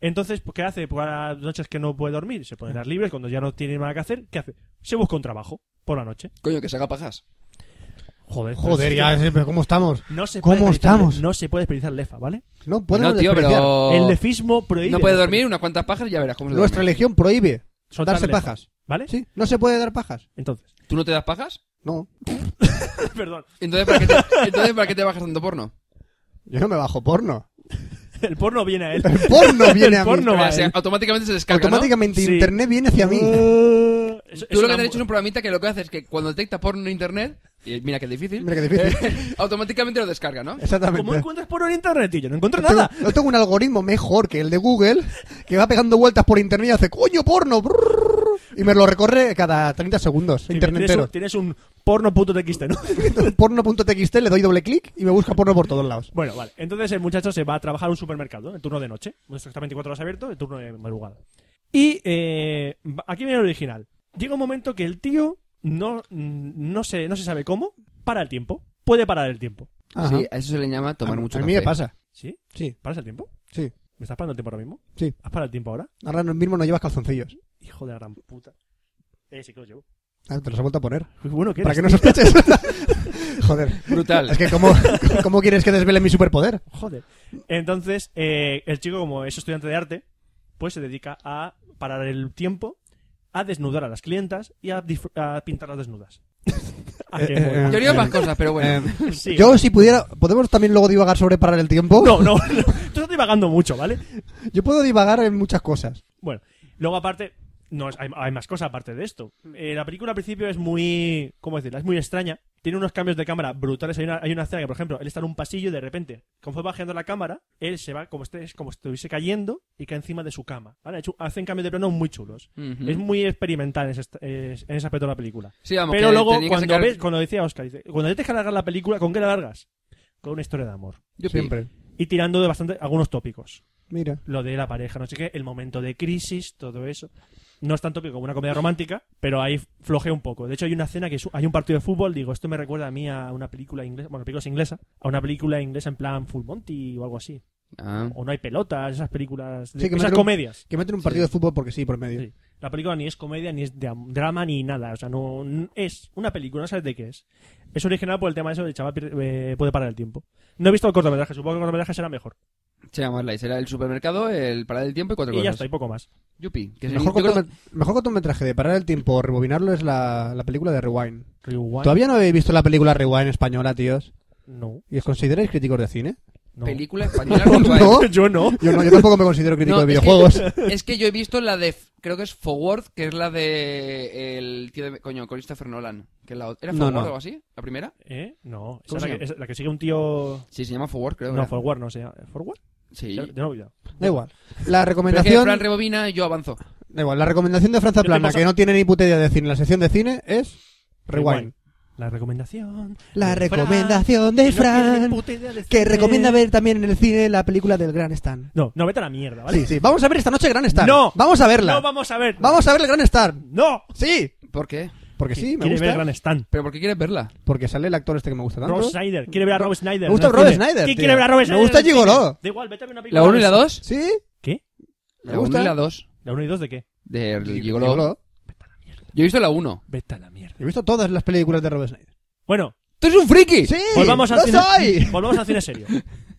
A: Entonces, pues, ¿qué hace? Pues a las noches que no puede dormir, se pone las libres, cuando ya no tiene nada que hacer, ¿qué hace? Se busca un trabajo por la noche.
B: coño, que se haga pajas.
A: Joder,
C: Joder,
A: pero
C: ya,
A: es que
C: sí, pero ¿cómo estamos?
A: No se
C: ¿Cómo
A: puede desperdiciar-
C: estamos?
A: No se puede desperdiciar lefa, ¿vale?
C: No podemos
B: no, tío,
C: desperdiciar.
B: pero...
A: El lefismo prohíbe.
B: Oh, No puede dormir unas cuantas pajas y ya verás cómo se
C: Nuestra
B: duerme.
C: legión prohíbe
A: soltar
C: darse
A: lefa,
C: pajas.
A: ¿Vale?
C: Sí, no se puede dar pajas.
A: Entonces, [laughs]
B: ¿Tú no te das pajas?
C: No,
A: perdón.
B: Entonces, ¿para qué te,
C: [laughs]
B: entonces, ¿para qué te bajas tanto porno?
C: yo no me bajo porno.
A: El porno viene a él. [laughs]
C: El porno viene a mí.
A: porno va
B: O sea,
A: a él.
B: automáticamente se descarga, ¿no?
C: Automáticamente
A: Sí.
C: internet viene hacia mí.
A: Eh, es- es
B: Tú lo
A: una
B: que te
A: mu-
B: has hecho es un programita que lo que hace es que cuando detecta porno en internet, y mira que difícil,
C: Mira qué difícil.
B: [laughs] automáticamente lo descarga, ¿no?
A: Eh, ¿Cómo
C: [laughs] Exactamente.
A: encuentras porno en internet, tío? Yo no encuentro
C: Yo tengo-
A: nada.
C: yo tengo un algoritmo mejor que el de Google que va pegando vueltas por internet y hace coño porno brrr, y me lo recorre cada 30 segundos
A: Sí,
C: internet
A: tienes, un,
C: entero.
A: tienes un porno.txt, ¿no?
C: [laughs] Porno.txt le doy doble clic y me busca porno por todos lados.
A: Bueno, vale. Entonces el muchacho se va a trabajar a un supermercado, en turno de noche. Nuestro está 24 horas abierto, el turno de madrugada. Y eh, va- aquí viene el original. Llega un momento que el tío no, mm, no, se, no se sabe cómo, para el tiempo. Puede parar el tiempo.
C: Ajá.
B: Sí, a eso se le llama tomar
C: a,
B: mucho
C: a mí me
B: café.
C: pasa.
A: ¿Sí?
C: Sí,
A: ¿Paras el tiempo?
C: sí.
A: ¿Me estás parando el tiempo ahora mismo?
C: Sí.
A: ¿Has parado el tiempo ahora?
C: Ahora mismo no llevas calzoncillos.
A: Hijo de la gran puta. Eh, sí que lo llevo.
C: Ah, te los he vuelto a poner.
A: Uy, bueno, ¿qué
C: Para que
A: eres,
C: no sospeches. [laughs] Joder.
B: Brutal.
C: Es que ¿cómo, [laughs] ¿cómo quieres que desvele mi superpoder?
A: Joder. Entonces, eh, el chico, como es estudiante de arte, pues se dedica a parar el tiempo, a desnudar a las clientas y a, disfr- a pintarlas desnudas. [laughs] A que
C: Eh, eh,
A: mueran.
B: Yo haría
C: [laughs]
B: más cosas, pero bueno.
A: Sí.
C: Yo si pudiera... ¿Podemos también luego divagar sobre parar el tiempo?
A: No, [laughs] no, no. Tú estás divagando mucho, ¿vale?
C: [laughs] Yo puedo divagar en muchas cosas.
A: Bueno, luego aparte, no, es- hay, hay más cosas aparte de esto. Eh, la película al principio es muy, ¿cómo decirla? Es muy extraña. Tiene unos cambios de cámara brutales. Hay una, hay una escena que, por ejemplo, él está en un pasillo y de repente, conforme va bajando la cámara, él se va como, este, como si estuviese cayendo y cae encima de su cama. ¿vale? Ha hecho- Hacen cambios de plano muy chulos.
B: Ujú.
A: Es muy experimental en ese, est- es- en ese aspecto de la película.
B: Sí, vamos,
A: Pero
B: que
A: luego,
B: tenía que
A: cuando,
B: sacar-
A: ves, cuando decía Oscar, dice, cuando tienes que alargar la película, ¿con qué la alargas? Con una historia de amor.
B: Yo
C: Siempre.
A: Y tirando de bastante algunos tópicos
C: Mira.
A: lo de la pareja, no sé qué, el momento de crisis, todo eso. No es tan tópico como una comedia romántica, pero ahí flojea un poco. De hecho, hay una escena que es- hay un partido de fútbol, digo, esto me recuerda a mí a una película inglesa, bueno, la película es inglesa, a una película inglesa en plan Full Monty o algo así.
B: Ah.
A: O No hay pelotas, esas películas, de,
C: Sí, que
A: esas
C: meten un-
A: comedias.
C: Que meten un partido de fútbol porque sí, por medio.
A: Sí. La película ni es comedia, ni es de am- drama, ni nada. O sea, no n- es una película, no sabes de qué es. Es original por el tema de eso de chaval pierde- eh, puede parar el tiempo. No he visto el cortometraje, supongo que el cortometraje será mejor.
B: Se llama Lights. Era el supermercado, el parar del tiempo y cuatro
A: Y ya
B: cosas.
A: está, y poco más.
B: Yupi. Que yo
C: Mejor,
B: creo-
C: cortome- mejor cortometraje de parar el tiempo o rebobinarlo es la, la película de Rewind.
A: Rewind.
C: ¿Todavía no habéis visto la película Rewind española, tíos?
A: No,
C: ¿Y os consideráis críticos de cine?
A: no.
B: Película española.
C: [laughs]
B: [laughs]
C: No,
B: Rewind.
C: Pues no.
A: Yo no.
C: Yo no, yo tampoco me considero crítico
B: No,
C: de
B: es que-
C: videojuegos.
B: Es que yo he visto la de. Creo que es Forward, que es la de. El tío de. Coño, Christopher Nolan. Que es la otra. ¿Era
C: No,
B: Forward
C: no.
B: o algo así? ¿La primera?
A: ¿Eh? No, esa
B: ¿Cómo
A: es
B: se
A: la, que,
B: llama?
A: esa- la que sigue un tío.
B: Sí, se llama Forward, creo.
A: No,
B: ¿verdad?
A: Forward, no sé. ¿Forward?
B: Sí.
A: Ya, ya no he olvidado.
C: Da igual. La
B: Pero es que
C: recomendación,
B: Fran rebobina y yo avanzo.
C: da igual. La recomendación de Franza
A: Yo te
C: Plana,
A: paso-
C: que no tiene ni puta idea de cine, la sección de cine es Rewind.
A: La recomendación.
C: La
A: de Fran.
C: recomendación de
A: No tiene ni
C: Fran,
A: puta idea de
C: que
A: cine.
C: recomienda ver también en el cine la película del Gran Stan.
A: No, no, vete a la mierda, Ah, ¿vale?
C: Sí, sí. Vamos a ver esta noche Gran Stan.
A: No.
C: Vamos a verla.
A: No vamos a ver.
C: Vamos a ver el Gran Star.
A: ¡No!
C: Sí.
B: ¿Por qué?
C: Porque sí, me
A: quiere ver
C: gusta.
A: Gran Stan.
B: ¿Pero por qué quieres verla?
C: Porque sale el actor este que me gusta tanto.
A: Rob Snyder. Quiere ver a Rob Snyder.
C: Me gusta
A: en el
C: Rob
A: cine.
C: Snyder,
A: ¿Quién
C: tío.
A: quiere ver a Rob
C: Me
A: Snyder?
C: gusta
A: en el cine?
C: Gigolo.
A: Da igual, vete a ver una película.
B: ¿La 1 y
A: de
B: la
A: eso.
B: 2?
C: ¿Sí?
A: ¿Qué?
C: ¿Me
B: La 1
C: gusta?
B: y la 2.
A: ¿La 1 y 2 de qué?
B: De
C: Gig-
B: Gigolo.
C: Gigolo.
B: Yo he visto la 1.
A: Vete a la mierda.
C: He visto todas las películas de Rob Snyder.
A: Bueno,
B: ¡Tú eres un friki!
C: ¡Sí!
A: volvamos Pues al
C: ¡Lo
A: cine.
C: soy!
A: Volvamos al cine
C: [laughs]
A: serio.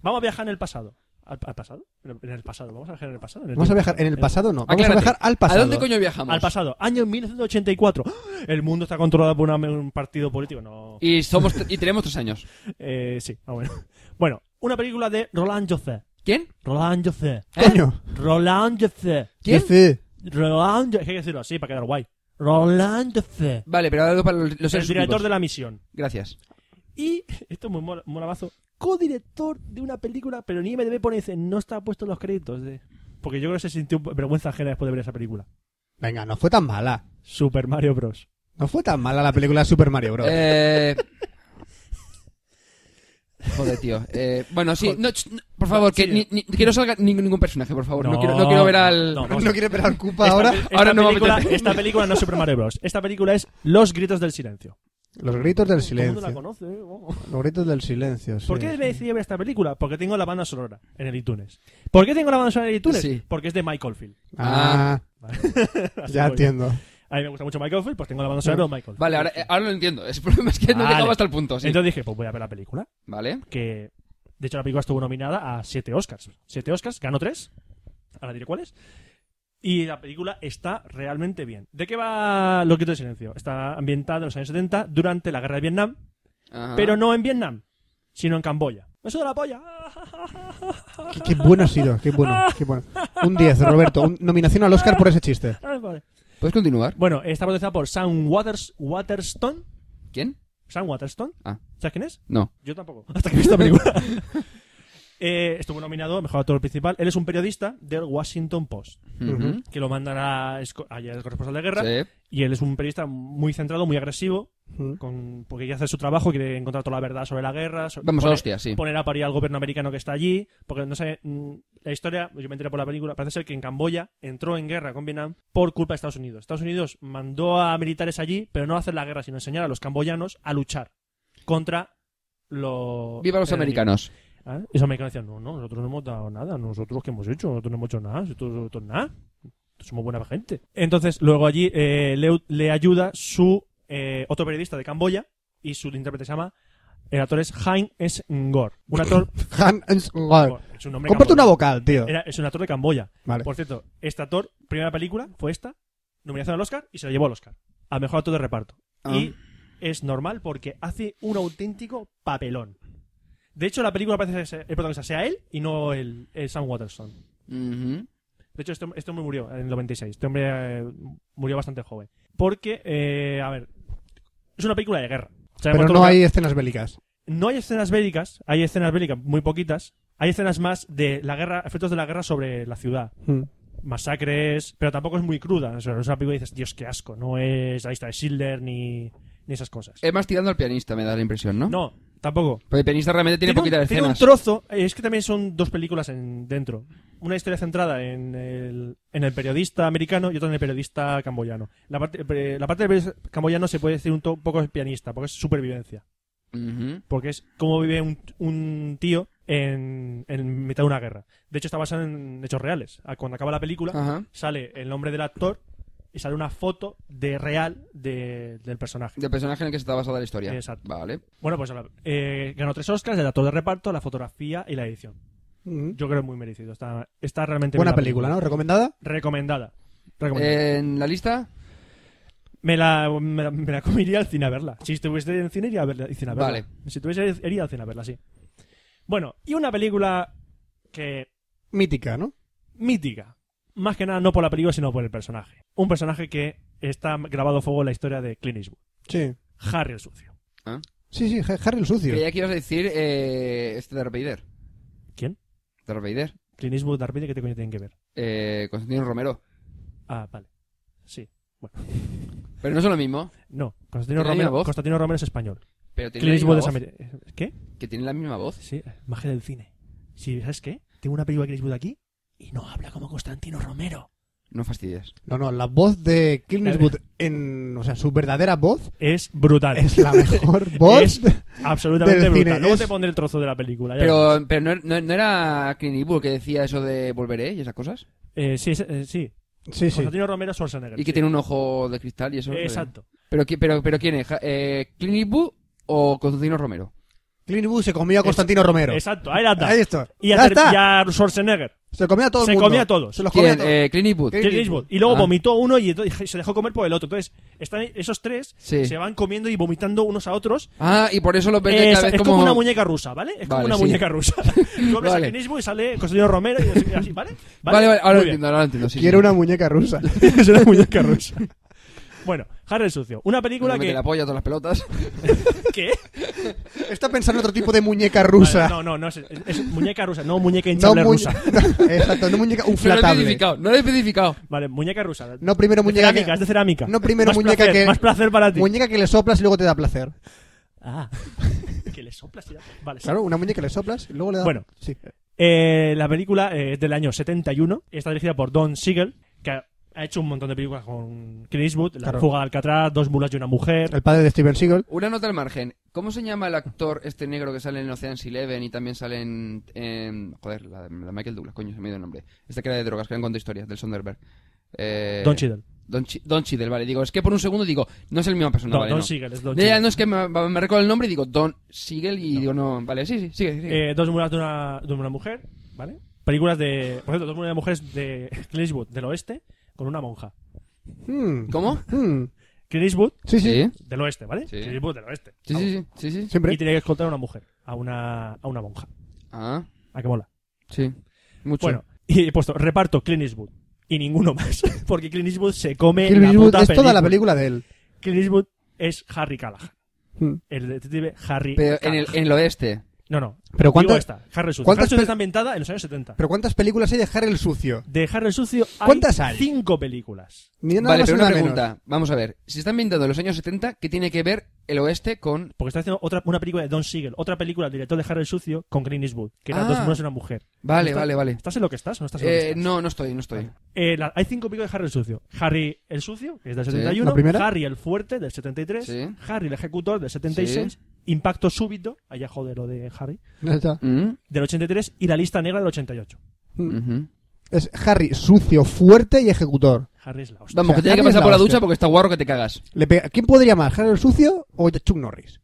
A: Vamos a viajar en el pasado. ¿Al, al pasado? En el pasado. Vamos a viajar en el pasado. en el
C: Vamos a
A: tiempo.
C: viajar en el pasado, no. Vamos a
B: Aclárate.
C: viajar al pasado.
B: ¿A dónde coño viajamos?
A: Al pasado. Año 1984. El mundo está controlado por una- un partido político. No.
B: Y, somos y tenemos 3 años.
A: Eh, sí. Ah, bueno. [laughs] Bueno, una película de Roland José.
B: ¿Quién?
A: Roland José.
C: Coño.
A: Roland José.
B: ¿Quién?
C: Dice,
A: Roland Hay que decirlo así para quedar guay. Roland José.
B: Vale, pero algo para los los
A: El
B: seres
A: director
B: vivos.
A: de la misión.
B: Gracias.
A: Y, [laughs] esto es muy mola- molavazo, codirector de una película, pero ni IMDB pone dice, no está puesto en los créditos. de- Porque yo creo que se sintió vergüenza ajena después de ver esa película.
C: Venga, no fue tan mala.
A: Super Mario Bros.
C: No fue tan mala la película de Super Mario Bros.
B: Eh... Joder, tío. Eh, bueno, sí, no, ch- no, por favor, que,
A: Sí.
B: ni- ni- que no salga ni- ningún personaje, por favor. No, quiero, no quiero ver al.
A: no, vamos a-
C: no quiere esperar culpa
A: Esta
C: ahora.
A: pe- Esta,
B: ahora no me
A: película,
B: apetece.
A: esta película no es Super Mario Bros. Esta película es Los Gritos del Silencio.
C: Los gritos del
A: Todo el mundo
C: silencio.
A: la conoce. eh, vamos.
C: Los gritos del silencio. sí.
A: ¿Por qué me decidí ver esta película? Porque tengo la banda sonora en el iTunes. ¿Por qué tengo la banda sonora en el iTunes?
B: Sí.
A: Porque es de Michael Field.
C: Ah, ya entiendo.
A: A mí me gusta mucho Michael Field, pues tengo la banda sonora de Michael Field.
B: Vale, ahora, eh, ahora lo entiendo. El problema es que no
A: Vale.
B: llegaba hasta el punto. Sí.
A: Entonces dije, pues voy a ver la película.
B: vale.
A: que de hecho la película estuvo nominada a siete Oscars. Siete Oscars, ganó tres. Ahora diré cuáles. Y la película está realmente bien. ¿De qué va Los Gritos del Silencio? Está ambientada en los años 70 durante la guerra de Vietnam,
B: Ajá.
A: pero no en Vietnam, sino en Camboya. ¡Me suda la polla! [laughs]
C: Qué, qué bueno ha sido, qué bueno, qué bueno. Un 10, Roberto. un- nominación al Oscar por ese chiste.
A: Ah, vale.
B: ¿Puedes continuar?
A: Bueno, está protagonizada por Sam Waters, Waterston.
B: ¿Quién?
A: ¿Sam Waterston?
B: Ah.
A: ¿Sabes quién es?
B: No.
A: Yo tampoco. Hasta que vi esta película. Eh, estuvo nominado a mejor actor principal. Él es un periodista del Washington Post,
B: Ujú.
A: que lo mandan a Esco- allá el corresponsal de guerra.
B: Sí.
A: Y él es un periodista muy centrado, muy agresivo, con, porque quiere hacer su trabajo, quiere encontrar toda la verdad sobre la guerra. so-
B: Vamos a
A: poner-
B: hostia, sí.
A: Poner a parir al gobierno americano que está allí, porque no sé. mm, La historia, yo me enteré por la película, parece ser que en Camboya entró en guerra con Vietnam por culpa de Estados Unidos. Estados Unidos mandó a militares allí, pero no a hacer la guerra, sino a enseñar a los camboyanos a luchar contra los.
B: Viva los
A: el enemigo.
B: americanos.
A: ¿Ah? Y los americanos decían, no, no, nosotros no hemos dado nada, nosotros qué hemos hecho, nosotros no hemos hecho nada, nosotros, nosotros nada, somos buena gente. Entonces, luego allí eh, le, le ayuda su eh, otro periodista de Camboya y su intérprete se llama, el actor es Hein S. Ngor. Un actor...
C: Hans Lahr.
A: Ngor, es un nombre
C: Comparte una
A: camboyano.
C: vocal, tío.
A: pues, Era- es un actor de Camboya.
C: Vale.
A: Por cierto, este actor, primera película, fue esta, nominación al Oscar y se la llevó al Oscar, a mejor actor de reparto.
C: Ah.
A: Y es normal porque hace un auténtico papelón. De hecho, la película parece que se- el protagonista sea él y no el, el Sam Waterston.
B: Ujú.
A: De hecho, este, este hombre murió en el 96. Este hombre eh, murió bastante joven. Porque, eh, a ver, es una película de guerra. Sabemos
C: Pero
A: todo
C: no
A: lo que-
C: hay escenas bélicas.
A: no hay escenas bélicas, hay escenas bélicas muy poquitas. Hay escenas más de la guerra, efectos de la guerra sobre la ciudad
C: Mm.
A: masacres, pero tampoco es muy cruda. O sea, no es una película y dices, Dios, qué asco. No es la lista de Schindler ni, ni esas cosas.
B: Es más tirando al pianista, me da la impresión, Eh, ¿no?
A: No, tampoco.
B: Porque el pianista realmente tiene,
A: un-
B: poquitas
A: tiene un
B: escenas.
A: trozo, eh, es que también son dos películas en, dentro. Una historia centrada en el, en el periodista americano y otra en el periodista camboyano. La parte, eh, la parte del periodista camboyano se puede decir un, to- un poco pianista, porque es supervivencia.
B: Ujú.
A: Porque es cómo vive un, un tío en, en mitad de una guerra. De hecho, está basado en hechos reales. Ah, Cuando acaba la película,
B: Ajá.
A: sale el nombre del actor y sale una foto de real de- del personaje.
B: Del personaje en el que se está basada la historia.
A: Exacto.
B: Vale.
A: Bueno, pues ahora, eh, ganó tres Oscars, el actor de reparto, la fotografía y la edición.
C: Mm.
A: Yo creo que muy merecido. Está, está realmente
C: Buena
A: bien la
C: película, ¿no? Eh. ¿Recomendada?
A: Recomendada. Recomendada.
B: En la lista,
A: Me, la, me, la, me la comería al cine a verla. Si estuviese en cine, iría a verla. y cine a verla.
B: Vale.
A: Si tuviese iría al cine a verla, sí. Bueno, y una película que
C: Mítica, ¿no?
A: mítica. Más que nada no por la película, sino por el personaje. Un personaje que está grabado a fuego en la historia de Clint Eastwood.
C: Sí.
A: Harry el sucio.
C: Sí, sí, Ha- Harry el sucio.
B: creía que ibas a decir eh, este Darth Vader.
A: ¿Quién?
B: Darth Vader.
A: Clint Eastwood, Darth Vader, ¿qué te coño tienen que ver?
B: Eh, Constantino Romero.
A: Ah, vale. Sí. Bueno.
B: Pero no son lo mismo.
A: No, Constantino
B: ¿Tiene la misma
A: Romero,
B: voz?
A: Constantino Romero es español.
B: Pero tiene
A: Clint
B: la misma
A: Eastwood es
B: voz.
A: amer- eh, ¿Qué?
B: Que tiene la misma voz.
A: Sí, eh, magia del cine. Sí, ¿sabes qué? Tengo una película de Clint Eastwood aquí y no habla como Constantino Romero.
B: No fastidies.
C: No, no, la voz de Clint
A: La de-
C: Eastwood en, o sea, su verdadera voz
A: Es brutal.
C: es la
A: [laughs]
C: mejor voz.
A: Es absolutamente
C: del
A: brutal.
C: cine,
A: Luego
C: es-
A: te pondré el trozo de la película. ya verás.
B: Pero, pero no, no- no era Clint Eastwood que decía eso de volveré y esas cosas.
A: Eh, sí, es- eh, sí.
C: Sí, sí.
A: Constantino Romero Schwarzenegger.
B: Y que
A: sí.
B: tiene un ojo de cristal y eso.
A: Eh, Exacto.
B: Pero, qui- pero, pero ¿quién es? Ja- Eh, ¿Clint Eastwood o Constantino Romero?
C: Clint Eastwood se comió a Constantino Romero.
A: Exacto, ahí la está.
C: Ahí está.
A: Y a,
C: Ya
A: ter-
C: está.
A: y a Schwarzenegger.
C: Se comía a todo
A: Se
C: el mundo.
A: comía a todos.
C: Se los comía a
B: ¿Quién?
C: todos.
B: Eh, Clint Eastwood.
C: Clint
A: Clint Eastwood. Y luego
B: Ah.
A: vomitó uno y, ento- y se dejó comer por el otro. Entonces, están esos tres
B: Sí.
A: se van comiendo y vomitando unos a otros.
B: Ah, y por eso lo ves
A: Eh,
B: de
A: es,
B: cada vez
A: es
B: como...
A: como... una muñeca rusa, ¿vale? Es como
B: Vale,
A: una
B: sí.
A: muñeca rusa. Comes
B: Vale.
A: a Clint Eastwood y sale Constantino Romero y no sé qué, así, ¿vale?
B: Vale, vale, ahora lo
A: Muy bien.
B: entiendo, ahora lo entiendo. Sí,
C: Quiero
B: sí.
C: una
A: [laughs]
C: muñeca rusa.
A: es una muñeca rusa. Bueno, Harry el Sucio. Una película
B: Donde mete
A: que...
B: la polla a todas las pelotas. [laughs]
A: ¿Qué?
C: Está pensando en otro tipo de muñeca rusa.
A: Vale, no, no, no. Es, es- es muñeca rusa, no muñeca hinchable
C: mu-
A: rusa.
C: [laughs] Exacto, no muñeca,
B: [laughs]
C: un
B: No lo he
C: flatable.
B: especificado, no lo he especificado.
A: Vale, muñeca rusa.
C: No primero
A: De
C: muñeca
A: cerámica,
C: que-
A: es de cerámica.
C: No primero
A: Más
C: muñeca
A: placer,
C: que
A: Más placer para ti.
C: Muñeca que le soplas y luego te da placer.
A: Ah. [laughs] que le soplas y ya- Vale, sí.
C: Claro, una muñeca que le soplas y luego le da
A: Bueno.
C: sí.
A: Eh, la película eh, es del año 71. Está dirigida por Don Siegel, que ha, ha hecho un montón de películas con Clint Eastwood. La
C: Claro.
A: fuga de Alcatraz, Dos mulas y una mujer.
C: El padre de Steven Seagal,
B: Una nota al margen. ¿Cómo se llama el actor este negro que sale en Ocean's Eleven y también sale en... en- joder, la, de- la de Michael Douglas, coño, se me ha ido el nombre. Este que era de drogas, que era en Cuento historias, del Sonderberg. Eh,
A: Don Cheadle.
B: Don, Chi- Don Cheadle, vale. Digo, es que por un segundo digo, no es el mismo persona,
A: No,
B: vale,
A: Don
B: no.
A: Siegel, es Don
B: Ya, ya,
A: Cheadle.
B: no, es que me, me recuerdo el nombre y digo Don Siegel y digo, no, vale, sí, sí, sigue, sigue.
A: Eh, dos mulas de una, de una mujer, ¿vale? Películas de. Por cierto, Dos mulas de mujeres de [laughs] Clint Eastwood, del oeste, con una monja. Hmm.
C: Mm,
B: ¿Cómo?
C: mm.
A: Clint Eastwood,
C: Sí, sí,
B: Sí,
A: del oeste, ¿vale?
B: Sí.
A: Clint Eastwood, del oeste.
B: sí, sí, sí, sí, sí.
C: siempre.
A: Y tiene que escoltar a una mujer, a una, a una monja.
B: Ah,
A: ¿A qué mola?
B: sí. Mucho.
A: Bueno, y he puesto reparto Clint Eastwood y ninguno más, [laughs] porque Clint Eastwood se come
C: Clint
A: la
C: Eastwood
A: puta
C: es toda la
A: película.
C: película de él.
A: Clint Eastwood es Harry Callahan,
C: Mm.
A: el detective Harry.
B: Pero en
A: Callahan.
B: el, en el oeste.
A: No, no.
C: Pero
A: Digo
C: cuántas-
A: esta, Harry el Sucio. Harry el
C: ¿cuántas
A: Sucio
C: pel-
A: está ambientada en los años 70.
C: Pero cuántas películas hay de Harry el sucio?
A: De Harry el Sucio hay
C: ¿Cuántas hay?
A: cinco películas.
C: Ni nada
B: vale,
C: más
B: pero
C: ni
B: una
C: nada menos.
B: pregunta. Vamos a ver. Si están viendo los años 70, ¿qué tiene que ver el oeste con.
A: Porque está haciendo otra, una película de Don Siegel, otra película del director de Harry el Sucio con Clint Eastwood, que era
B: Ah.
A: Dos mujeres y una mujer.
B: Vale,
A: Está-
B: vale, vale.
A: ¿Estás en lo que estás o no estás en lo que
B: Eh,
A: estás?
B: no, no estoy, no estoy.
A: Eh, la- hay cinco películas de Harry el Sucio. Harry el Sucio, que es del
B: Sí.
A: 71.
C: ¿La primera?
A: Harry el Fuerte, del 73.
B: Sí.
A: Harry el Ejecutor, del 76.
B: Sí.
A: Impacto Súbito, allá joder lo de Harry,
C: Ya está.
B: Mm,
A: del 83. Y La Lista Negra, del 88.
B: ujú.
C: Hmm. Es Harry sucio, fuerte y ejecutor.
A: Harry es la hostia. eh.
B: Vamos,
C: O sea,
B: que tiene
C: Harry
B: que
C: es
B: pasar
C: la
B: por la
C: hostia.
B: ducha porque está guarro que te cagas.
C: Le pega- ¿Quién podría más, Harry el sucio o Chuck Norris?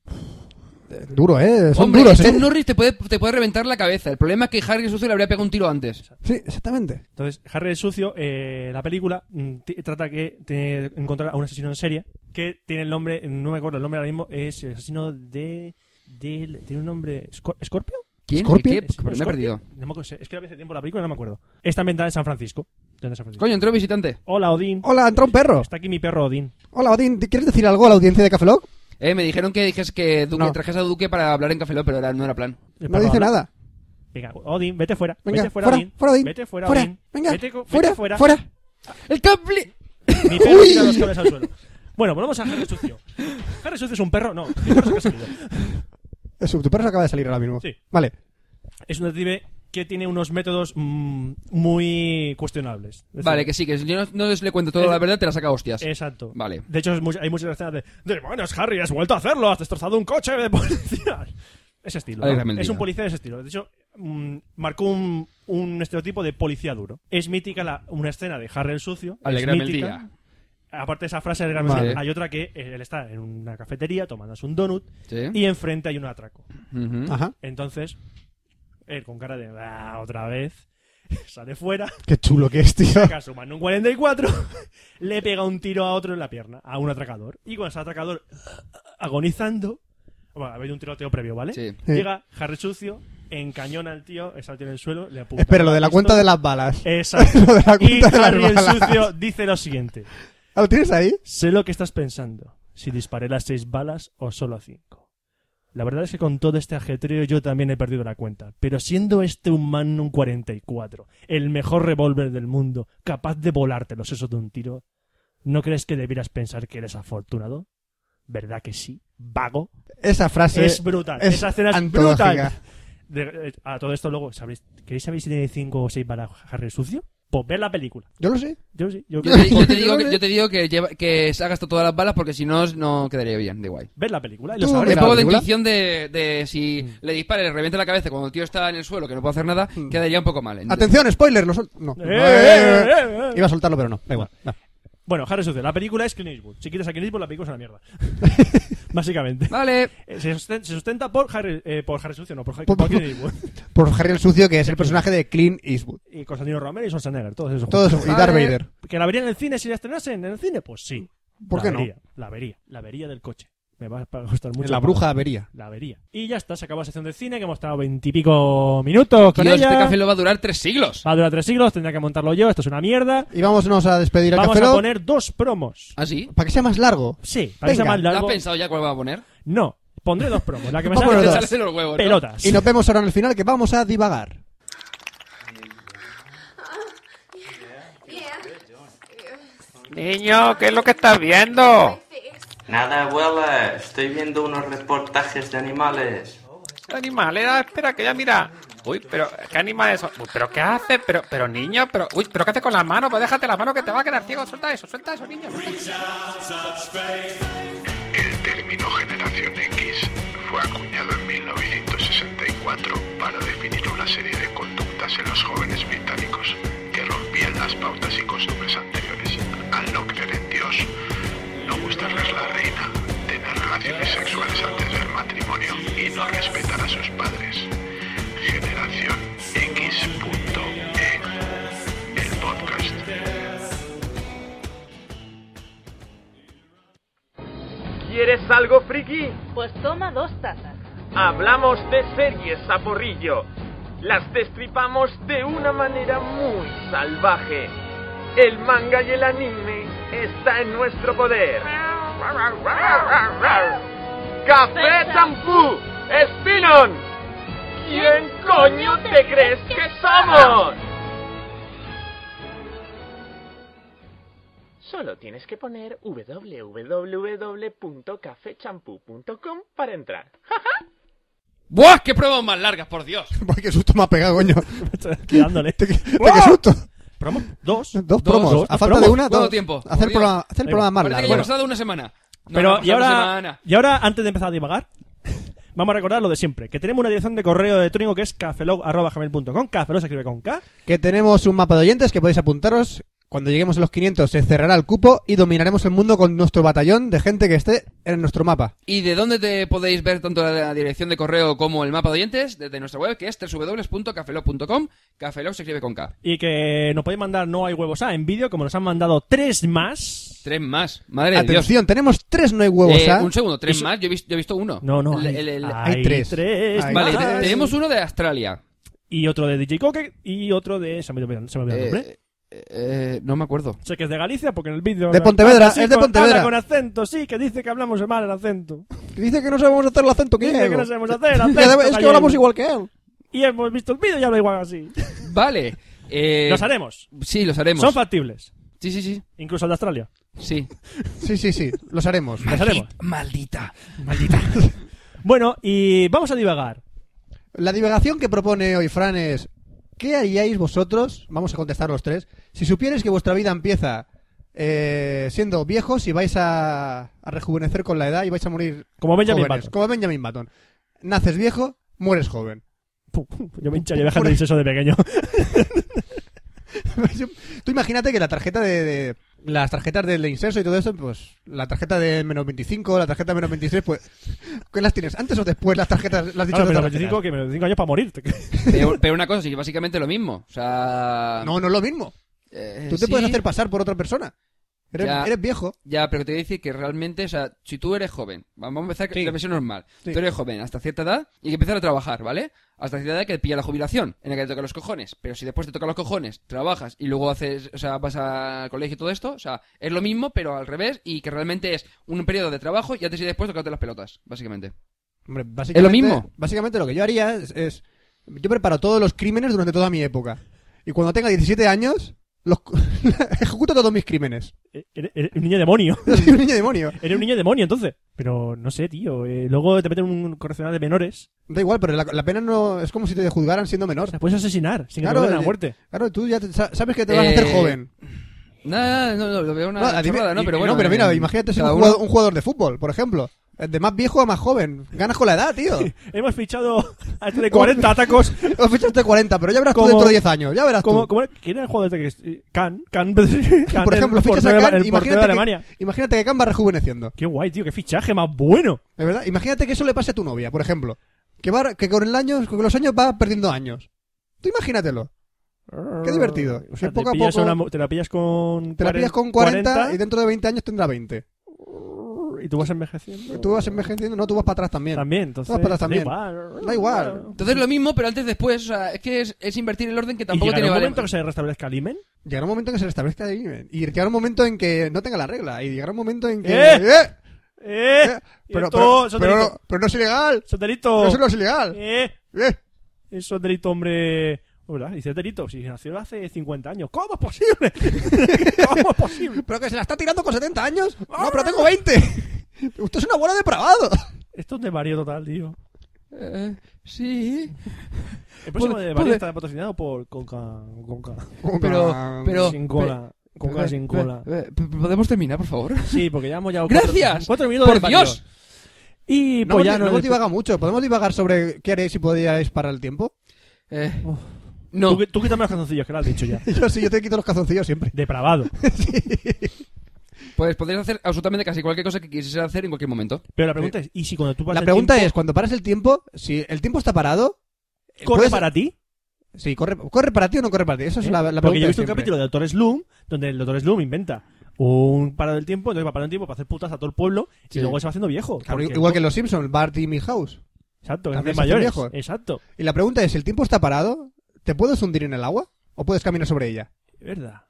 C: Eh, Duro, ¿eh? Son
B: Hombre,
C: duros,
B: Chuck
C: ¿eh?
B: Norris te puede, te puede reventar la cabeza. El problema es que Harry Sucio le habría pegado un tiro antes.
C: Sí, exactamente.
A: Entonces, Harry el Sucio, eh, la película, mm, t- trata que de encontrar a un asesino en serie que tiene el nombre, mm, no me acuerdo el nombre ahora mismo, es el asesino de... del- ¿Tiene un nombre? ¿Scor- ¿Escorpio?
B: ¿Quién?
C: ¿Scorpion?
B: ¿Qué? Pues Me he
A: ¿Scorpio?
B: perdido.
A: No me acuerdo, es que la vi hace tiempo la película, no me acuerdo. Está ambientada en San Francisco. de San Francisco.
B: Coño, entró visitante.
A: Hola, Odín.
C: Hola, entra un perro.
A: Está aquí mi perro Odín.
C: Hola, Odín, ¿te- ¿quieres decir algo a la audiencia de Café Lock?
B: Eh, me dijeron que dijes que Duque,
C: No.
B: trajes a Duque para hablar en Café Lock, pero era, no era plan.
A: El
C: No
A: perro
C: dice
A: habla.
C: nada.
A: Venga, Odín, vete fuera.
C: Venga,
A: Eh, vete fuera,
C: fuera,
A: Odín.
C: fuera, Odín.
A: Vete fuera,
C: Fuera,
A: Odín.
C: venga,
A: vete, co-
C: fuera,
A: vete fuera.
C: fuera.
B: ¡El cable!
A: Mi perro tira los cables al suelo. Bueno, volvemos a Harry Sucio. Harry Sucio es un perro, no. mi perro se ha caído.
C: Eso, tu Eh, perro se acaba de salir ahora mismo.
A: Sí.
C: Vale.
A: Es un detective que tiene unos métodos mm, muy cuestionables. Es decir,
B: Vale, que sí, que yo no, no les le cuento toda
A: Es-
B: la verdad, te la saca a hostias.
A: Exacto.
B: Vale.
A: De hecho, es mu- hay muchas escenas de. ¡Demonios, Harry! ¡Has vuelto a hacerlo! ¡Has destrozado un coche de policía! [laughs] Ese estilo. ¿no?
B: Alegremente.
A: Es un policía de ese estilo. De hecho, mm, marcó un, un estereotipo de policía duro. Es mítica la- una escena de Harry el sucio. es
B: Alégrame el
A: mítica.
B: día.
A: Aparte de esa frase, alégrame el
C: Vale.
A: día, hay otra que eh, él está en una cafetería tomándose un donut
B: Sí.
A: y enfrente hay un atraco.
B: Ujú.
C: Ajá.
A: Entonces, él con cara de "Ah, otra vez, [laughs] sale fuera,
C: Qué chulo que es, tío.
A: saca su mano un 44, [laughs] le pega un tiro a otro en la pierna, a un atracador. Y cuando ese atracador agonizando, bueno, ha habido un tiroteo previo,
C: ¿eh?
A: ¿vale?
B: Sí.
C: Sí.
A: Llega Harry Sucio, encañona al tío, está en el suelo, le apunta.
C: Espera, lo de la
A: pistola.
C: cuenta de las balas.
A: Exacto.
C: [laughs] Lo de la
A: y
C: cuenta de las
A: Harry el
C: balas.
A: Sucio dice lo siguiente:
C: Ah, [laughs] ¿Lo tienes ahí?
A: Sé lo que estás pensando, si disparé las seis balas o solo cinco. La verdad es que con todo este ajetreo yo también he perdido la cuenta, pero siendo este un Magnum 44, el mejor revólver del mundo, capaz de volarte los sesos de un tiro, ¿no crees que debieras pensar que eres afortunado? ¿Verdad que sí? ¿Vago?
C: Esa frase.
A: es brutal.
C: es
A: Esa escena es
C: antológica.
A: brutal. De- eh, a todo esto luego, ¿sabéis, ¿queréis saber si tiene cinco o seis balas Harry Sucio? Pues ver la película.
C: Yo lo sé.
A: Yo sí, yo
B: Yo
C: [laughs]
A: creo-
B: te, yo te digo, que, yo te digo que, lleva- que se ha gastado todas las balas porque si no, no quedaría bien, de guay.
A: Ver la película Mm. y lo
C: Tú
A: sabré.
B: Es
C: ¿Era
B: poco de
C: película?
B: intuición de, de si le dispara y le revienta la cabeza cuando el tío está en el suelo, que no puede hacer nada,
A: Mm.
B: quedaría un poco mal. Entonces,
C: Atención, spoiler, lo sol- No.
A: Eh, eh, eh, eh.
C: Iba a soltarlo, pero no. Da igual. Va.
A: Bueno, Harry Sucio, la película es Clint Eastwood. Si quieres a Clint Eastwood, la película es una
C: [laughs]
A: mierda. Básicamente.
B: Vale.
A: Eh, Se sosten- se sustenta por Harry, eh, por Harry Sucio, no, por, Harry-
C: Por-
A: por Clint Eastwood.
C: Por Harry el Sucio, que es el personaje de Clint Eastwood.
A: Y Constantino Romero y Schwarzenegger, todos esos.
C: Todo eso.
A: juntos.
C: Y Darth
B: Vale.
C: Vader.
A: ¿Que la vería en el cine si la estrenasen en el cine? Pues sí.
C: ¿Por
A: La
C: qué no?
A: vería, La vería, la vería del coche. Me va a costar mucho.
C: La bruja avería.
A: La vería. Y ya está, se acabó la sección de cine que hemos estado veintipico minutos con
B: Tío,
A: ella.
B: este café lo va a durar tres siglos.
A: Va a durar tres siglos, tendrá que montarlo yo, esto es una mierda.
C: Y vámonos a despedir al
A: Vamos
C: café
A: a
C: Lock.
A: poner dos promos.
B: ¿Ah, sí?
C: Para que sea más largo.
A: Sí, para que sea
C: Venga,
A: más
B: ¿Has
A: largo.
B: pensado ya cuál va a poner?
A: No, pondré dos promos. La que me
C: Vamos
A: sale
C: a
A: de
C: Pero
B: Te
C: dos.
B: sales de los huevos. ¿no?
A: pelotas. [laughs]
C: Y nos vemos ahora en el final, que vamos a divagar.
J: Niño, ¿qué es lo que estás viendo?
K: Nada, abuela, estoy viendo unos reportajes de animales.
J: Animales, ah, espera, que ya mira. Uy, pero ¿qué animales son? Uy, pero ¿qué haces? Pero, pero niño, pero, uy, pero ¿qué haces con las manos? Pues déjate las manos que te va a quedar ciego. Suelta eso, suelta eso, niño.
K: El término generación X fue acuñado en 1964 para definir una serie de conductas en los jóvenes británicos que rompían las pautas y costumbres anteriores al no creer en Dios, no gustarles la reina, tener relaciones sexuales antes del matrimonio y no respetar a sus padres. Generación X.E. El podcast.
J: ¿Quieres algo, friki?
D: Pues toma dos tazas.
J: Hablamos de series, saporrillo. Las destripamos de una manera muy salvaje. El manga y el anime está en nuestro poder. ¡Café Tampú! ¡Espinon! ¿Quién coño te crees que somos? Solo tienes que poner www.cafechampú.com para entrar.
B: ¡Buah! ¡Qué pruebas más largas, por Dios!
C: [laughs] Porque qué susto me ha pegado,
B: [laughs]
C: coño.
A: Dándole.
C: Te- te- qué susto.
A: Promo dos.
C: Dos promos.
A: dos
C: a falta
A: promos.
C: de una,
B: ¿Cuánto
C: dos.
B: tiempo? Por
C: Hacer el programa, hacer el programa más
B: Parece que ya
C: largo.
B: hemos dado una semana. No,
A: Pero,
B: no,
A: y,
B: pasado una
A: ahora,
B: semana.
A: y ahora, antes de empezar a divagar, [laughs] vamos a recordar lo de siempre: que tenemos una dirección de correo electrónico que es cafelog.com. Cafelog se escribe con K.
C: Que tenemos un mapa de oyentes que podéis apuntaros. Cuando lleguemos a los 500 se cerrará el cupo y dominaremos el mundo con nuestro batallón de gente que esté en nuestro mapa.
B: ¿Y de dónde te podéis ver tanto la dirección de correo como el mapa de oyentes? Desde nuestra web, que es www.cafelog.com. Cafelog se escribe con K.
A: Y que nos podéis mandar No hay huevos A en vídeo, como nos han mandado tres más.
B: Tres más. Madre de Dios.
C: Atención, tenemos tres no hay huevos,
B: Eh,
C: ¿ah?
B: un segundo, tres
A: Eso-
B: más. Yo he visto, yo he visto uno.
A: No, no.
B: El-
A: hay,
B: el- el-
C: hay tres. Hay
B: Vale,
C: más.
B: te- tenemos uno de Australia.
A: Y otro de DJ Coque y otro de. Se me ha olvidado se me ha olvidado el nombre.
B: Eh, eh, no me acuerdo.
A: Sé que es de Galicia porque en el vídeo.
C: De
A: habla-
C: Pontevedra,
A: habla así
C: es de
A: con-
C: Pontevedra.
A: habla con acento, sí, que dice que hablamos mal el acento.
C: Dice que no sabemos hacer el acento
A: Dice que
C: gallego.
A: no
C: [laughs]
A: sabemos hacer el
C: Y
A: acento.
C: además es que
A: gallego.
C: hablamos igual que él.
A: Y hemos visto el vídeo y habla igual así.
B: Vale. eh,
A: Los haremos.
B: Sí, los haremos.
A: Son factibles.
B: Sí, sí, sí.
A: Incluso el de Australia.
B: Sí.
C: Sí, sí, sí, los
B: [laughs]
C: haremos.
A: Los haremos.
B: Maldita.
A: [laughs] Bueno, y vamos a divagar.
C: La divagación que propone hoy Fran es ¿qué haríais vosotros? Vamos a contestar los tres. Si supierais que vuestra vida empieza eh, siendo viejos y vais a, a rejuvenecer con la edad y vais a morir
A: Como Benjamin
C: jóvenes,
A: Button.
C: como Benjamin Button. Naces viejo, mueres joven. [laughs]
A: Pum, pum, Yo me hincharía dejando el eso de pequeño.
C: Tú imagínate que la tarjeta de, de- las tarjetas del incenso y todo eso, pues la tarjeta de menos 25, la tarjeta de menos 26, pues [laughs] ¿qué las tienes? Antes o después las tarjetas, las dichas
A: Claro, pero
C: tarjetas?
A: 25, que menos 25 años para morirte.
B: Pero, pero una cosa, sí, básicamente lo mismo. O sea.
C: No, no es lo mismo.
B: eh,
C: Tú te puedes
B: sí,
C: hacer pasar por otra persona. Eres,
B: Ya.
C: eres viejo.
B: Ya, pero te voy a decir que realmente, o sea, si tú eres joven, vamos a empezar con la versión normal.
C: Sí.
B: Tú eres joven hasta cierta edad y hay que empezar a trabajar, ¿vale? Hasta cierta edad que pilla la jubilación, en la que te toca los cojones. Pero si después te toca los cojones, trabajas y luego haces, o sea, vas al colegio y todo esto, o sea, es lo mismo, pero al revés y que realmente es un periodo de trabajo y antes y después tocarte las pelotas, básicamente.
C: Hombre, básicamente,
B: lo mismo?
C: Básicamente lo que yo haría es, es- Yo preparo todos los crímenes durante toda mi época. Y cuando tenga 17 años, los cu- [laughs] ejecuto todos mis crímenes.
A: [laughs]
C: [laughs]
A: Eres, eres un niño demonio.
C: Soy un niño demonio.
A: Eres un niño demonio, entonces. Pero no sé, tío. eh, luego te meten en un correccional de menores.
C: Da igual, pero la, la pena no es como si te juzgaran siendo menor.
A: Te puedes asesinar sin
C: Claro,
A: que te condenen
C: eh,
A: a muerte.
C: Claro, tú ya te- sa- sabes que te vas a hacer
B: Eh,
C: joven.
B: Nada, no, no, lo veo una
C: No, a ti-
B: chorrada, ¿no?
C: y-
B: Pero
C: y
B: bueno.
C: no, pero mira,
B: eh,
C: imagínate ser un
B: cada uno-
C: jugador, un jugador de fútbol, por ejemplo. Eh, De más viejo a más joven. Ganas con la edad,
B: [laughs]
C: tío.
A: Hemos fichado [laughs] a este de 40
C: [laughs]
A: atacos.
C: Os fichaste 40, pero ya verás tú
A: Como-
C: dentro de 10 años. Ya verás tú.
A: Como, como era- ¿Quién era el jugador este que es? Can, Can, [laughs] Can,
C: por ejemplo,
A: el
C: fichas
A: portero,
C: a
A: de-
C: Kahn,
A: el portero de
C: imagínate,
A: Alemania.
C: que, imagínate que Kahn va rejuveneciendo.
A: Qué guay, tío, qué fichaje más bueno.
C: ¿De verdad? Imagínate que eso le pase a tu novia, por ejemplo. Que, va, que con, el año, con los años va perdiendo años. Tú imagínatelo. Qué divertido.
A: O sea,
C: Que poco
A: te,
C: a
A: pillas
C: poco-
A: una mu- te la pillas con.
C: Te la pillas con 40, y dentro de 20 años tendrá 20.
A: y tú vas envejeciendo.
C: Tú vas envejeciendo, no, tú vas para atrás también.
A: También, entonces.
C: Vas para atrás
A: da
C: también.
A: igual.
C: Da igual.
B: Entonces lo mismo, pero antes después. O sea, es que es, es invertir el orden que
A: ¿Y
B: tampoco
A: llegará
B: tiene
A: un
B: valor.
A: momento que se restablezca el imen?
C: Llegará un momento en que se restablezca el límite. Y llegará un momento en que no tenga la regla. Y llegará un momento en que.
A: ¡Eh!
C: ¡Eh!
A: ¡Eh! [laughs]
C: Eh, Pero,
A: esto,
C: pero,
A: eso te
C: pero
A: digo.
C: no, pero no es ilegal.
A: ¡Eso es delito!
C: Pero Eso no es ilegal.
A: ¡Eh!
C: Eh,
A: Eso es delito, hombre. ¿Verdad? Dice es delito. Si nació hace 50 años. ¿Cómo es posible? [laughs] ¿Cómo es posible?
C: Pero que se la está tirando con 70 años.
A: ¡Ah!
C: No, pero tengo 20. [laughs] Usted es un abuelo depravado.
A: Esto es de varío total, tío.
B: Eh, sí.
A: El próximo
B: Puede-
A: de varío
B: puede-
A: está patrocinado por Conca. Conca.
B: Pero- pero-
A: sin cola. Conca sin cola.
B: Eh, eh, ¿Podemos terminar, por favor?
A: Sí, porque ya hemos ya.
B: ¡Gracias!
A: Cuatro, cuatro minutos
B: ¡Por
A: de varío.
B: Dios!
A: Y
C: No,
A: pues ya
C: hemos- no
A: nos
C: hemos
A: despe-
C: divagado mucho. ¿Podemos divagar sobre qué haréis si podíais parar el tiempo?
B: Eh,
A: Uf.
B: no.
A: Tú, qui- tú quítame los calzoncillos, que lo has dicho
B: [laughs]
A: ya.
C: [laughs] Yo sí, yo te quito los calzoncillos siempre.
A: Depravado.
B: Pues podrías hacer absolutamente casi cualquier cosa que quisieras hacer en cualquier momento.
A: Pero la pregunta es: ¿y si cuando tú paras
C: La
A: el
C: pregunta
A: tiempo,
C: es, cuando paras el tiempo, si el tiempo está parado...
A: ¿corre
C: puedes-
A: para ti?
C: Sí, corre, ¿corre para ti o no corre para ti? Eso es
A: ¿Eh?
C: la, la pregunta
A: Porque yo he
C: de
A: visto un
C: siempre.
A: capítulo de Doctor Sloom donde el Doctor Sloom inventa un parado del tiempo, entonces va parando el tiempo para hacer putas a todo el pueblo
B: Sí.
A: y luego se va haciendo viejo.
C: Claro,
A: Porque-
C: igual que en Los Simpsons, Bart y Milhouse.
A: Exacto, que hacen
C: también se eh. hacen
A: mayores.
C: viejos.
A: Exacto,
C: Y la pregunta es, ¿el tiempo está parado? ¿Te puedes hundir en el agua? ¿O puedes caminar sobre ella?
A: es verdad.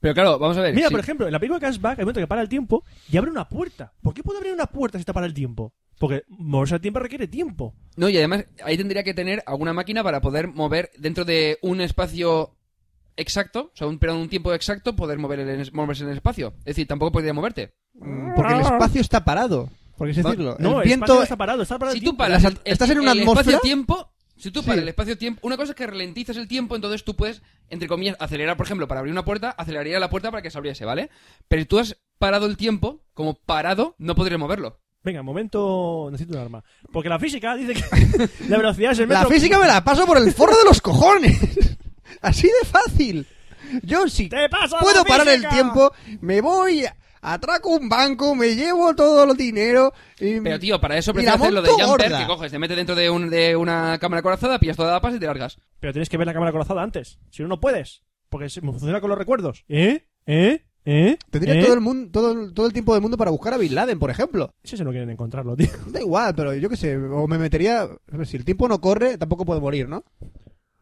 B: Pero claro, vamos a ver.
A: Mira,
B: sí.
A: por ejemplo, en la película Cashback hay un momento que para el tiempo y abre una puerta. ¿Por qué puede abrir una puerta si está para el tiempo? Porque moverse al tiempo requiere tiempo.
B: No, y además ahí tendría que tener alguna máquina para poder mover dentro de un espacio exacto, o sea, un, perdón, un tiempo exacto, poder mover el, en- moverse en el espacio. Es decir, tampoco podría moverte.
C: Mm, Porque el espacio está parado. Por así
B: Va-
C: decirlo.
A: No, espacio
C: el viento...
A: no está parado, está parado
B: Si
A: el
B: tú
A: tiempo.
B: paras,
C: Las-
B: el-
C: estás en
B: el-
C: una
B: el
C: atmósfera.
B: espacio-tiempo, si tú paras
C: Sí.
B: el espacio-tiempo, una cosa es que ralentizas el tiempo, entonces tú puedes, entre comillas, acelerar, por ejemplo, para abrir una puerta, aceleraría la puerta para que se abriese, ¿vale? Pero si tú has parado el tiempo, como parado, no podrías moverlo.
A: Venga, momento, necesito un arma. Porque la física dice
C: [laughs]
A: que la velocidad es el metro.
C: La física me la paso por el forro de los cojones. [laughs] Así de fácil. Yo sí.
A: [laughs] ¡Te pasa la
C: puedo parar el
A: física!
C: tiempo, me voy, atraco un banco, me llevo todo el dinero. Y...
B: Pero tío, para eso
C: Y
B: prefieres
C: la
B: hacer lo de
C: Mm. monto
B: Jumper,
C: gorda.
B: que coges, te metes dentro de, un- de una cámara corazada, pillas toda la paz y te largas.
A: Pero tienes que ver la cámara corazada antes. Si no, no puedes. Porque se- funciona con los recuerdos. ¿Eh? ¿Eh? ¿Eh?
C: Tendría
A: ¿Eh?
C: todo, el mundo, todo, el- todo el tiempo del mundo para buscar a Bin Laden, por ejemplo.
A: Ese se no quieren encontrarlo, tío.
C: Da igual, pero yo qué sé. O me metería. Si el tiempo no corre, tampoco puedo morir, ¿no?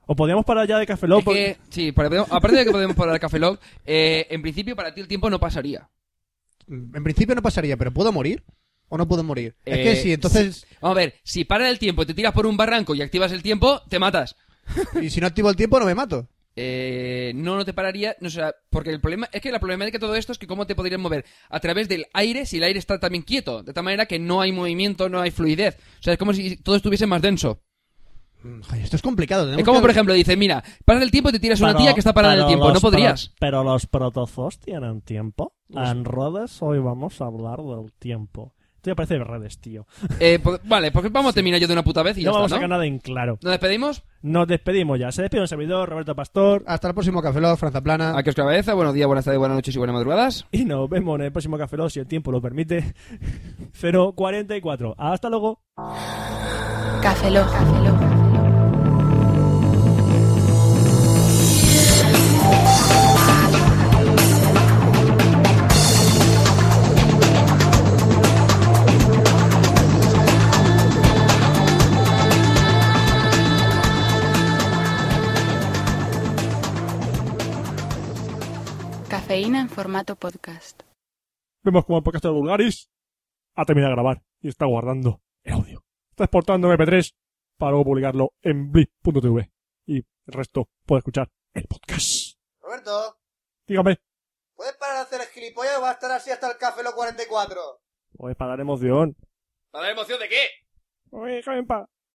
A: O podríamos parar ya de Café Lock,
B: Es que, sí, para- aparte de que podemos parar el Café Lock, eh, en principio para ti el tiempo no pasaría.
C: En principio no pasaría, pero ¿puedo morir? ¿O no puedo morir?
B: Eh,
C: es que si entonces.
B: Vamos a ver, si paras el tiempo, te tiras por un barranco y activas el tiempo, te matas.
C: Y si no activo el tiempo, no me mato.
B: Eh, no, no te pararía, no, o sea, porque el problema es que la problemática de todo esto es que cómo te podrías mover a través del aire si el aire está también quieto, de tal manera que no hay movimiento, no hay fluidez. O sea, es como si todo estuviese más denso.
C: Mm, ay, esto es complicado.
B: Es
C: tenemos
B: como,
C: que-
B: por ejemplo, dices, mira, paras el tiempo y te tiras una tía que está parada en el tiempo, no podrías.
A: pero los protozoos tienen tiempo. En redes hoy vamos a hablar del tiempo. Esto ya parece de redes, tío.
B: Eh, po- vale, pues vamos a terminar yo de una puta vez y ya
A: no
B: está,
A: vamos a
B: ¿no?
A: sacar nada en claro.
B: ¿Nos despedimos?
A: Nos despedimos ya. Se despide un servidor, Roberto Pastor.
C: Hasta el próximo Café Lock, Franza Plana.
B: Aquí os cabeza, buenos días, buenas tardes, buenas noches y buenas madrugadas.
A: Y nos vemos en el próximo Café Lock, si el tiempo lo permite. [laughs] 044. Hasta luego.
L: Café Lock. Cafeína en formato podcast.
A: Vemos como el podcast de Vulgaris ha terminado de grabar y está guardando el audio. Está exportando MP3 para luego publicarlo en blip.tv. Y el resto puede escuchar el podcast.
C: Roberto.
M: Dígame.
C: ¿Puedes parar de hacer el gilipollas o vas a estar así hasta el café los 44?
A: Pues para dar emoción.
B: ¿Para dar emoción de qué?
A: Oye, déjame en paz.